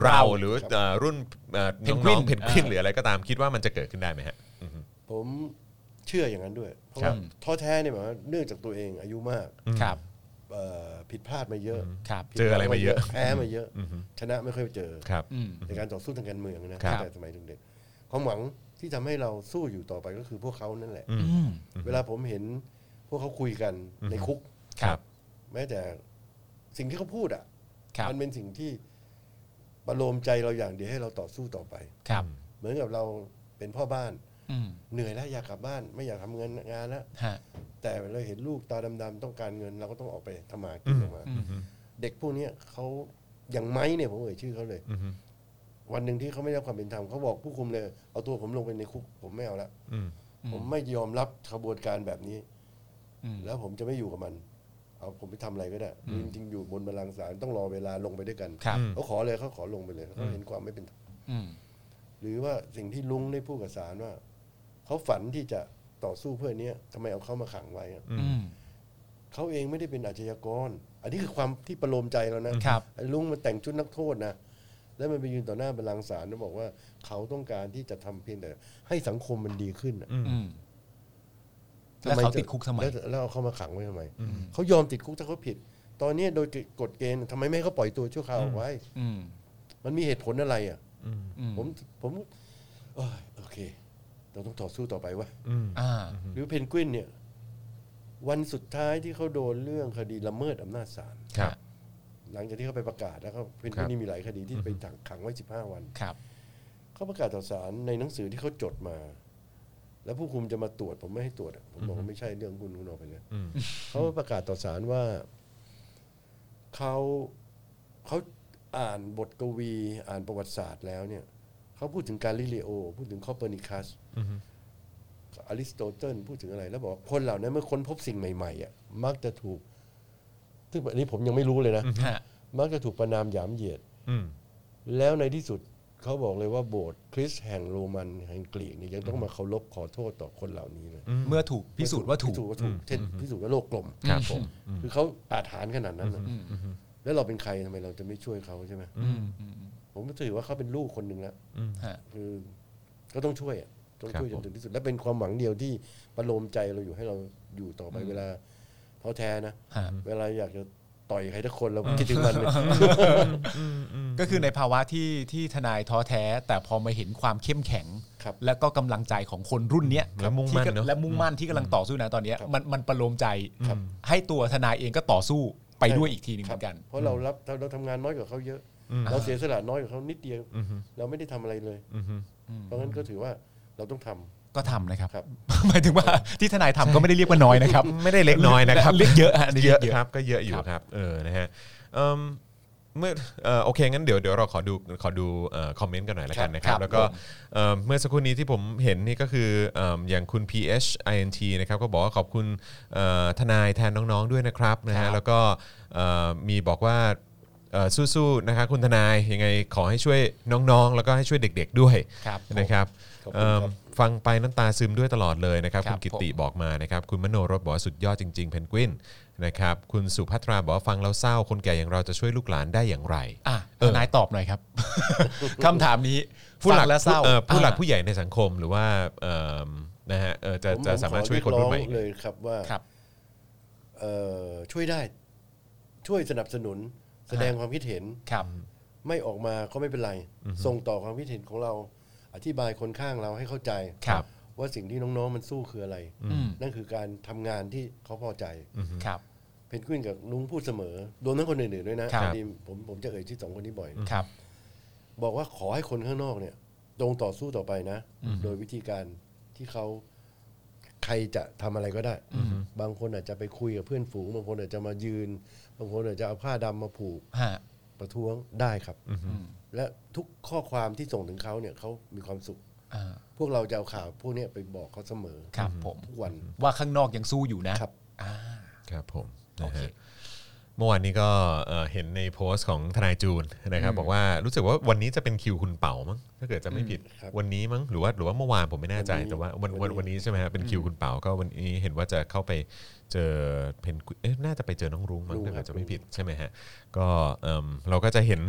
เราหรือเอ่อรุ่นเอ่อ เพนกวิน น้องๆเพนกวิน อ่า หรืออะไรก็ตามคิดว่ามันจะเกิดขึ้นได้ไหมฮะ ผมเชื่ออย่างนั้นด้วย เพราะ ครั ว่า บ ท้อแท้เนี่ยหมายความว่าเนื่องจากตัวเองอายุมาก ครับ เอ่อผิดพลาดมาเยอะ ครับ ผิด เจออะไรมาเยอะ แพ้มาเยอะ ชนะไม่ค่อยเจอ ครับ อืม ในการต่อสู้ทางการเมืองนะครับ ตั้งแต่สมัยเด็กๆความหวังที่ทำให้เราสู้อยู่ต่อไปก็คือพวกเขานั่นแหละ อืม อืม เวลาผมเห็นพวกเขาคุยกันในคุก ครับ แม้แต่สิ่งที่เขาพูดอ่ะ ครับ มันเป็นสิ่งที่ประโลมใจเราอย่างเดียวให้เราต่อสู้ต่อไป ครับ เหมือนกับเราเป็นพ่อบ้าน อืม เหนื่อยแล้วอยากกลับบ้าน ไม่อยากทำงานงานแล้ว ฮะ แต่เราเห็นลูกตาดำๆต้องการเงินเราก็ต้องออกไปทำมาหากินออกมา อืม เด็กพวกเนี้ยเขาอย่างไม้เนี่ยผมเอ่ยชื่อเขาเลย อืม วันหนึ่งที่เขาไม่ได้รับความเป็นธรรมเขาบอกผู้คุมเลย เอาตัวผมลงไปในคุกผมไม่เอาละ อืม ผมไม่ยอมรับขบวนการแบบนี้ อืม แล้วผมจะไม่อยู่กับมัน เอาผมไปทำอะไรก็ได้จริงๆอยู่บนบัลลังก์ศาลต้องรอเวลาลงไปด้วยกัน ครับ อืม เขาขอเลยเขาขอลงไปเลยเขาเห็นความไม่เป็นธรรม อืม หรือว่าสิ่งที่ลุงได้พูดกับศาลว่าเขาฝันที่จะต่อสู้เพื่อเนี้ยทำไมเอาเขามาขังไว้อะ อืม เขาเองไม่ได้เป็นอาชญากร อันนี้คือความที่ประโลมใจเรานะครับ ไอ้ลุงมันแต่งชุดนักโทษนะ แล้วมันไปยืนต่อหน้าบัลลังก์ศาลแล้วบอกว่า เขาต้องการที่จะทำเพียงแต่ให้สังคมมันดีขึ้นน่ะ อืม ทำ แล้ว ไม เขา จะ ติดคุกทำไม แล้วแล้วเอาเขามาขังไว้ทำไม เขายอมติดคุกถ้าเขาผิด ตอนนี้โดยกฎเกณฑ์ทำไมไม่ให้เขาปล่อยตัวชั่วคราวออกไว้ อืม มันมีเหตุผลอะไรอ่ะ อืม ผมผมเอ้ยโอเค เราต้องต่อสู้ต่อไปวะ อืม อ่า หรือเพนกวินเนี่ย วันสุดท้ายที่เขาโดนเรื่องคดีละเมิดอำนาจศาล ครับ หลังจากที่เขาไปประกาศแล้วเขาเป็น ครั ผู้ บ นี้มีหลายคดีที่ไปถังขังไว้ 15 วัน ครับ เขาประกาศต่อศาลในหนังสือที่เขาจดมา แล้วผู้คุมจะมาตรวจ ผมไม่ให้ตรวจอะผมบอกว่าไม่ใช่เรื่องคุณคุณออกไปเลย อืม เขาประกาศต่อศาลว่าเขาเขาอ่านบทกวี อ่านประวัติศาสตร์แล้วเนี่ยเขาพูดถึงการลิเลโอ พูดถึงคอเปอร์นิคัสอริสโตเติลพูดถึงอะไร แล้วบอกว่าคนเหล่านั้นเมื่อค้นพบสิ่งใหม่ๆอ่ะมักจะถูกซึ่งอันนี้ผมยังไม่รู้เลยนะ ฮะ มักจะถูกประนามหยามเหยียด อืม แล้วในที่สุดเขาบอกเลยว่าโบสถ์คริสต์แห่งโรมันแห่งกรีกเนี่ยยังต้องมาเคารพขอโทษต่อคนเหล่านี้เลย เมื่อถูกพิสูจน์ว่าถูก พิสูจน์ว่าถูกเช่นพิสูจน์ว่าโลกกลม ครับผม คือเขาอาถรรพ์ขนาดนั้นน่ะแล้วเราเป็นใครทำไมเราจะไม่ช่วยเขาใช่ไหม อืมอืม ผมก็ถือว่าเขาเป็นลูกคนหนึ่งแล้ว อืม ฮะ คือก็ต้องช่วยอะต้องช่วย ค จ รับผม นถึงที่สุด และเป็นความหวังเดียวที่ประโลมใจเราอยู่ให้เราอยู่ต่อไปเวลาท้อแท้นะ ฮะ เวลาอยากจะต่อยใครทุกคนเราคิดถึงมันเลย ก็คือในภาวะที่ที่ทนายท้อแท้ แต่พอมาเห็นความเข้มแข็ง ครับ แล้วก็กำลังใจของคนรุ่นเนี้ย และมุ่งมั่น ที่ เนอะ และมุ่งมั่นที่กำลังต่อสู้นะตอนเนี้ย ครับ มันมันประโลมใจให้ตัวทนายเองก็ต่อสู้ไปด้วยอีกทีหนึ่ง ค เห รั มือบนกัน เพราะเรารับเราทำงานน้อยกว่าเขาเยอะ อืม เราเสียสละน้อยกว่าเขานิดเดียว อืม เราไม่ได้ทำอะไรเลย อืมอืม เพราะงั้นก็ถือว่าเราต้องทำ ก็ทำนะครับ ครับ หมายถึงว่าที่ทนายทำก็ไม่ได้เรียกว่าน้อยนะครับ ไม่ได้เล็กน้อยนะครับ เล็กเยอะฮะอันนี้ เย เย อะ อะ ครับก็เยอะอยู่ครับเออนะฮะเอิ่มเมื่อเอ่อโอเคงั้นเดี๋ยวเดี๋ยวเราขอดูขอดูคอมเมนต์กันหน่อยละกันนะครั ครับ บ แล้วก็ ผม เอิ่มเมื่อสักครู่นี้ที่ผมเห็นนี่ก็คือเอิ่มอย่างคุณ phint นะครับก็บอกว่าขอบคุณเอ่อทนายแทนน้องๆด้วยนะครับนะ ครั ฮะ บ แล้วก็เอ่อมีบอกว่าเอ่อสู้ๆนะคะคุณทนายยังไงขอให้ช่วยน้องๆ แล้วก็ให้ช่วยเด็ก ๆด้วย ครับผม นะครับ ขอบคุณ เอิ่ม ครับ ฟังไปน้ำตาซึมด้วยตลอดเลยนะครับ ครั คุ บ ณกิติบอกมานะครับ คุณมโนรถบอกว่าสุดยอดจริง ๆ เพนกวินนะครับ คุณสุภัทราบอกว่าฟังแล้วเศร้า คนแก่อย่างเราจะช่วยลูกหลานได้อย่างไร ่ะ เออ ทนายตอบหน่อย *laughs* ครับ คำถามนี้ ผู้หลัก ฟังและเศร้า เอ่อผู้หลัก อ่ะ ผู้ใหญ่ในสังคมหรือว่าเอิ่มนะฮะเอ่อจะ ผม จะ ผม สามารถช่วย ข ค อน เรียก รุ่น ร้อง ใหม่ เลยครับว่า ครับ เอ่อช่วยได้ ช่วยสนับสนุน แสดงความคิดเห็น ครับ ไม่ออกมาก็ไม่เป็นไร ส่งต่อความคิดเห็นของเรา อธิบายคนข้างเราให้เข้าใจ ครับ ว่าสิ่งที่น้องๆมันสู้คืออะไร อืม นั่นคือการทำงานที่เขาพอใจ ครับ เพนกวินกับนุ้งพูดเสมอ รวมทั้งคนอื่นๆด้วยนะครับ อันนี้ผมผมจะเอ่ยชื่อสองคนนี้บ่อย ครับ บอกว่าขอให้คนข้างนอกเนี่ยจงต่อสู้ต่อไปนะ โดยวิธีการที่เขาใครจะทำอะไรก็ได้ บางคนอาจจะไปคุยกับเพื่อนฝูง บางคนอาจจะมายืน บางคนอาจจะเอาผ้าดำมาผูก ฮะ ประท้วงได้ครับ อืม และทุกข้อความที่ส่งถึงเขาเนี่ยเขามีความสุข อ่า พวกเราจะเอาข่าวพวกเนี้ยไปบอกเขาเสมอ ครับผม ทุกวัน ว่าข้างนอกยังสู้อยู่นะครับ อ่า ครับผม โอ นะ เค ฮะเมื่อวานนี้ก็เอ่อเห็นในโพสต์ของทนายจูนนะครับ บอกว่ารู้สึกว่าวันนี้จะเป็นคิวคุณเป่ามั้งถ้าเกิดจะไม่ผิด ครับ วันนี้มั้งหรือว่าหรือว่าเมื่อวานผมไม่แน่ใจ วันนี้ แต่ว่าวันวัน วั วัน นนี้ นี้ใช่ไหมฮะเป็นคิวคุณเป่าก็วันนี้เห็นว่าจะเข้าไปเจอเพนกวินเอ๊ะน่าจะไปเจอน้องรุ้งมั้งถ้าเกิดจะไม่ผิดใช่ไหมฮะก็เอิ่มเราก็จะเห็น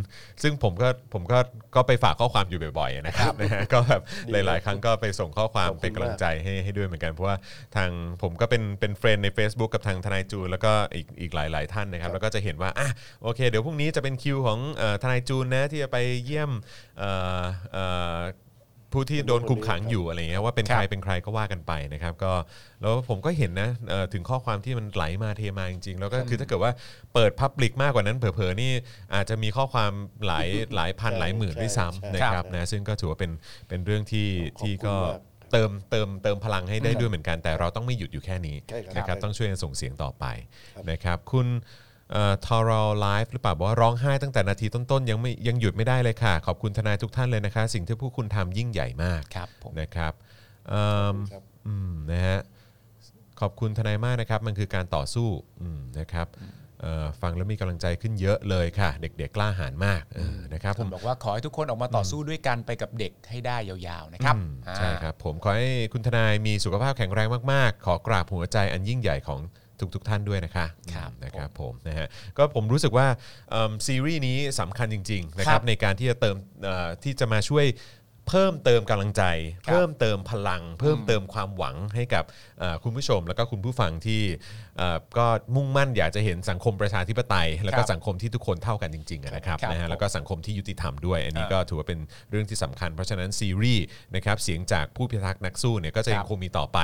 ซึ่งผมก็ผมก็ก็ไปฝากข้อความอยู่บ่อยๆนะครับนะฮะก็แบบหลายๆ ครั้งก็ไปส่งข้อความ ขอบคุณ เป็นกำลังใจ ให้ให้ด้วยเหมือนกันเพราะว่าทางผมก็เป็นเป็นเฟรนใน Facebook กับทางทนายจูนแล้วก็อีกอีกหลายหลายๆท่านนะครับแล้วก็จะเห็นว่าอ่ะโอเค เดี๋ยวพรุ่งนี้จะเป็นคิวของเอ่อทนายจูนนะที่จะไปเยี่ยมเอ่อเอ่อผู้ที่โดนคุมขังอยู่อะไรเงี้ยว่าเป็นใครเป็นใครก็ว่ากันไปนะครับก็แล้วผมก็เห็นนะเอ่อถึงข้อความที่มันไหลมาเทมาจริงๆ แล้วก็คือถ้าเกิดว่าเปิดพับลิกมากกว่านั้นเผลอๆนี่อาจจะมีข้อความหลายหลายพันหลายหมื่นด้วยซ้ำนะครับนะซึ่งก็ถือว่าเป็นเป็นเรื่องที่ที่ก็ ขอบคุณมาก เติมเติมเติมพลังให้ได้ด้วยเหมือนกันแต่เราต้องไม่หยุดอยู่แค่นี้ ใช่ครับ นะครับ ใช่ ต้องช่วยกันส่งเสียงต่อไปนะครับ คุณทอร l ไลฟ์หรือเปล่าบอกว่าร้องไห้ตั้งแต่นาทีต้นๆ ยังไม่ยังหยุดไม่ได้เลยค่ะ ขอบคุณทนายทุกท่านเลยนะคะ สิ่งที่พวกคุณทำยิ่งใหญ่มาก ครับผม นะครับเอิ่ม ครับ อืมนะฮะขอบคุณทนายมากนะครับ มันคือการต่อสู้อืมนะครับเอ่อฟังแล้วมีกำลังใจขึ้นเยอะเลยค่ะ เด็กๆกล้าหาญมากเออนะครับ ผ ผม ม บอกว่าขอให้ทุกคนออกมาต่อสู้ด้วยกันไปกับเด็กให้ได้ยาวๆนะครับ อืม อ่า ใช่ครับ ผมขอให้คุณทนายมีสุขภาพแข็งแรงมาก ๆ ขอกราบหัวใจอันยิ่งใหญ่ของทุกๆทท่านด้วยนะคะ ครับ อืมนะครับผมนะฮะก็ผมรู้สึกว่าเอิ่มซีรีส์นี้สำคัญจริง ๆ นะค ครั รับบ ในการที่จะเติมเอ่อที่จะมาช่วยเพิ่มเติมกำลังใจ ครับ เพิ่มเติมพลัง เพิ่มเติมความหวังให้กับเอ่อคุณผู้ชม แล้วก็คุณผู้ฟังที่เอ่อก็มุ่งมั่นอยากจะเห็นสังคมประชาธิปไตย แล้วก็ ครับ สังคมที่ทุกคนเท่ากันจริงๆอะนะครับ ครับ นะฮะแล้วก็สังคมที่ยุติธรรมด้วย อันนี้ อ่า ก็ ก็ถือว่าเป็นเรื่องที่สำคัญ เพราะฉะนั้นซีรีส์นะครับเสียงจากผู้พิทักษ์นักสู้เนี่ยก็จะยังคงมีต่อไป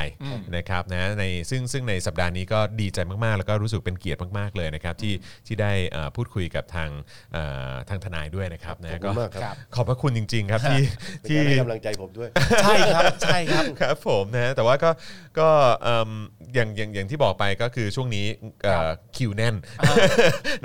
นะครับนะในซึ่งซึ่งในสัปดาห์นี้ก็ดีใจมากๆ แล้วก็รู้สึกเป็นเกียรติมากๆเลยนะครับที่ที่ได้เอ่อพูดคุยกับทางเอ่อทางทนายด้วยนะครับนะ ขอบคุณมากครับ ขอบพระคุณจริง ๆ ครับที่ที่ ที่ ให้กำลังใจผมด้วย ใช่ครับ *laughs* ใช่ครับ ครับผมนะแต่ว่าก็ก็เอิ่มอย่างอย่างอย่างที่บอกไปก็คือช่วงนี้เอ่อคิวแน่น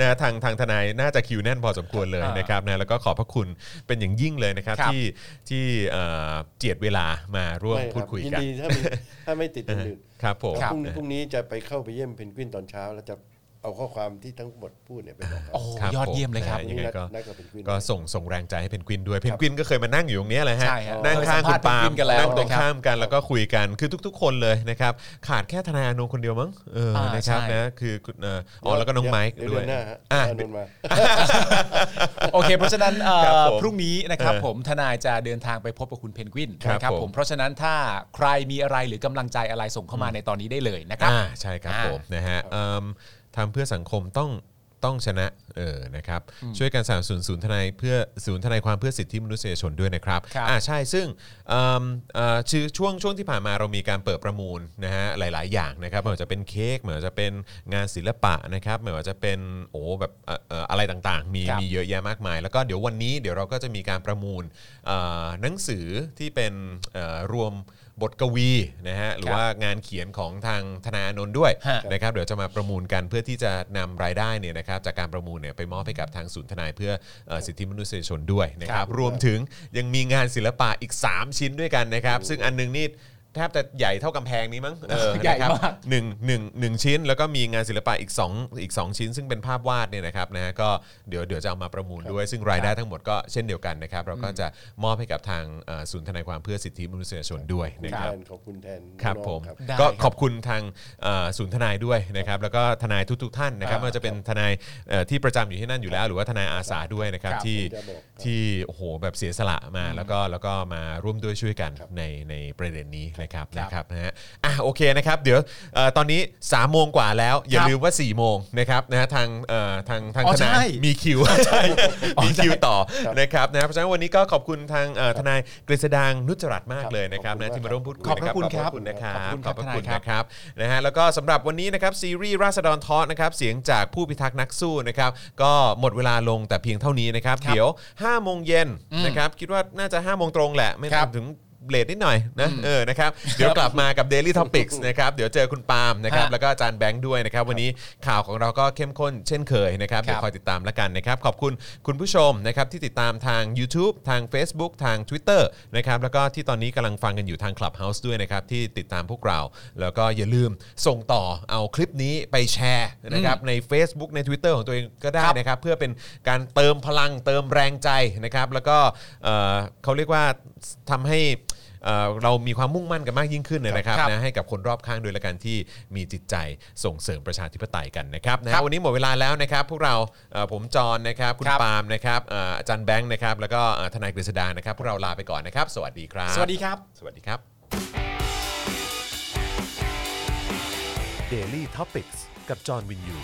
นะทางทางทนายน่าจะคิวแน่นพอสมควรเลย อ่าน นะครับนะแล้วก็ขอบพระคุณเป็นอย่างยิ่งเลยนะครับ ครับ ที่ที่เอ่อเจียดเวลามาร่วม ไม่ พูดคุย ยิน กัน ดีถ้ามี *laughs* ถ้าไม่ติดคนอื่น ครับผม แล้วพรุ่งนี้ นะ พรุ่งนี้จะไปเข้าไปเยี่ยมเพนกวินตอนเช้า แล้วจะเอาข้อความที่ทั้งหมดพูดเนี่ยไปบอกเขา โอ้ ครับ ยอดเยี่ยมเลยครับ ผม พรุ่งนี้นัดนัดกับเพนกวิน ก็ส่งส่งแรงใจให้เพนกวินด้วยเพนกวินก็เคยมานั่งอยู่ตรงเนี้ยแหละฮะ ใช่ฮะ นั่งข้างคุณปาล์ม เคยสัมภาษณ์เพนกวินกันแล้ว นั่งตรง นะครับ ข้ามกันแล้วก็คุยกันคือทุก ๆ คนเลยนะครับขาดแค่ทนายอานงคนเดียวมั้งเออ อ่าน นะครับ ใช่ นะคือคุณเอ่ออ๋อแล้วก็น้องไมค์ เดี๋ยว ด้วย เดือนหน้าฮะ อ่ะ อานนท์มา โอเค เพราะฉะนั้นเอ่อ ครับผม พรุ่งนี้นะครับ เออ ผมทนายจะเดินทางไปพบกับคุณเพนกวิน ครับ นะครับ ผ ผม มเพราะฉะนั้นถ้าใครมีอะไรหรือกำลังใจอะไรส่งเข้ามาในตอนนี้ได้เลยนะครับ อ่าใช่ครับ อ่า ผมนะฮะเอิ่มทำเพื่อสังคมต้องต้องชนะเออนะครับช่วยกันสนับสนุนศูนย์ทนายเพื่อศูนย์ทนายความเพื่อสิทธิมนุษยชนด้วยนะครับ ครับ อ่าใช่ซึ่งเอิ่มเอ่อชื่อช่วงช่วงที่ผ่านมาเรามีการเปิดประมูลนะฮะหลาย ๆ อย่างนะครับไม่ว่าจะเป็นเค้กไม่ว่าจะเป็นงานศิลปะนะครับไม่ว่าจะเป็นโอ้แบบเอ่อเอ่ออะไรต่างๆ มี ครับ มีเยอะแยะมากมาย แล้วก็เดี๋ยววันนี้เดี๋ยวเราก็จะมีการประมูลเอ่อหนังสือที่เป็นเอ่อรวมบทกวีนะฮะหรือ ครับ ว่า ว่างานเขียนของทางธนาอานนท์ด้วย ฮะ นะครับเดี๋ยวจะมาประมูลกันเพื่อที่จะนำรายได้เนี่ยนะครับจากการประมูลเนี่ยไปมอบให้กับทางศูนย์ทนายเพื่อเอ่อสิทธิมนุษยชนด้วยนะค ค รั รั บบ รวมถึงยังมีงานศิลปะอีก 3 ชิ้นด้วยกันนะครับ ซึ่งอันหนึงนี่แทบจะใหญ่เท่ากำแพงนี้มั้งเออ *laughs* ใหญ่ นะครับ มาก หนึ่งหนึ่งหนึ่งชิ้นแล้วก็มีงานศิลปะอีก2อีก 2 ชิ้น ซึ่งเป็นภาพวาดเนี่ยนะครับนะฮะก็เดี๋ยวเดี๋ยวจะเอามาประมูลด้วยซึ่งรายได้ทั้งหมดก็เช่นเดียวกันนะครับเราก็จะมอบให้กับทางเอ่อศูนย์ทนายความเพื่อสิทธิมนุษยชนด้วยนะค แท รับ นขอบคุณแทน ครับ น้องๆ ผม ครับ ได้ ก็ ครับ ขอบคุณทางเอ่อศูนย์ทนายด้วยนะครับแล้วก็ทนายทุก ๆ ท่านนะครับ อ่า ไม่ว่าจะเป็นทนายเอ่อที่ประจำอยู่ที่นั่นอยู่แล้ว หรือว่าทนายอาสาด้วยนะครับ ครับ ที่ ผมจะบอกครับ ที่โอ้โหแบบเสียสละมาแล้วก็แล้วก็มาร่วมด้วยช่วยกันในในประเด็นนี้นะครับ ครับ นะครับนะฮะอ่ะโอเคนะครับเดี๋ยวเอ่อตอนนี้3ามโมงกว่าแล้ว อย่า ครับ ลืมว่า4ี่โมงนะครับนะฮะทางเอ่อทางทาง อ๋อ ทนา ใช่ ยมีคิว *laughs* ใช่มีคิวต่อ ครับ นะครับนะเพราะฉะนั้นวันนี้ก็ขอบคุณทางเอ่อทนายกฤษดางนุจจรัตน์มาก ครับ เลยนะครับ ขอบคุณ นะที่มาร่วมพูด ขอบพระคุณครัขบอบคุณนะครับ ขอบคุณ ขอบบครัพระคุณ ทนายครับ นะครับนะฮะแล้วก็สำหรับวันนี้นะครับซีรีส์ราษฎรทอสนะครับเสียงจากผู้พิทักษ์นักสู้นะครับก็หมดเวลาลงแต่เพียงเท่านี้นะครับ ครับ เดี๋ยว5โมงเย็นนะครับคิดว่าน่าจะ5โมงตรงแหละ ไม่ ครับ ถึงเลทนิดหน่อยนะเออนะครับเดี๋ยวกลับมากับ Daily Topics นะครับเดี๋ยวเจอคุณปาล์มนะครับ ฮะ แล้วก็อาจารย์แบงค์ด้วยนะครับวันนี้ข่าวของเราก็เข้มข้นเช่นเคยนะครับ ครับ เดี๋ยวคอยติดตามแล้วกันนะครับขอบคุณคุณผู้ชมนะครับที่ติดตามทาง YouTube ทาง Facebook ทาง Twitter นะครับแล้วก็ที่ตอนนี้กำลังฟังกันอยู่ทาง Clubhouse ด้วยนะครับที่ติดตามพวกเรา แล้วก็อย่าลืมส่งต่อเอาคลิปนี้ไปแชร์นะครับใน Facebook ใน Twitter ของตัวเองก็ได้นะครับเพื่อเป็นการเติมพลังเติมแรงใจนะครับแล้วก็เอ่อเขาเรียกว่าทำให้ เอ่อเรามีความมุ่งมั่นกันมากยิ่งขึ้นนะครับ ครับ นะให้กับคนรอบข้างด้วยละกันที่มีจิตใจส่งเสริมประชาธิปไตยกันนะครับนะครับ วันนี้หมดเวลาแล้วนะครับ พวกเราเอ่อผมจอห์นนะครับคุณ ครับ ปาล์มนะครับเอ่ออาจารย์แบงค์นะครับแล้วก็เอ่อทนายกฤษดานะครับพวกเราลาไปก่อนนะครับ สวัสดีครับ สวัสดีครับ สวัสดีครับ Daily t o p i c กกับจอห์นวินยู